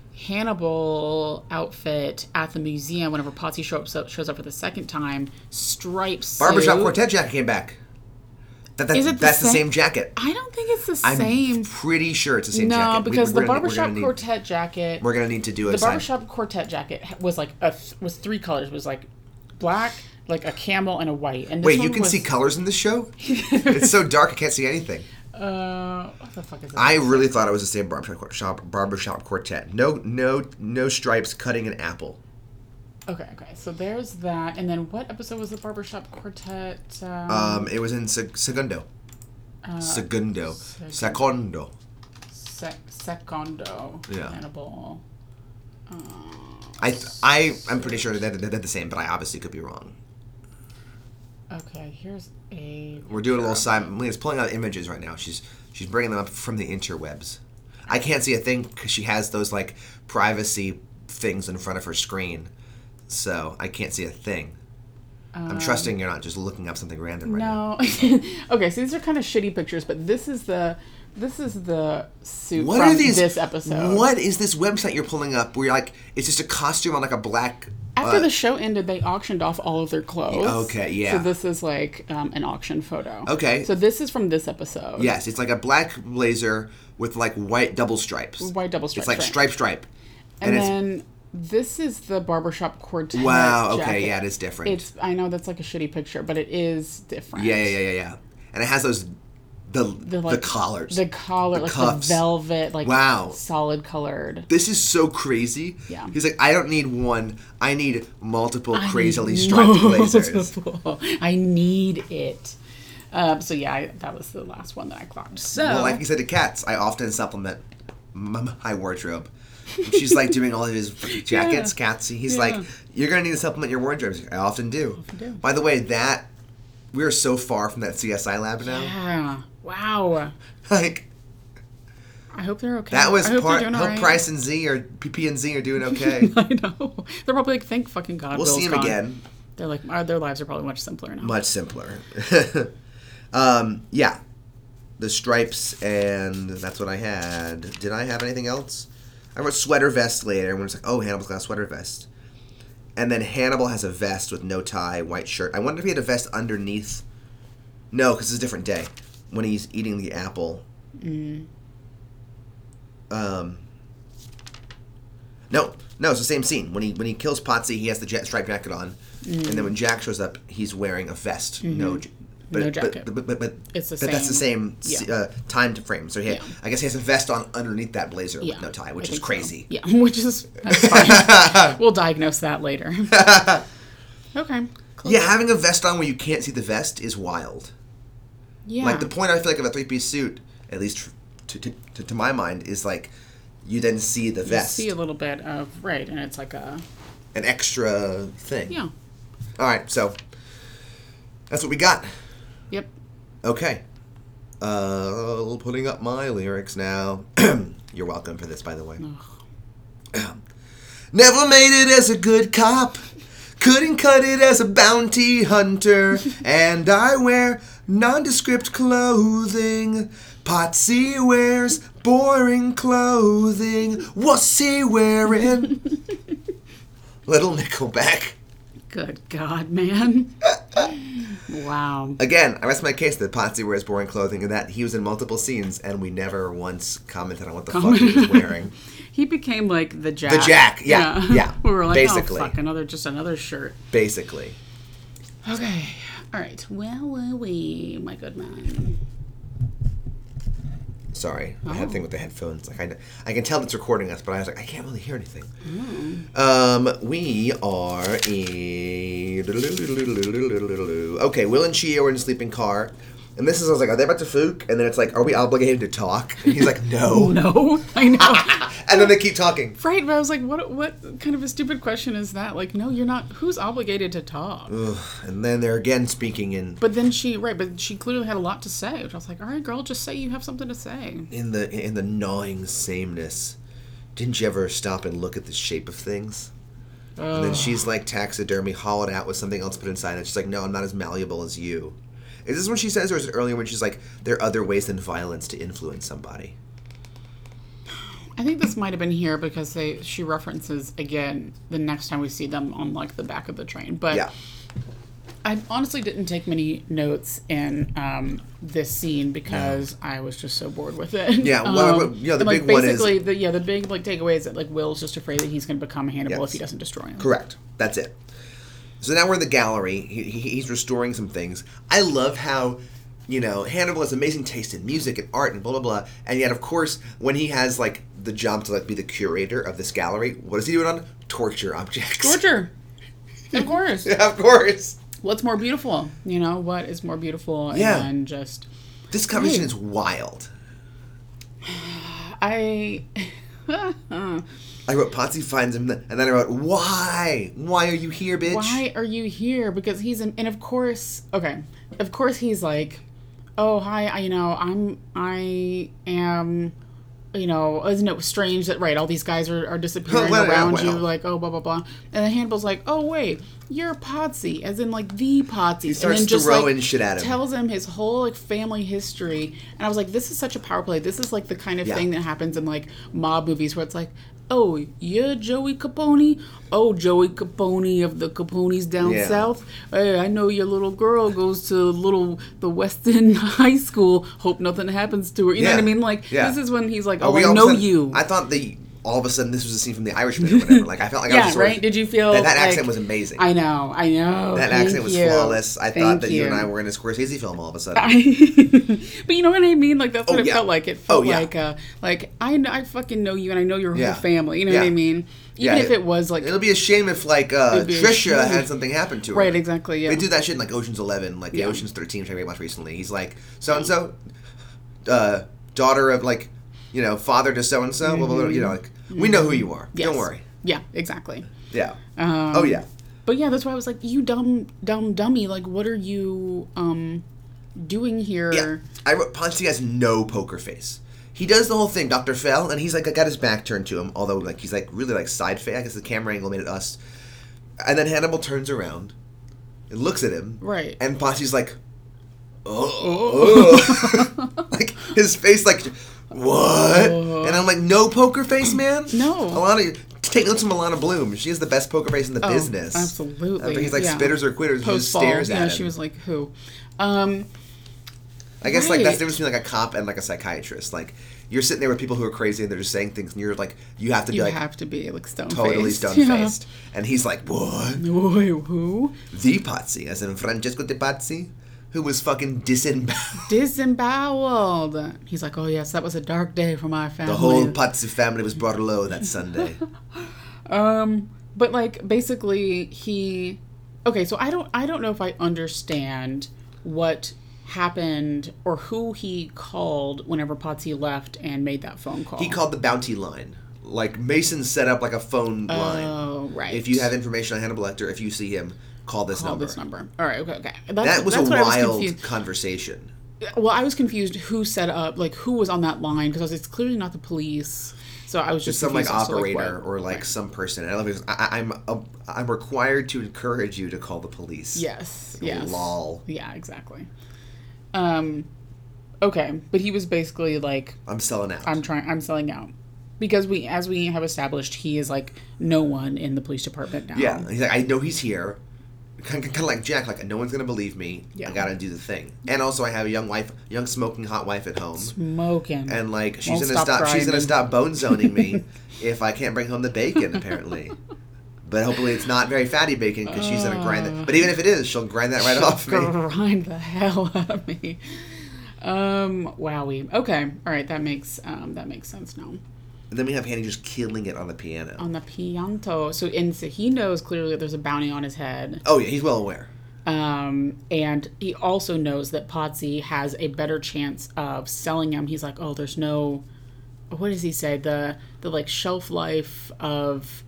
Speaker 1: Hannibal outfit at the museum. Whenever Potsy shows up, shows up for the second time, stripes.
Speaker 2: Barbershop
Speaker 1: suit.
Speaker 2: Quartet jacket came back. That, that,
Speaker 1: Is it the
Speaker 2: that's the
Speaker 1: same-
Speaker 2: same jacket.
Speaker 1: I don't think it's the
Speaker 2: I'm
Speaker 1: same.
Speaker 2: pretty sure it's the same jacket.
Speaker 1: No,
Speaker 2: We-
Speaker 1: because
Speaker 2: we're
Speaker 1: the
Speaker 2: gonna- we're
Speaker 1: barbershop
Speaker 2: gonna need-
Speaker 1: quartet jacket,
Speaker 2: We're gonna need to do a
Speaker 1: the
Speaker 2: side-
Speaker 1: barbershop quartet jacket ha- was like a th- was three colors. It was like black, like a camel, and a white. And this
Speaker 2: Wait,
Speaker 1: one
Speaker 2: you can
Speaker 1: was,
Speaker 2: see colors in this show? it's so dark I can't see anything.
Speaker 1: Uh, what the fuck is that?
Speaker 2: I really thought it was the same barbershop quar- shop, barbershop quartet. No, no, no stripes cutting an apple.
Speaker 1: okay, okay. So there's that. And then what episode was the barbershop quartet? Um,
Speaker 2: Um, it was in seg- segundo.
Speaker 1: Uh,
Speaker 2: segundo, secondo.
Speaker 1: sec- secondo.
Speaker 2: Yeah.
Speaker 1: Hannibal.
Speaker 2: I, I, I'm pretty sure that they're, they're the same, but I obviously could be wrong.
Speaker 1: Okay, here's a.
Speaker 2: We're doing a little side. Lena's pulling out images right now. She's she's bringing them up from the interwebs. I can't see a thing because she has those like privacy things in front of her screen, so I can't see a thing. I'm
Speaker 1: Um,
Speaker 2: trusting you're not just looking up something random right now.
Speaker 1: No. okay, so these are kind of shitty pictures, but this is the this is the suit
Speaker 2: What
Speaker 1: from
Speaker 2: are these?
Speaker 1: this episode.
Speaker 2: What is this website you're pulling up? Where you're like, it's just a costume on like a black.
Speaker 1: After
Speaker 2: uh,
Speaker 1: the show ended, they auctioned off all of their clothes.
Speaker 2: Okay, yeah.
Speaker 1: So this is like um, an auction photo.
Speaker 2: Okay.
Speaker 1: So this is from this episode.
Speaker 2: Yes, it's like a black blazer with like white double stripes.
Speaker 1: White double stripes.
Speaker 2: It's like
Speaker 1: right?
Speaker 2: stripe stripe.
Speaker 1: And,
Speaker 2: it's
Speaker 1: then this is the barbershop quartet.
Speaker 2: wow. Oh, Okay,
Speaker 1: jacket.
Speaker 2: yeah, it is different.
Speaker 1: It's I know that's like a shitty picture, but it is different.
Speaker 2: Yeah, yeah, yeah, yeah, yeah. And it has those the the,
Speaker 1: like,
Speaker 2: collars.
Speaker 1: The collar, like
Speaker 2: cuffs.
Speaker 1: the velvet, like
Speaker 2: Wow.
Speaker 1: solid colored.
Speaker 2: this is so crazy.
Speaker 1: Yeah.
Speaker 2: He's like, I don't need one. I need multiple crazily striped blazers.
Speaker 1: I need it. Um, so yeah, I, that was the last one that I clocked. So
Speaker 2: Well, like you said to cats, I often supplement m- my wardrobe. She's like doing all of his jackets, cats. He's like, you're gonna need to supplement your wardrobes. I often do.
Speaker 1: do.
Speaker 2: By the way, that we are so far from that CSI lab now.
Speaker 1: yeah, wow.
Speaker 2: Like
Speaker 1: I hope they're okay.
Speaker 2: that was
Speaker 1: I hope
Speaker 2: part.
Speaker 1: They're
Speaker 2: Hope
Speaker 1: doing all right.
Speaker 2: Price and Z or PP and Z are doing okay.
Speaker 1: I know they're probably like, thank fucking God.
Speaker 2: we'll
Speaker 1: Will's
Speaker 2: see him
Speaker 1: gone.
Speaker 2: again.
Speaker 1: They're like, our, their lives are probably much simpler now.
Speaker 2: much simpler. um, yeah, the stripes, and that's what I had. Did I have anything else? I wrote sweater vest later. Everyone's like, "Oh, Hannibal's got a sweater vest," and then Hannibal has a vest with no tie, white shirt. I wonder if he had a vest underneath. No, because it's a different day when he's eating the apple.
Speaker 1: Mm.
Speaker 2: Um. No, no, it's the same scene. When he when he kills Potsy, he has the jet striped jacket on, and then when Jack shows up, he's wearing a vest, no j-
Speaker 1: Mm.
Speaker 2: But,
Speaker 1: Mm-hmm. No jacket.
Speaker 2: But, but, but, but,
Speaker 1: It's the
Speaker 2: but that's the same
Speaker 1: same- yeah.
Speaker 2: uh, time frame. So he had,
Speaker 1: Yeah.
Speaker 2: I guess he has a vest on underneath that blazer
Speaker 1: Yeah,
Speaker 2: with no tie, which
Speaker 1: I
Speaker 2: is
Speaker 1: think so.
Speaker 2: crazy.
Speaker 1: Yeah, which is that's fine. we'll diagnose that later. okay. Cool.
Speaker 2: Yeah, having a vest on where you can't see the vest is wild.
Speaker 1: Yeah.
Speaker 2: Like the point I feel like of a three piece suit, at least tr- to, to, to, to my mind, is like you then see the
Speaker 1: You
Speaker 2: vest,
Speaker 1: see a little bit of right, and it's like a
Speaker 2: an extra thing.
Speaker 1: yeah.
Speaker 2: All right, so that's what we got.
Speaker 1: Yep.
Speaker 2: Okay. Uh, putting up my lyrics now. You're welcome for this, by the way. Never made it as a good cop. Couldn't cut it as a bounty hunter. and I wear nondescript clothing. Potsy wears boring clothing. What's he wearing? Little Nickelback.
Speaker 1: Good God, man. wow.
Speaker 2: Again, I rest my case that Patsy wears boring clothing and that he was in multiple scenes and we never once commented on what the fuck he was wearing.
Speaker 1: He became like the Jack.
Speaker 2: Jack, yeah, yeah,
Speaker 1: we were like,
Speaker 2: basically.
Speaker 1: oh fuck, another just another shirt.
Speaker 2: Basically.
Speaker 1: Okay. All right. Where were we, my good man?
Speaker 2: Sorry, I had a thing with the headphones. Like I, kn- I can tell it's recording us, but I was like, I can't really hear anything. Um, we are in. Okay, Will and Chi are in a sleeping car, and this is I was like, are they about to fook? And then it's like, are we obligated to talk? And he's like, no.
Speaker 1: No, I know.
Speaker 2: And then they keep talking.
Speaker 1: Right, but I was like, what? What kind of a stupid question is that? Like, no, you're not. Who's obligated to talk?
Speaker 2: And then they're again speaking in
Speaker 1: But then she, right? But she clearly had a lot to say. which I was like, all right, girl, just say you have something to say.
Speaker 2: in the in the gnawing sameness didn't you ever stop and look at the shape of things and then she's like taxidermy hollowed out with something else put inside it she's like no i'm not as malleable as you is this when she says or is it earlier when she's like there are other ways than violence to influence somebody
Speaker 1: I think this might have been here because they she references again the next time we see them on like the back of the train. But
Speaker 2: yeah
Speaker 1: I honestly didn't take many notes in um, this scene because I was just so bored with it.
Speaker 2: Yeah,
Speaker 1: um,
Speaker 2: well, yeah, the
Speaker 1: and, like,
Speaker 2: big one is-
Speaker 1: basically the yeah the big like takeaway is that like Will's just afraid that he's going to become Hannibal
Speaker 2: Yes.
Speaker 1: if he doesn't destroy him.
Speaker 2: correct that's it so now we're in the gallery he, he, he's restoring some things i love how you know hannibal has amazing taste in music and art and blah blah blah and yet of course when he has like the job to like be the curator of this gallery what does he do it on torture objects
Speaker 1: Torture, of course.
Speaker 2: of course.
Speaker 1: what's more beautiful you know what is more beautiful
Speaker 2: Yeah.
Speaker 1: and just
Speaker 2: This conversation is wild.
Speaker 1: i
Speaker 2: I wrote Potsy finds him, and then I wrote, "Why? Why are you here, bitch?"
Speaker 1: why are you here because he's in, and of course okay of course he's like oh hi I, you know i'm i am you know isn't it strange that right all these guys are, are disappearing
Speaker 2: Well, yeah,
Speaker 1: around you
Speaker 2: well.
Speaker 1: like oh blah blah blah and then hannibal's like oh wait you're Potsy, as in like the Potsy. He
Speaker 2: starts
Speaker 1: and then just,
Speaker 2: throwing
Speaker 1: like,
Speaker 2: shit at him.
Speaker 1: Tells him his whole like family history, and I was like, "This is such a power play. This is like the kind of
Speaker 2: Yeah.
Speaker 1: thing that happens in like mob movies where it's like, oh, you're Joey Capone. Oh, Joey Capone of the Capones down
Speaker 2: Yeah.
Speaker 1: south. Hey, I know your little girl goes to little the Weston High School. Hope nothing happens to her. You know what I
Speaker 2: Yeah.
Speaker 1: mean? Like
Speaker 2: Yeah.
Speaker 1: this is when he's like,
Speaker 2: Are
Speaker 1: oh, I
Speaker 2: we all of a
Speaker 1: know
Speaker 2: sudden-
Speaker 1: you.
Speaker 2: I thought the all of a sudden this was a scene from The Irishman or whatever. Like I felt like I was
Speaker 1: yeah,
Speaker 2: just sort of-
Speaker 1: right. Did you feel
Speaker 2: that, that
Speaker 1: like-
Speaker 2: accent was amazing?
Speaker 1: I know, I know.
Speaker 2: that
Speaker 1: Thank
Speaker 2: accent was
Speaker 1: you.
Speaker 2: flawless. I thought
Speaker 1: Thank
Speaker 2: that you. and I were in a Scorsese film all of a sudden.
Speaker 1: but you know what I mean? Like that's what
Speaker 2: Oh,
Speaker 1: it
Speaker 2: yeah.
Speaker 1: felt like. It felt
Speaker 2: Oh, yeah.
Speaker 1: like uh, like I kn- I fucking know you and I know your
Speaker 2: Yeah.
Speaker 1: whole family. You know what
Speaker 2: Yeah.
Speaker 1: I mean? Even
Speaker 2: Yeah,
Speaker 1: if it was like
Speaker 2: It'll be a shame if like uh,
Speaker 1: It'd be a
Speaker 2: Trisha
Speaker 1: shame.
Speaker 2: had something happen to her.
Speaker 1: right, exactly. Yeah.
Speaker 2: They do that shit in like Ocean's Eleven, like the
Speaker 1: Yeah.
Speaker 2: Ocean's Thirteen, which I watched recently. He's like so and so, uh, daughter of like, you know, father to so and so. You know, like we know who you are.
Speaker 1: Mm-hmm. Yes. Um,
Speaker 2: Don't worry.
Speaker 1: Yeah, exactly.
Speaker 2: Yeah. oh yeah.
Speaker 1: But yeah, that's why I was like, you dumb dumb dummy. Like, what are you um doing here?
Speaker 2: Yeah. I wrote Ponzi has no poker face. He does the whole thing, Doctor Fell, and he's like, I got his back turned to him. Although like he's like really like side face. I guess the camera angle made it us. And then Hannibal turns around, and looks at him.
Speaker 1: Right.
Speaker 2: And Ponzi's like, oh, oh. like his face like, what? And I'm like, no poker face, man.
Speaker 1: Uh. No.
Speaker 2: Alana, take notes from Alana Bloom. She has the best poker face in the
Speaker 1: Oh,
Speaker 2: business.
Speaker 1: absolutely,
Speaker 2: After he's like
Speaker 1: yeah.
Speaker 2: spitters or quitters, she
Speaker 1: Post
Speaker 2: just
Speaker 1: fall.
Speaker 2: stares at
Speaker 1: Yeah,
Speaker 2: him.
Speaker 1: she was like, who? Um,
Speaker 2: I guess like that's the
Speaker 1: Right.
Speaker 2: difference between like a cop and like a psychiatrist. Like you're sitting there with people who are crazy and they're just saying things, and you're like, you have to be
Speaker 1: you
Speaker 2: like
Speaker 1: have to be like stone
Speaker 2: totally
Speaker 1: faced.
Speaker 2: stone faced. And he's like, what?
Speaker 1: Who?
Speaker 2: The Pazzi, as in Francesco de Pazzi, who was fucking disemboweled.
Speaker 1: Disemboweled. He's like, oh yes, that was a dark day for my family.
Speaker 2: The whole Pazzi family was brought low that Sunday.
Speaker 1: um, but like basically he, okay, so I don't I don't know if I understand what happened or who he called whenever Potsy left and made that phone call.
Speaker 2: He called the bounty line. Like Mason set up like a phone line.
Speaker 1: Oh right.
Speaker 2: If you have information on Hannibal Lecter, if you see him, call this
Speaker 1: call
Speaker 2: number.
Speaker 1: this number. All right. Okay. Okay. That's,
Speaker 2: That was
Speaker 1: that's
Speaker 2: a
Speaker 1: what I was
Speaker 2: wild
Speaker 1: confused-
Speaker 2: conversation.
Speaker 1: well, I was confused who set up, like who was on that line because it's clearly not the police. So I was just
Speaker 2: Some like
Speaker 1: confused as to,
Speaker 2: operator
Speaker 1: what-
Speaker 2: or like
Speaker 1: right.
Speaker 2: some person. I don't know if it was, I, I- I'm uh, I'm required to encourage you to call the police.
Speaker 1: yes, yes,
Speaker 2: Lol.
Speaker 1: yeah, exactly. Um, okay, but he was basically like,
Speaker 2: I'm selling out.
Speaker 1: I'm trying, I'm selling out because we, as we have established, he is like no one in the police department now.
Speaker 2: Yeah, he's like, I know he's here. Kind of, kind of like Jack, like no one's gonna believe me.
Speaker 1: Yeah.
Speaker 2: I gotta do the thing. And also, I have a young wife, young smoking hot wife at home,
Speaker 1: smoking.
Speaker 2: and like she's
Speaker 1: Won't
Speaker 2: gonna
Speaker 1: stop
Speaker 2: stop. she's gonna
Speaker 1: grinding.
Speaker 2: stop bone zoning me if I can't bring home the bacon. Apparently, but hopefully it's not very fatty bacon because she's gonna grind that. But even if it is, she'll grind that right off me.
Speaker 1: grind the hell out of me. Um, wowie. Okay, all right, that makes um that makes sense now.
Speaker 2: And then we have Hanny just killing it on the piano.
Speaker 1: on the pianto. So and so he knows clearly that there's a bounty on his head.
Speaker 2: oh yeah, he's well aware.
Speaker 1: Um, and he also knows that Potsy has a better chance of selling him. He's like, oh, there's no, what does he say? The the like shelf life of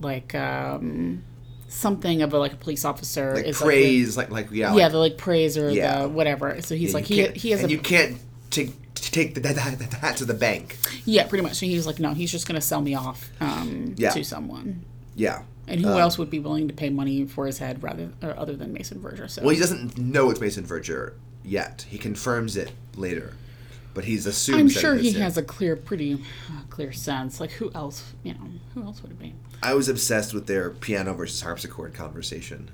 Speaker 1: like um something of a, like a police officer
Speaker 2: Like
Speaker 1: is
Speaker 2: praise, like, like yeah,
Speaker 1: Like the, yeah,
Speaker 2: like,
Speaker 1: the like praise or
Speaker 2: Yeah.
Speaker 1: the whatever. So he's
Speaker 2: you
Speaker 1: like he
Speaker 2: can't-
Speaker 1: he has
Speaker 2: and
Speaker 1: a
Speaker 2: you can't take take the, that that that to the bank.
Speaker 1: yeah pretty much. So he was like, no, he's just gonna sell me off um
Speaker 2: Yeah. Um,
Speaker 1: to someone.
Speaker 2: Yeah.
Speaker 1: And who else would be willing to pay money for his head rather or other than Mason Verger? So
Speaker 2: Well, he doesn't know it's Mason Verger yet. He confirms it later, but he's assumed.
Speaker 1: I'm sure he has a clear, pretty uh, clear sense. Like who else, you know, who else would it be?
Speaker 2: I was obsessed with their piano versus harpsichord conversation.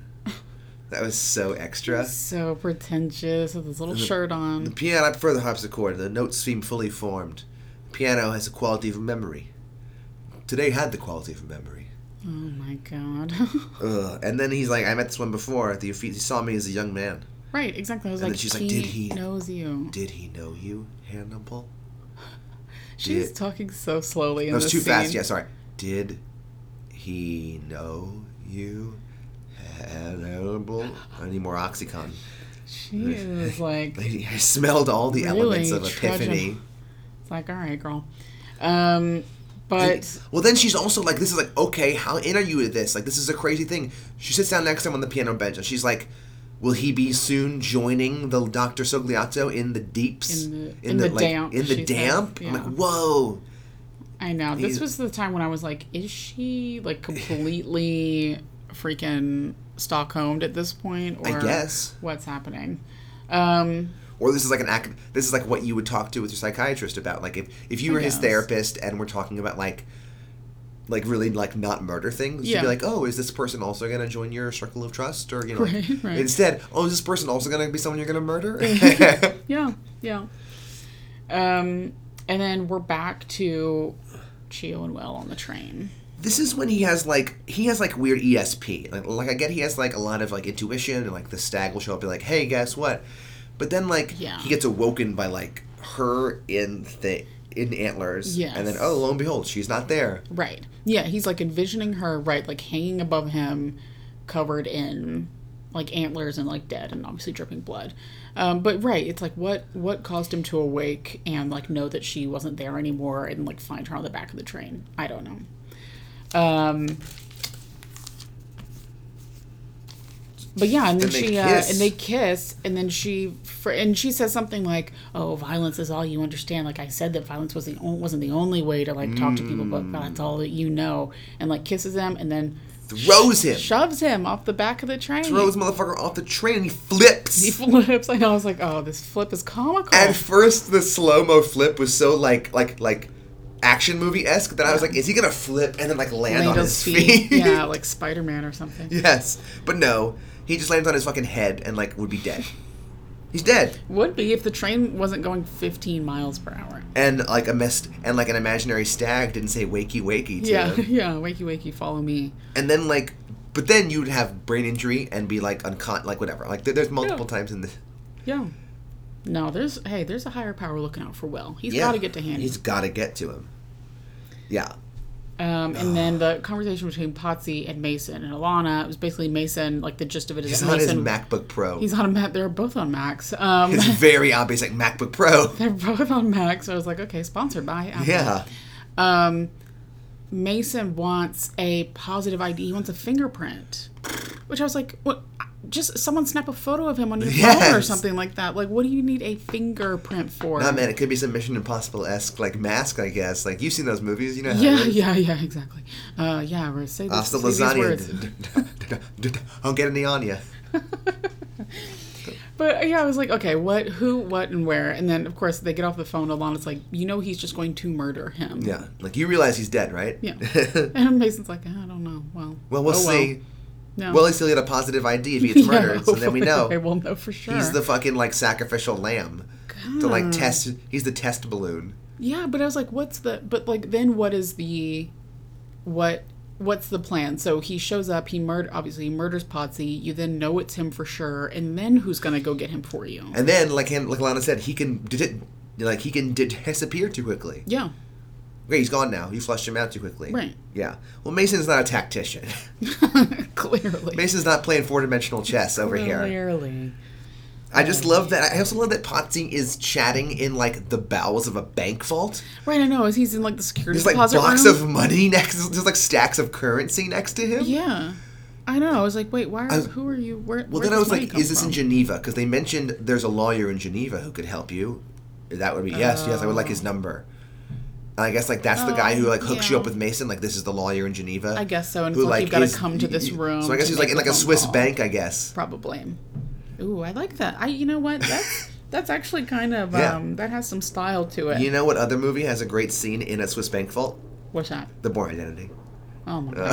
Speaker 2: That was so extra.
Speaker 1: So pretentious with his little shirt
Speaker 2: The
Speaker 1: on.
Speaker 2: piano, I prefer the harpsichord. The notes seem fully formed. Piano has a quality of memory. Today had the quality of memory.
Speaker 1: Oh my god.
Speaker 2: Ugh. And then he's like, I met this one before. The, he saw me as a young man.
Speaker 1: right, exactly. I was
Speaker 2: And
Speaker 1: like,
Speaker 2: then she's like,
Speaker 1: he
Speaker 2: "Did he-
Speaker 1: knows you.
Speaker 2: Did he know you, Hannibal?
Speaker 1: She's
Speaker 2: did-
Speaker 1: talking so slowly in
Speaker 2: That was
Speaker 1: this
Speaker 2: too fast.
Speaker 1: scene.
Speaker 2: Yeah, sorry. Did he know you? Hannibal? I need more OxyContin.
Speaker 1: She is like, it's
Speaker 2: I smelled all the elements of
Speaker 1: Really
Speaker 2: epiphany.
Speaker 1: like, all right, girl. Um, but
Speaker 2: Well, then she's also like, this is like, okay, how in are you with this? Like, this is a crazy thing. She sits down next to him on the piano bench, and she's like, will he be soon joining the Dr. Sogliato in the deeps?
Speaker 1: In the- in the damp,
Speaker 2: In
Speaker 1: she says,
Speaker 2: the damp? I'm
Speaker 1: yeah.
Speaker 2: like, whoa.
Speaker 1: I know this
Speaker 2: He-
Speaker 1: was the time when I was like, is she like completely freaking Stockholmed at this point, or
Speaker 2: guess.
Speaker 1: what's happening? Um,
Speaker 2: or this is like an act this is like what you would talk to with your psychiatrist about like if, if you were his
Speaker 1: guess.
Speaker 2: therapist and we're talking about like like really like not murder things you'd
Speaker 1: Yeah.
Speaker 2: be like oh is this person also going to join your circle of trust or you know like-
Speaker 1: Right, right.
Speaker 2: instead oh is this person also going to be someone you're going to murder
Speaker 1: Yeah, yeah. Um, and then we're back to Chio and Will on the train.
Speaker 2: this is when he has like he has like weird esp like, like i get he has like a lot of like intuition and like the stag will show up and be like hey guess what but then like
Speaker 1: Yeah.
Speaker 2: he gets awoken by like her in the in antlers and then
Speaker 1: Yes.
Speaker 2: oh lo and behold she's not there
Speaker 1: Right. Yeah, he's like envisioning her, right, like hanging above him, covered in like antlers and like dead and obviously dripping blood. Um, but right, it's like what what caused him to awake and like know that she wasn't there anymore and like find her on the back of the train. I don't know. Um But yeah, and then,
Speaker 2: Then they
Speaker 1: she uh,
Speaker 2: kiss.
Speaker 1: and they kiss, and then she fr- and she says something like, "Oh, violence is all you understand." Like I said, that violence was the on- wasn't the only way to like talk to people,
Speaker 2: Mm.
Speaker 1: but that's all that you know. And like kisses him, and then
Speaker 2: throws him
Speaker 1: shoves him off the back of the train.
Speaker 2: throws motherfucker off the train and he flips.
Speaker 1: He flips. I know. I was like, "Oh, this flip is comical."
Speaker 2: At first, the slow mo flip was so like like like action movie esque that I was like, is he gonna flip and then like land
Speaker 1: Land
Speaker 2: on
Speaker 1: on
Speaker 2: his feet?
Speaker 1: yeah, like Spider Man or something.
Speaker 2: yes, but no, he just lands on his fucking head and like would be dead. He's dead,
Speaker 1: Would be if the train wasn't going 15 miles per hour.
Speaker 2: and like a mist, and like an imaginary stag didn't say wakey wakey to
Speaker 1: Yeah,
Speaker 2: him,
Speaker 1: yeah. Wakey, wakey, follow me.
Speaker 2: and then like, but then you'd have brain injury and be like uncon like whatever. Like there, there's multiple
Speaker 1: Yeah.
Speaker 2: times in the
Speaker 1: Yeah. No, there's hey, there's a higher power looking out for Will. He's
Speaker 2: Yeah.
Speaker 1: got to get to Hanny.
Speaker 2: He's got to get to him. Yeah.
Speaker 1: Um, and then the conversation between Potsy and Mason and Alana it was basically Mason. Like the gist of it is
Speaker 2: He's
Speaker 1: that
Speaker 2: on his
Speaker 1: Mason.
Speaker 2: MacBook Pro.
Speaker 1: He's on a Mac. They're both on Macs. Um,
Speaker 2: it's very obvious, like MacBook Pro.
Speaker 1: they're both on Macs. I was like, okay, sponsored by Apple.
Speaker 2: Yeah.
Speaker 1: Um, Mason wants a positive ID. He wants a fingerprint, which I was like, what? Just someone snap a photo of him on your phone or
Speaker 2: Yes.
Speaker 1: something like that. Like, what do you need a fingerprint for?
Speaker 2: Nah, man, it could be some Mission Impossible esque like mask, I guess. Like you've seen those movies, you know. how
Speaker 1: Yeah,
Speaker 2: it is.
Speaker 1: yeah, yeah, exactly. Uh, yeah, we're say, this,
Speaker 2: Hasta
Speaker 1: say these words.
Speaker 2: lasagna. I'll get any on you.
Speaker 1: But uh, yeah, I was like, okay, what, who, what, and where? And then of course they get off the phone. Alana's like, you know, he's just going to murder him.
Speaker 2: Yeah, like you realize he's dead, right?
Speaker 1: Yeah. And Mason's like, I don't know. Well,
Speaker 2: well, we'll
Speaker 1: oh,
Speaker 2: see.
Speaker 1: No.
Speaker 2: Well, he's still get a positive ID if he gets murdered, so then we know
Speaker 1: I will know for sure.
Speaker 2: he's the fucking like sacrificial lamb to like test. He's the test balloon.
Speaker 1: Yeah, but I was like, what's the but like then what is the what what's the plan? So he shows up, he murder obviously he murders Potsy, you then know it's him for sure, and then who's gonna go get him for you?
Speaker 2: And then, like him, like Lana said, he can did like he can di- disappear too quickly.
Speaker 1: yeah.
Speaker 2: Okay, he's gone now. You flushed him out too quickly.
Speaker 1: Right.
Speaker 2: Yeah. Well, Mason's not a tactician.
Speaker 1: Clearly.
Speaker 2: Mason's not playing four dimensional chess over here.
Speaker 1: Clearly.
Speaker 2: I just love that. I also love that Potsy is chatting in like the bowels of a bank vault.
Speaker 1: Right, I know, as he's in like the security
Speaker 2: There's like
Speaker 1: deposit
Speaker 2: blocks
Speaker 1: room.
Speaker 2: of money next. There's like stacks of currency next to him.
Speaker 1: yeah. I know. I was like, wait, why are,
Speaker 2: I-
Speaker 1: who are you? Where?
Speaker 2: Well,
Speaker 1: where'd
Speaker 2: then I
Speaker 1: this
Speaker 2: was
Speaker 1: money
Speaker 2: like,
Speaker 1: come
Speaker 2: is this
Speaker 1: from?
Speaker 2: in Geneva? Because they mentioned there's a lawyer in Geneva who could help you. That would be yes, yes. I would like his
Speaker 1: Oh.
Speaker 2: number. And I guess like that's the guy who like hooks you
Speaker 1: yeah.
Speaker 2: up with Mason. Like this is the lawyer in Geneva.
Speaker 1: I guess so, and it's like, you've gotta come to this room
Speaker 2: So I guess
Speaker 1: to
Speaker 2: he's like
Speaker 1: make
Speaker 2: in
Speaker 1: the
Speaker 2: like a
Speaker 1: phone
Speaker 2: Swiss
Speaker 1: call.
Speaker 2: bank. I guess.
Speaker 1: Probably. Ooh, I like that. I you know what? That's that's actually kind of
Speaker 2: Yeah.
Speaker 1: um that has some style to it.
Speaker 2: You know what other movie has a great scene in a Swiss bank vault?
Speaker 1: What's that?
Speaker 2: The Born Identity.
Speaker 1: Oh my god.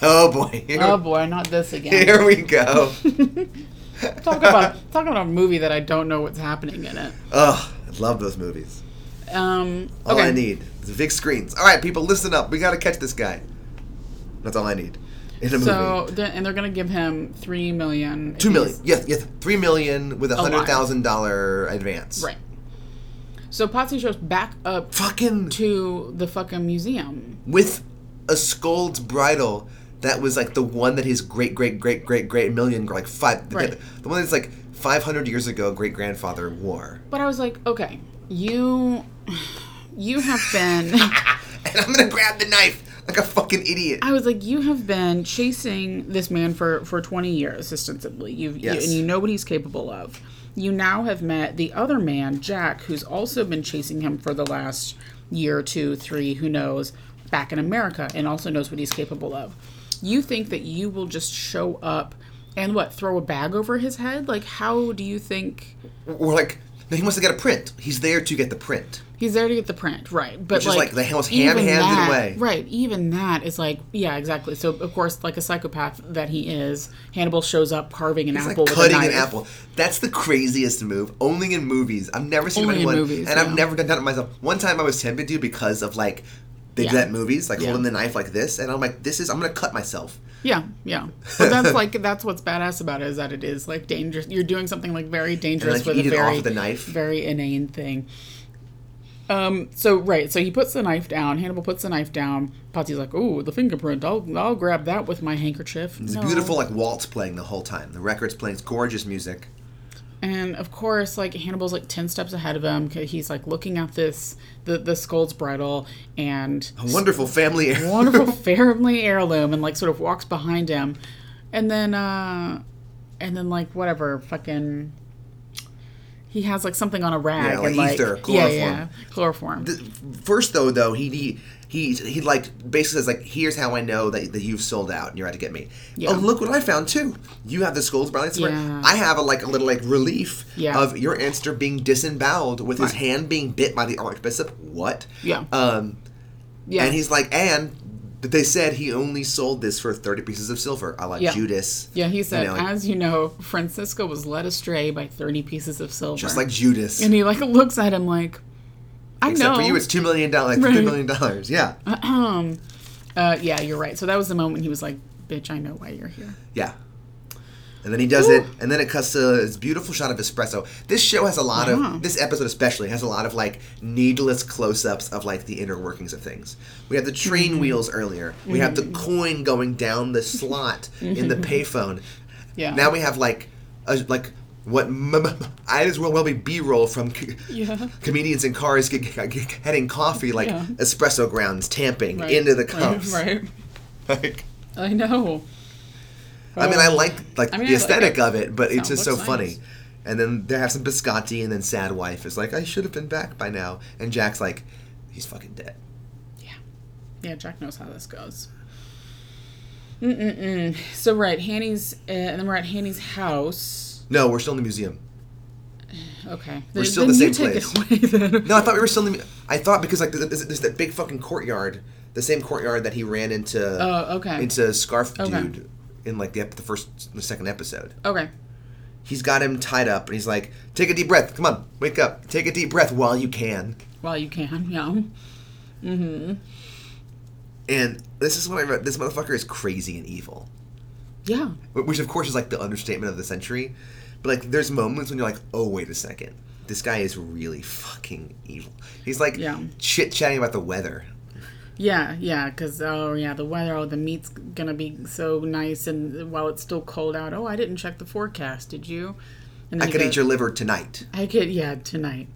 Speaker 2: oh boy. Here,
Speaker 1: Oh boy, not this again.
Speaker 2: here we go.
Speaker 1: talk about talk about a movie that I don't know what's happening in it.
Speaker 2: oh, I love those movies.
Speaker 1: Um
Speaker 2: All
Speaker 1: okay.
Speaker 2: I need is big screens. All right, people, listen up. We gotta catch this guy. That's all I need in a
Speaker 1: So
Speaker 2: movie.
Speaker 1: they're- and they're gonna give him three million. if
Speaker 2: Two million.
Speaker 1: he's-
Speaker 2: Yes, yes. Three million with a
Speaker 1: lot.
Speaker 2: hundred thousand dollar advance.
Speaker 1: Right. So Potsy shows back up
Speaker 2: Fucking
Speaker 1: to the fucking museum.
Speaker 2: with a scold's bridle that was like the one that his great great great great great million like five
Speaker 1: Right.
Speaker 2: the, one that's like five hundred years ago great grandfather wore.
Speaker 1: But I was like, okay, you you have been
Speaker 2: And I'm gonna grab the knife like a fucking idiot.
Speaker 1: I was like, you have been chasing this man for for twenty years ostensibly. You've you-
Speaker 2: Yes.
Speaker 1: and you know what he's capable of. You now have met the other man, Jack, who's also been chasing him for the last year, two, three, who knows, back in America, and also knows what he's capable of. You think that you will just show up and what throw a bag over his head? Like, how do you think
Speaker 2: Or like no, he wants to get a print. He's there to get the print.
Speaker 1: He's there to get the print, right? But
Speaker 2: Which is,
Speaker 1: like,
Speaker 2: like, the most
Speaker 1: even
Speaker 2: ham-handed
Speaker 1: that-
Speaker 2: way.
Speaker 1: right? Even that is like, yeah, exactly. So of course, like a psychopath that he is, Hannibal shows up carving an
Speaker 2: It's
Speaker 1: apple with
Speaker 2: like
Speaker 1: a
Speaker 2: cutting
Speaker 1: knife.
Speaker 2: an apple. That's the craziest move. Only in movies. I've never seen
Speaker 1: Only in
Speaker 2: anyone,
Speaker 1: movies,
Speaker 2: and
Speaker 1: yeah.
Speaker 2: I've never done that myself. One time I was tempted to because of like they
Speaker 1: Yeah.
Speaker 2: do that in movies, like
Speaker 1: Yeah.
Speaker 2: holding the knife like this, and I'm like, this is I'm gonna cut myself.
Speaker 1: Yeah, yeah. But that's like that's what's badass about it is that it is like dangerous. You're doing something like very dangerous
Speaker 2: like,
Speaker 1: with
Speaker 2: eat
Speaker 1: a
Speaker 2: it off
Speaker 1: very
Speaker 2: with a knife.
Speaker 1: very inane thing. Um. So right. So he puts the knife down. Hannibal puts the knife down. Patsy's like, "Ooh, the fingerprint. I'll I'll grab that with my handkerchief."
Speaker 2: It's
Speaker 1: No.
Speaker 2: beautiful like waltz playing the whole time. The record's playing it's gorgeous music.
Speaker 1: And of course, like Hannibal's like ten steps ahead of him. 'cause He's like looking at this the the skull's bridle and
Speaker 2: A wonderful family heir.
Speaker 1: wonderful family heirloom, and like sort of walks behind him, and then uh, and then like whatever fucking. He has like something on a rag
Speaker 2: Yeah, like
Speaker 1: and like
Speaker 2: ether,
Speaker 1: yeah, yeah,
Speaker 2: chloroform.
Speaker 1: chloroform.
Speaker 2: First though though, he he he, he like basically says like here's how I know that, that you've sold out and you're out to get me.
Speaker 1: Yeah.
Speaker 2: Oh look what I found too. You have the skull's brown somewhere.
Speaker 1: Yeah.
Speaker 2: I have a like a little like relief
Speaker 1: Yeah.
Speaker 2: of your ancestor being disemboweled with his
Speaker 1: Right.
Speaker 2: hand being bit by the archbishop. What?
Speaker 1: Yeah.
Speaker 2: Um
Speaker 1: yeah,
Speaker 2: and he's like and they said he only sold this for thirty pieces of silver. I like
Speaker 1: Yeah.
Speaker 2: Judas.
Speaker 1: yeah. He said,
Speaker 2: know, like-
Speaker 1: as you know, Francisco was led astray by thirty pieces of silver.
Speaker 2: Just like Judas.
Speaker 1: and he like looks at him like, I
Speaker 2: Except
Speaker 1: know
Speaker 2: for you it's two million dollars
Speaker 1: Right.
Speaker 2: three million dollars. Yeah.
Speaker 1: Um, uh, yeah, you're right. So that was the moment he was like, "Bitch, I know why you're here."
Speaker 2: Yeah. And then he does it, and then it cuts to this beautiful shot of espresso. This show has a lot
Speaker 1: Uh-huh.
Speaker 2: of, this episode especially, has a lot of like needless close ups of like the inner workings of things. We have the train
Speaker 1: Mm-hmm.
Speaker 2: wheels earlier, we have the coin going down the slot in the payphone.
Speaker 1: Mm-hmm. Yeah.
Speaker 2: Now we have like, a, like what m- m- I as well well be B roll from c-
Speaker 1: Yeah.
Speaker 2: comedians in cars g- g- g- getting coffee, like
Speaker 1: Yeah.
Speaker 2: espresso grounds tamping
Speaker 1: Right.
Speaker 2: into the
Speaker 1: Right,
Speaker 2: cups.
Speaker 1: Right.
Speaker 2: Like,
Speaker 1: I know.
Speaker 2: I mean, I like like
Speaker 1: I mean,
Speaker 2: the
Speaker 1: I like
Speaker 2: aesthetic
Speaker 1: it.
Speaker 2: of it, but
Speaker 1: Sound
Speaker 2: it's just so
Speaker 1: looks
Speaker 2: funny.
Speaker 1: nice.
Speaker 2: And then they have some biscotti, and then sad wife is like, "I should have been back by now." And Jack's like, "He's fucking dead."
Speaker 1: Yeah. Yeah, Jack knows how this goes. Mm-mm-mm. So, right, Hanny's, uh, and then we're at Hanny's house.
Speaker 2: No, we're still in the museum.
Speaker 1: Okay.
Speaker 2: We're
Speaker 1: Then-
Speaker 2: still
Speaker 1: then
Speaker 2: the
Speaker 1: you
Speaker 2: same
Speaker 1: take It away, then.
Speaker 2: No, I thought we were still in the. mu- I thought because like there's, there's that big fucking courtyard, the same courtyard that he ran into.
Speaker 1: Oh, okay.
Speaker 2: Into scarf
Speaker 1: Okay.
Speaker 2: dude in like the, ep- the first, the second episode.
Speaker 1: okay.
Speaker 2: He's got him tied up, and he's like, "Take a deep breath. Come on, wake up. Take a deep breath while you can."
Speaker 1: Well, you can, yeah.
Speaker 2: And this is what I wrote. This motherfucker is crazy and evil.
Speaker 1: Yeah.
Speaker 2: Wh- which of course is like the understatement of the century. But like, there's moments when you're like, oh wait a second, this guy is really fucking evil. He's like
Speaker 1: Yeah.
Speaker 2: chit chatting about the weather.
Speaker 1: Yeah, yeah, because, oh, yeah, the weather, oh, the meat's going to be so nice, and while it's still cold out, oh, I didn't check the forecast, did you? And
Speaker 2: I
Speaker 1: he
Speaker 2: could
Speaker 1: goes-
Speaker 2: eat your liver tonight.
Speaker 1: I could, yeah, tonight.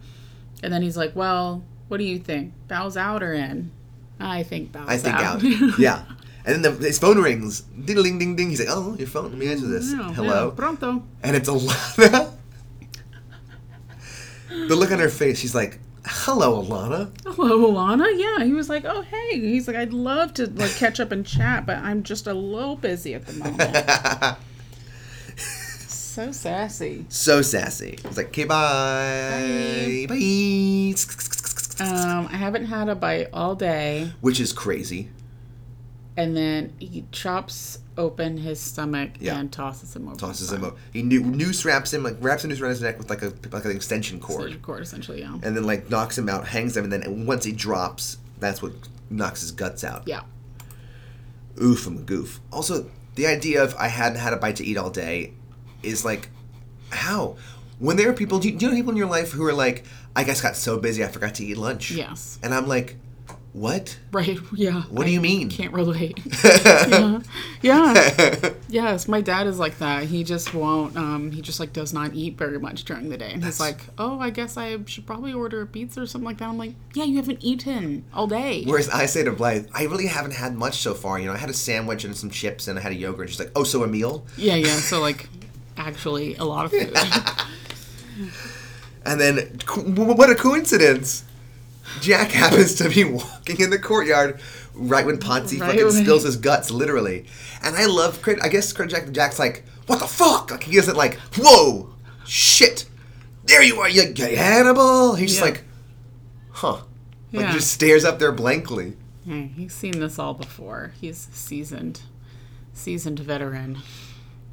Speaker 1: And then he's like, well, what do you think? Bows out or in? I think bows out.
Speaker 2: I think out. yeah. And then the, his phone rings. Ding ding ding ding. He's like, oh, your phone. Let me answer this.
Speaker 1: Yeah,
Speaker 2: Hello.
Speaker 1: yeah, pronto.
Speaker 2: And it's Alana. the look on her face. She's like, hello, Alana.
Speaker 1: Hello, Alana. Yeah, he was like, "Oh, hey." He's like, "I'd love to like catch up and chat, but I'm just a little busy at the moment." so sassy.
Speaker 2: So sassy. He's like, okay, bye. Bye.
Speaker 1: Um, I haven't had a bite all day,
Speaker 2: Which is crazy.
Speaker 1: and then he chops open his stomach
Speaker 2: Yeah.
Speaker 1: and tosses him over.
Speaker 2: tosses him up. He new, noose wraps him, like wraps a noose around his neck with like a like an extension cord,
Speaker 1: Cord, essentially, yeah.
Speaker 2: and then like knocks him out, hangs him, and then once he drops, that's what knocks his guts out.
Speaker 1: yeah.
Speaker 2: Oof, I'm a goof. Also, the idea of I hadn't had a bite to eat all day is like, how? When there are people, do you, do you know people in your life who are like, I guess got so busy I forgot to eat lunch.
Speaker 1: Yes.
Speaker 2: And I'm like, what?
Speaker 1: Right. Yeah.
Speaker 2: What do you mean?
Speaker 1: Can't relate. yeah. yeah. Yes, my dad is like that. He just won't. Um, he just like does not eat very much during the day, and he's like, "Oh, I guess I should probably order a pizza or something like that." I'm like, "Yeah, you haven't eaten all day."
Speaker 2: Whereas I say to Blythe, I really haven't had much so far. You know, I had a sandwich and some chips and I had a yogurt. She's like, oh, so a meal?
Speaker 1: yeah, yeah. So like, actually, a lot of food.
Speaker 2: And then, co- w- what a coincidence! Jack happens to be walking in the courtyard right when Ponzi
Speaker 1: Right
Speaker 2: fucking
Speaker 1: when-
Speaker 2: spills his guts, literally. And I love, Crit- I guess Crit Jack Jack's like, what the fuck? Like he isn't like, whoa, shit, there you are, you gay Hannibal. He's just
Speaker 1: Yeah.
Speaker 2: like, huh, like
Speaker 1: Yeah.
Speaker 2: just stares up there blankly.
Speaker 1: Hey, he's seen this all before. He's seasoned, seasoned veteran.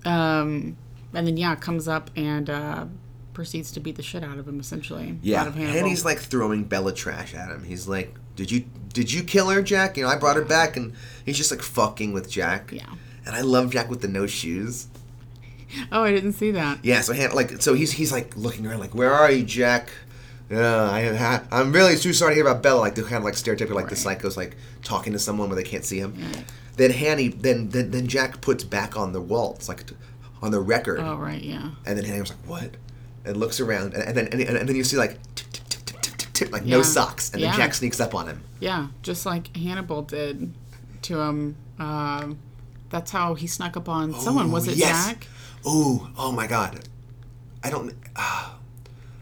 Speaker 1: Um, and then yeah, comes up and uh, proceeds to beat the shit out of him, essentially.
Speaker 2: Yeah,
Speaker 1: out of Hannibal.
Speaker 2: and he's like throwing Bella trash at him. He's like, "Did you did you kill her, Jack? You know, I brought her back." And he's just like fucking with Jack.
Speaker 1: Yeah.
Speaker 2: And I love Jack with the no shoes.
Speaker 1: "Oh, I didn't see that."
Speaker 2: Yeah, so Han- like so he's he's like looking around like, "Where are you, Jack?" Yeah, I, I'm really too sorry to hear about Bella. Like the kind of like stereotypical like the psychos like talking to someone where they can't see him. Then Hanny, then, then then Jack puts back on the waltz like t- on the record,
Speaker 1: Oh, right, yeah.
Speaker 2: and then Hanny was like, "What?" and looks around, and, and then and, and then you see like tip tip tip tip tip tip, tip like no
Speaker 1: Yeah.
Speaker 2: socks, and then
Speaker 1: Yeah.
Speaker 2: Jack sneaks up on him.
Speaker 1: Yeah, just like Hannibal did to him. Um, that's how he snuck up on someone. Was it
Speaker 2: yes.
Speaker 1: Jack?
Speaker 2: Oh, oh my God! I don't. Uh,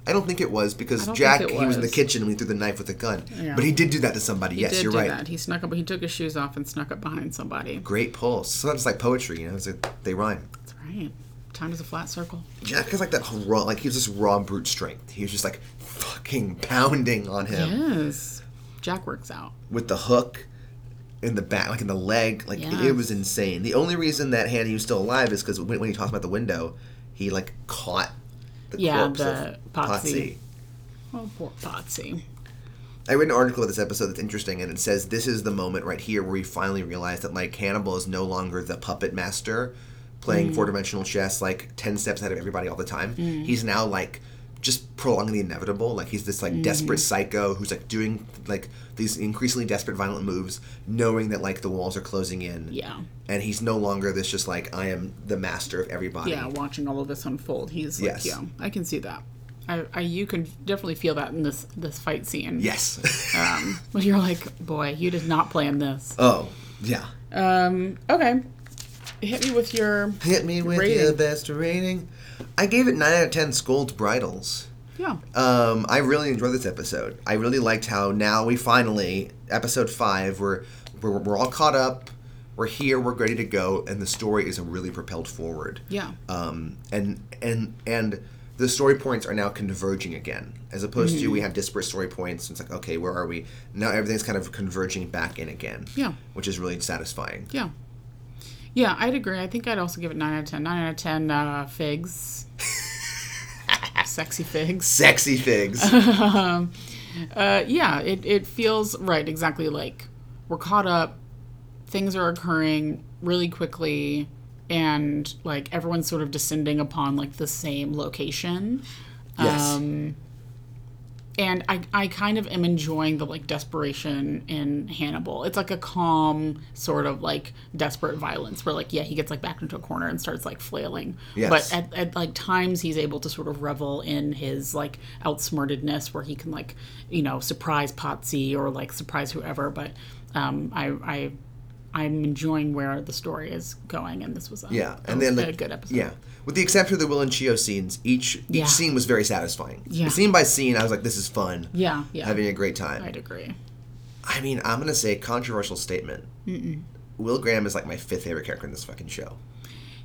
Speaker 2: I don't think it was because
Speaker 1: don't
Speaker 2: Jack
Speaker 1: think it
Speaker 2: he was in the
Speaker 1: was.
Speaker 2: kitchen when he threw the knife with a gun.
Speaker 1: Yeah.
Speaker 2: But he did do that to somebody. yes,
Speaker 1: Did
Speaker 2: you're
Speaker 1: do
Speaker 2: right.
Speaker 1: That. He snuck up. He took his shoes off and snuck up behind somebody.
Speaker 2: Great pull. Sometimes it's like poetry, you know. It's like they rhyme.
Speaker 1: That's right. Time is a flat circle.
Speaker 2: Jack has like that raw, like he was just raw brute strength. He was just like fucking pounding on him
Speaker 1: Yes, Jack works out.
Speaker 2: with the hook in the back, like in the leg. Like
Speaker 1: Yeah.
Speaker 2: it was insane. The only reason that Hanny was still alive is because when, when he tossed him out the window, he like caught the
Speaker 1: Yeah,
Speaker 2: corpse
Speaker 1: the
Speaker 2: of
Speaker 1: Potsy.
Speaker 2: Potsy.
Speaker 1: Oh, poor Potsy.
Speaker 2: I read an article about this episode that's interesting, and it says this is the moment right here where we finally realize that like Hannibal is no longer the puppet master,
Speaker 1: Mm.
Speaker 2: playing four dimensional chess like 10 steps ahead of everybody all the time. He's now like just prolonging the inevitable. Like he's this like
Speaker 1: Mm-hmm.
Speaker 2: desperate psycho who's like doing like these increasingly desperate violent moves, knowing that like the walls are closing in.
Speaker 1: Yeah.
Speaker 2: And he's no longer this just like I am the master of everybody.
Speaker 1: yeah, watching all of this unfold, he's
Speaker 2: Yes.
Speaker 1: like, yeah, I can see that. I, I, you can definitely feel that in this this fight scene.
Speaker 2: Yes.
Speaker 1: Um, when you're like, boy, you did not plan this.
Speaker 2: oh, yeah.
Speaker 1: Um, okay, hit me with your
Speaker 2: Hit me with
Speaker 1: Rating.
Speaker 2: your best rating. I gave it 9 out of 10 Scold's Bridles.
Speaker 1: yeah.
Speaker 2: Um, I really enjoyed this episode. I really liked how now we finally episode five. We're we're, we're all caught up. We're here. We're ready to go, and the story is really propelled forward.
Speaker 1: Yeah.
Speaker 2: Um, and and and the story points are now converging again, as opposed to
Speaker 1: Mm-hmm.
Speaker 2: we have disparate story points. It's like okay, where are we now? Everything's kind of converging back in again.
Speaker 1: Yeah.
Speaker 2: Which is really satisfying.
Speaker 1: Yeah. Yeah, I'd agree. I think I'd also give it 9 out of 10. 9 out of 10 uh, figs. Sexy figs.
Speaker 2: Sexy figs.
Speaker 1: Uh, yeah, it, it feels right, exactly like we're caught up, things are occurring really quickly, and like everyone's sort of descending upon like the same location.
Speaker 2: yes.
Speaker 1: Um, and I, I kind of am enjoying the like desperation in Hannibal. It's like a calm sort of like desperate violence where like yeah he gets like backed into a corner and starts like flailing.
Speaker 2: Yes.
Speaker 1: But at, at like times he's able to sort of revel in his like outsmartedness where he can like you know surprise Potsy or like surprise whoever. But um, I I I'm enjoying where the story is going and this was a,
Speaker 2: Yeah,
Speaker 1: a-
Speaker 2: and then like
Speaker 1: a good episode.
Speaker 2: Yeah, with the exception of the Will and Chio scenes, each each
Speaker 1: Yeah.
Speaker 2: scene was very satisfying.
Speaker 1: Yeah.
Speaker 2: Scene by scene, I was like, "This is fun."
Speaker 1: yeah yeah
Speaker 2: Having a great time.
Speaker 1: I'd agree.
Speaker 2: I mean, I'm gonna say controversial statement. Will Graham is like my fifth favorite character in this fucking show.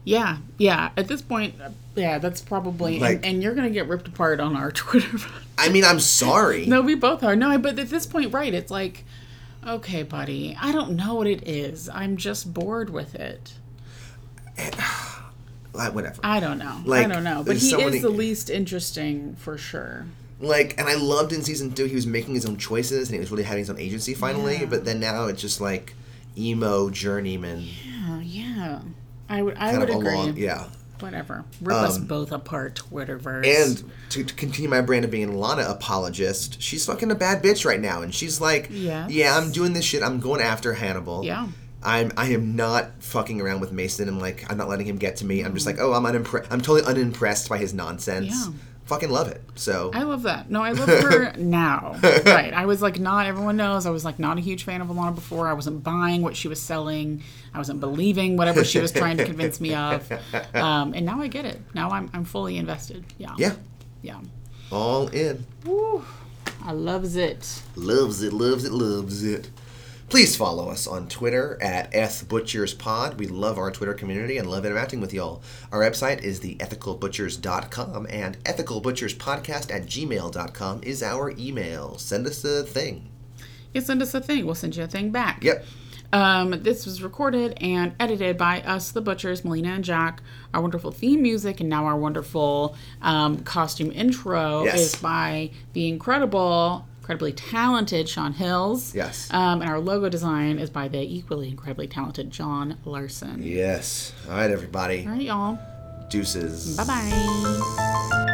Speaker 1: Yeah, yeah. At this point, uh, yeah, that's probably.
Speaker 2: Like-
Speaker 1: and, and you're gonna get ripped apart on our Twitter.
Speaker 2: I mean, I'm sorry.
Speaker 1: no, we both are. No, but at this point, right? It's like, okay, buddy. I don't know what it is. I'm just bored with it.
Speaker 2: Like, whatever.
Speaker 1: I don't know.
Speaker 2: Like,
Speaker 1: I don't know. But
Speaker 2: there's
Speaker 1: he
Speaker 2: so many-
Speaker 1: is the least interesting for sure.
Speaker 2: like, and I loved in season two he was making his own choices and he was really having his own agency finally. But then now it's just like emo journeyman
Speaker 1: Oh yeah, I would. I
Speaker 2: kind
Speaker 1: would
Speaker 2: of
Speaker 1: agree.
Speaker 2: along. Yeah. Um,
Speaker 1: Whatever. Rip us both apart, Twitterverse.
Speaker 2: And to, to continue my brand of being a Lana apologist, she's fucking a bad bitch right now, and she's like,
Speaker 1: Yes.
Speaker 2: "Yeah, I'm doing this shit. I'm going after Hannibal.
Speaker 1: Yeah.
Speaker 2: I'm I am not fucking around with Mason. I'm like, I'm not letting him get to me. I'm just like, oh, I'm unimpre- I'm totally unimpressed by his nonsense.
Speaker 1: Yeah.
Speaker 2: Fucking love it. So
Speaker 1: I love that. No, I love her now. Right. I was like not everyone knows I was like not a huge fan of Alana before. I wasn't buying what she was selling. I wasn't believing whatever she was trying to convince me of. Um, and now I get it. Now I'm I'm fully invested. Yeah.
Speaker 2: yeah,
Speaker 1: Yeah.
Speaker 2: all in.
Speaker 1: Woo. I loves it.
Speaker 2: Loves it. Loves it. Loves it. Please follow us on Twitter at fbutcherspod. We love our Twitter community and love interacting with y'all. Our website is theethicalbutchers.com and ethicalbutcherspodcast at gmail.com is our email. Send us a thing.
Speaker 1: You send us a thing. We'll send you a thing back.
Speaker 2: Yep.
Speaker 1: Um, this was recorded and edited by us, the Butchers, Melina and Jack. Our wonderful theme music and now our wonderful um, costume intro
Speaker 2: Yes.
Speaker 1: is by the incredible, incredibly talented Sean Hills.
Speaker 2: Yes.
Speaker 1: Um, and our logo design is by the equally incredibly talented John Larson.
Speaker 2: Yes. All right, everybody.
Speaker 1: All right, y'all.
Speaker 2: Deuces.
Speaker 1: Bye bye.